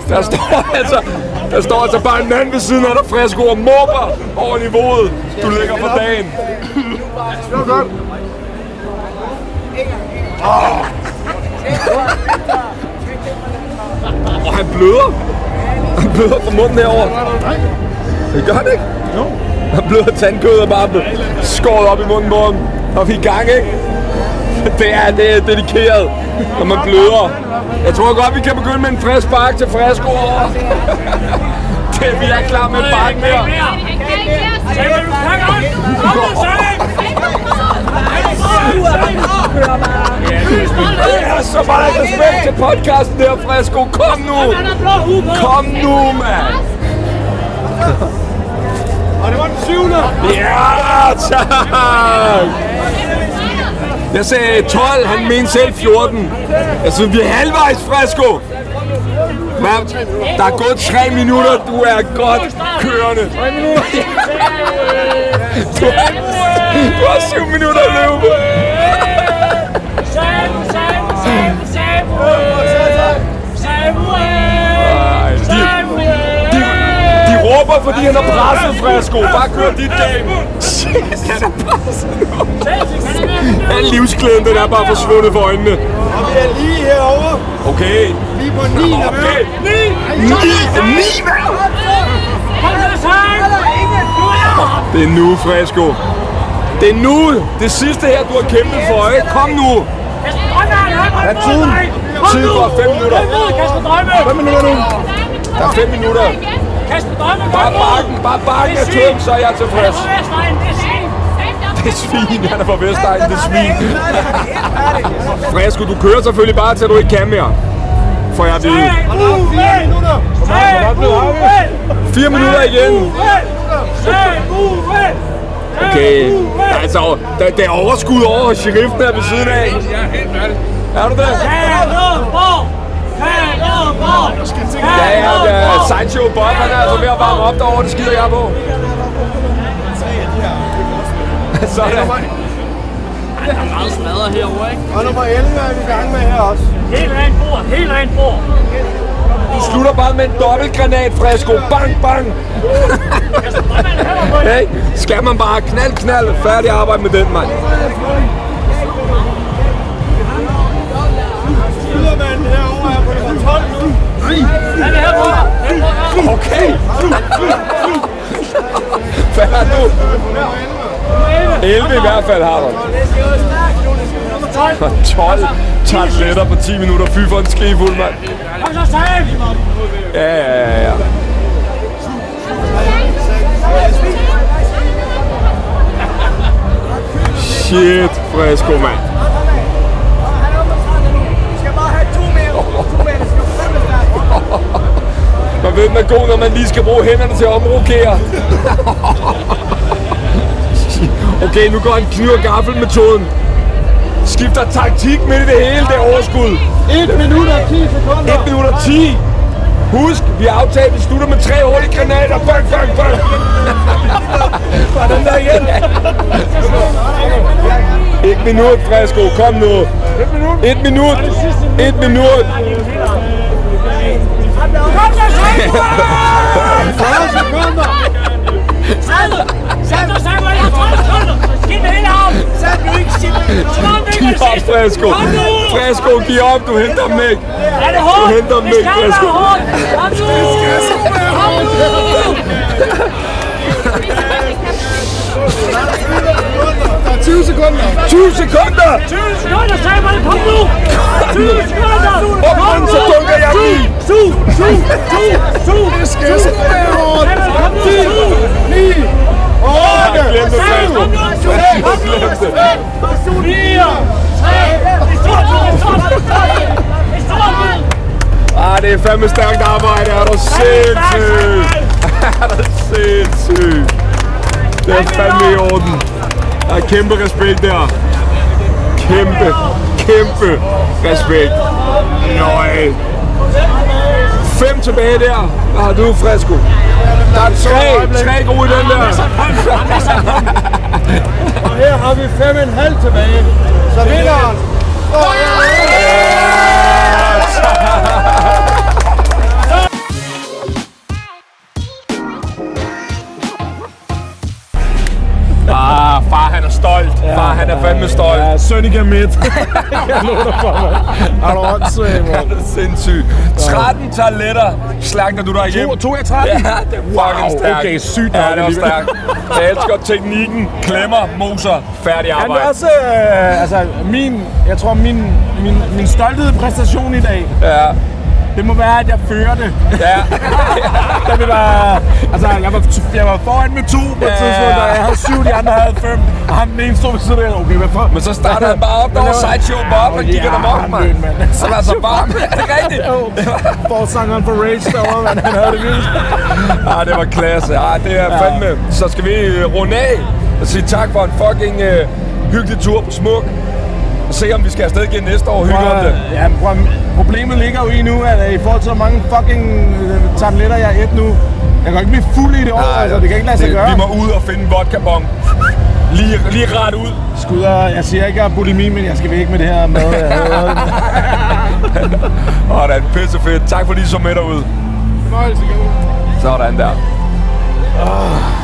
[SPEAKER 2] Der står altså, der står altså bare en mand ved siden af dig, Fresco, og mobber over niveauet. Du ligger for dagen. Og han bløder. Han bløder fra munden herover. Det gør han ikke? Jo. Han bløder tandkød og bare blev skåret op i munden på ham. Og vi i gang, ikke? Det er, det er dedikeret, når man bløder. Jeg tror godt, vi kan begynde med en frisk spark til frisk over. [LAUGHS] det er vi er klar med en spark mere.
[SPEAKER 5] Han kan ikke mere,
[SPEAKER 7] Sam, er du klar? Kom nu, Sam!
[SPEAKER 2] Det er så meget respekt til podcasten der, Fresco. Kom nu!
[SPEAKER 7] Han har blå hue på!
[SPEAKER 2] Kom nu, mand!
[SPEAKER 6] Og det var den syvende.
[SPEAKER 2] Ja, tak! Jeg sagde 12, han mente selv 14. Jeg synes, vi er halvvejs, Fresco. Man, der er gået 3 minutter, du er godt kørende. Du har, du har 7 minutter at løbe. på.
[SPEAKER 7] Sam, Sam, Sam, Sam! Samuel!
[SPEAKER 2] Ej, de,
[SPEAKER 7] Samuel!
[SPEAKER 2] de råber
[SPEAKER 8] Cooper, fordi han har presset
[SPEAKER 2] Altså,
[SPEAKER 8] Fresco. Bare kør dit game.
[SPEAKER 2] Han er bare sådan Al livsglæden, den er bare forsvundet for øjnene.
[SPEAKER 6] Og vi er lige herovre.
[SPEAKER 2] Okay.
[SPEAKER 6] Vi er på 9.
[SPEAKER 2] Okay.
[SPEAKER 7] Ni!
[SPEAKER 2] Ni! Ni, mand! Det er nu, Fresco. Det er nu. Det sidste her, du har kæmpet for, ikke? Kom nu.
[SPEAKER 7] Hvad
[SPEAKER 8] er tiden? Tiden går fem minutter.
[SPEAKER 7] Kasper Drømme!
[SPEAKER 8] Fem minutter nu. Der er fem minutter.
[SPEAKER 7] Kasper Drømme,
[SPEAKER 8] Bare
[SPEAKER 7] kom nu!
[SPEAKER 8] bakken, bare bakken er tømt, så er jeg tilfreds.
[SPEAKER 7] Det er Vestegn, det er sent.
[SPEAKER 2] Det svin, han er fra Vestegn, det svin. Fresco, du kører selvfølgelig bare, til du ikke kan mere. Får jeg at vide.
[SPEAKER 7] Tre, Uvel! Tre, Uvel!
[SPEAKER 2] Fire minutter igen.
[SPEAKER 7] Uvel! Tre, Uvel! Tre,
[SPEAKER 2] Okay. Der
[SPEAKER 7] Uvel!
[SPEAKER 2] er altså, der, der er overskud over hos sheriffen her ved siden af.
[SPEAKER 7] Jeg er helt færdig.
[SPEAKER 2] Er du det?
[SPEAKER 7] Kalderborg! Kalderborg!
[SPEAKER 2] Ja, ja, ja.
[SPEAKER 7] Kalderborg!
[SPEAKER 2] Sideshow Bob, han er altså ved at varme op derovre, det skider jeg på. [LAUGHS] Sådan.
[SPEAKER 6] Og nummer 11 er vi i gang med her også.
[SPEAKER 7] Helt rent bord, helt rent bord.
[SPEAKER 2] Du slutter bare med en dobbeltgranat, Fresco. Bang, bang. [LAUGHS] hey, skal man bare knald, knald. Færdig arbejde med den, mand.
[SPEAKER 6] Ydermanden herovre er på nummer 12 nu.
[SPEAKER 7] Er det her bord?
[SPEAKER 2] Okay. [LAUGHS] Hvad har du? 11 i hvert fald har du. Og 12 tabletter på 10 minutter. Fy for en skefuld, mand.
[SPEAKER 7] Kom så, Sam!
[SPEAKER 2] Ja, ja, ja, ja. Shit, Fresco, mand. Man ved, man er god, når man lige skal bruge hænderne til at omrokere. Okay, nu går han kniv- og gaffelmetoden. Skifter taktik midt i det hele, det er overskud.
[SPEAKER 6] 1 minut og 10 sekunder.
[SPEAKER 2] 1 minut og 10. Husk, vi har aftalt, at vi slutter med tre hurtige granater. Bang, bang, bang. [LAUGHS] Var den der igen? Et minut, Fresco. Kom nu. Et minut. Et minut.
[SPEAKER 7] Kom så, Sam!
[SPEAKER 6] 40 sekunder.
[SPEAKER 7] Kom så, Sam! Kom så, Sam! Skidt med hele armen! Sam, du ikke skidt
[SPEAKER 2] Giv op, Fresco. Fresco, giv op. Du henter dem ikke.
[SPEAKER 7] Er det hårdt?
[SPEAKER 2] Du henter dem
[SPEAKER 7] Det
[SPEAKER 2] ikke,
[SPEAKER 7] skal
[SPEAKER 2] Fresco.
[SPEAKER 7] være hårdt! Kom nu! Kom nu!
[SPEAKER 6] Der er 20 sekunder.
[SPEAKER 2] 20 sekunder.
[SPEAKER 7] 20 sekunder, Sam! Er det kom nu? 20 sekunder!
[SPEAKER 2] Op med den, så dunker jeg den i.
[SPEAKER 7] Su! Su! Su! Su! Det skal
[SPEAKER 6] sgu være hårdt.
[SPEAKER 7] Kom nu! Su!
[SPEAKER 6] 9. 8.
[SPEAKER 2] Jeg glemte
[SPEAKER 7] Sam,
[SPEAKER 2] Fresco.
[SPEAKER 7] kom nu! Su! Kom nu! Su! 4! 3! Det er stort! Det er stort! Det er stort! Det er stort!
[SPEAKER 2] Ah, det er fandme stærkt arbejde. Er du sindssyg? Er du sindssyg? Det er fandme i orden. Der er kæmpe respekt der. Kæmpe, kæmpe respekt. Nøj. Fem tilbage der. Hvad har du, Fresco? Der er tre, tre gode i den der.
[SPEAKER 6] Og her har vi 5,5 tilbage. Så vinderen.
[SPEAKER 2] Ah, far han er stolt. Far han er fandme stolt.
[SPEAKER 4] Ja,
[SPEAKER 2] [LAUGHS]
[SPEAKER 4] Sønneke midt. Jeg lover dig for, mand. Er du åndssvagt,
[SPEAKER 2] Ja,
[SPEAKER 4] mand?
[SPEAKER 2] det er sindssygt. 13 toiletter slagter du dig igennem.
[SPEAKER 4] 2 af 13?
[SPEAKER 2] Ja, det er fucking
[SPEAKER 4] Wow,
[SPEAKER 2] stærkt.
[SPEAKER 4] okay, sygt
[SPEAKER 2] Ja,
[SPEAKER 4] nok
[SPEAKER 2] det er også
[SPEAKER 4] alligevel.
[SPEAKER 2] stærkt. Jeg elsker teknikken. Klemmer, moser, færdig
[SPEAKER 4] Han er
[SPEAKER 2] arbejde.
[SPEAKER 4] også, øh, altså, min, jeg tror, min, min, min stoltede præstation i dag,
[SPEAKER 2] Ja,
[SPEAKER 4] det må være, at jeg fører det.
[SPEAKER 2] ja.
[SPEAKER 4] [LAUGHS] Da vi var, altså, jeg var, jeg var foran med to på et
[SPEAKER 2] Ja.
[SPEAKER 4] tidspunkt, og jeg havde syv, de andre havde fem, og ham den ene stod ved siden af, okay, hvad for?
[SPEAKER 2] Men så starter han bare op, der var sideshow Bob, og gik han amok, mand. [LAUGHS] Så var han så varm. Er det rigtigt?
[SPEAKER 4] Forsangeren for Rage derovre, man, han havde det vildt.
[SPEAKER 2] Ah, det var klasse. Ah, det er fandme. Så skal vi øh, runde af og sige tak for en fucking øh, hyggelig tur på Smuk. Og se, om vi skal afsted igen næste år og hygge om det.
[SPEAKER 4] Ja, men prøv, at- problemet ligger jo i nu, at øh, i forhold til hvor mange fucking øh, tabletter, jeg har et nu, jeg kan jo ikke blive fuld i det år, altså, det kan ikke lade sig
[SPEAKER 2] det-
[SPEAKER 4] gøre.
[SPEAKER 2] Vi må ud og finde en vodkabong. Lige, lige ret ud.
[SPEAKER 4] Skudder, jeg siger ikke, at jeg er bulimi, men jeg skal væk med det her mad. Jeg hader det.
[SPEAKER 2] Åh, det er pissefedt. Tak fordi I så med derude.
[SPEAKER 9] Fornøjelse, Kjell.
[SPEAKER 2] Sådan der.
[SPEAKER 4] Oh.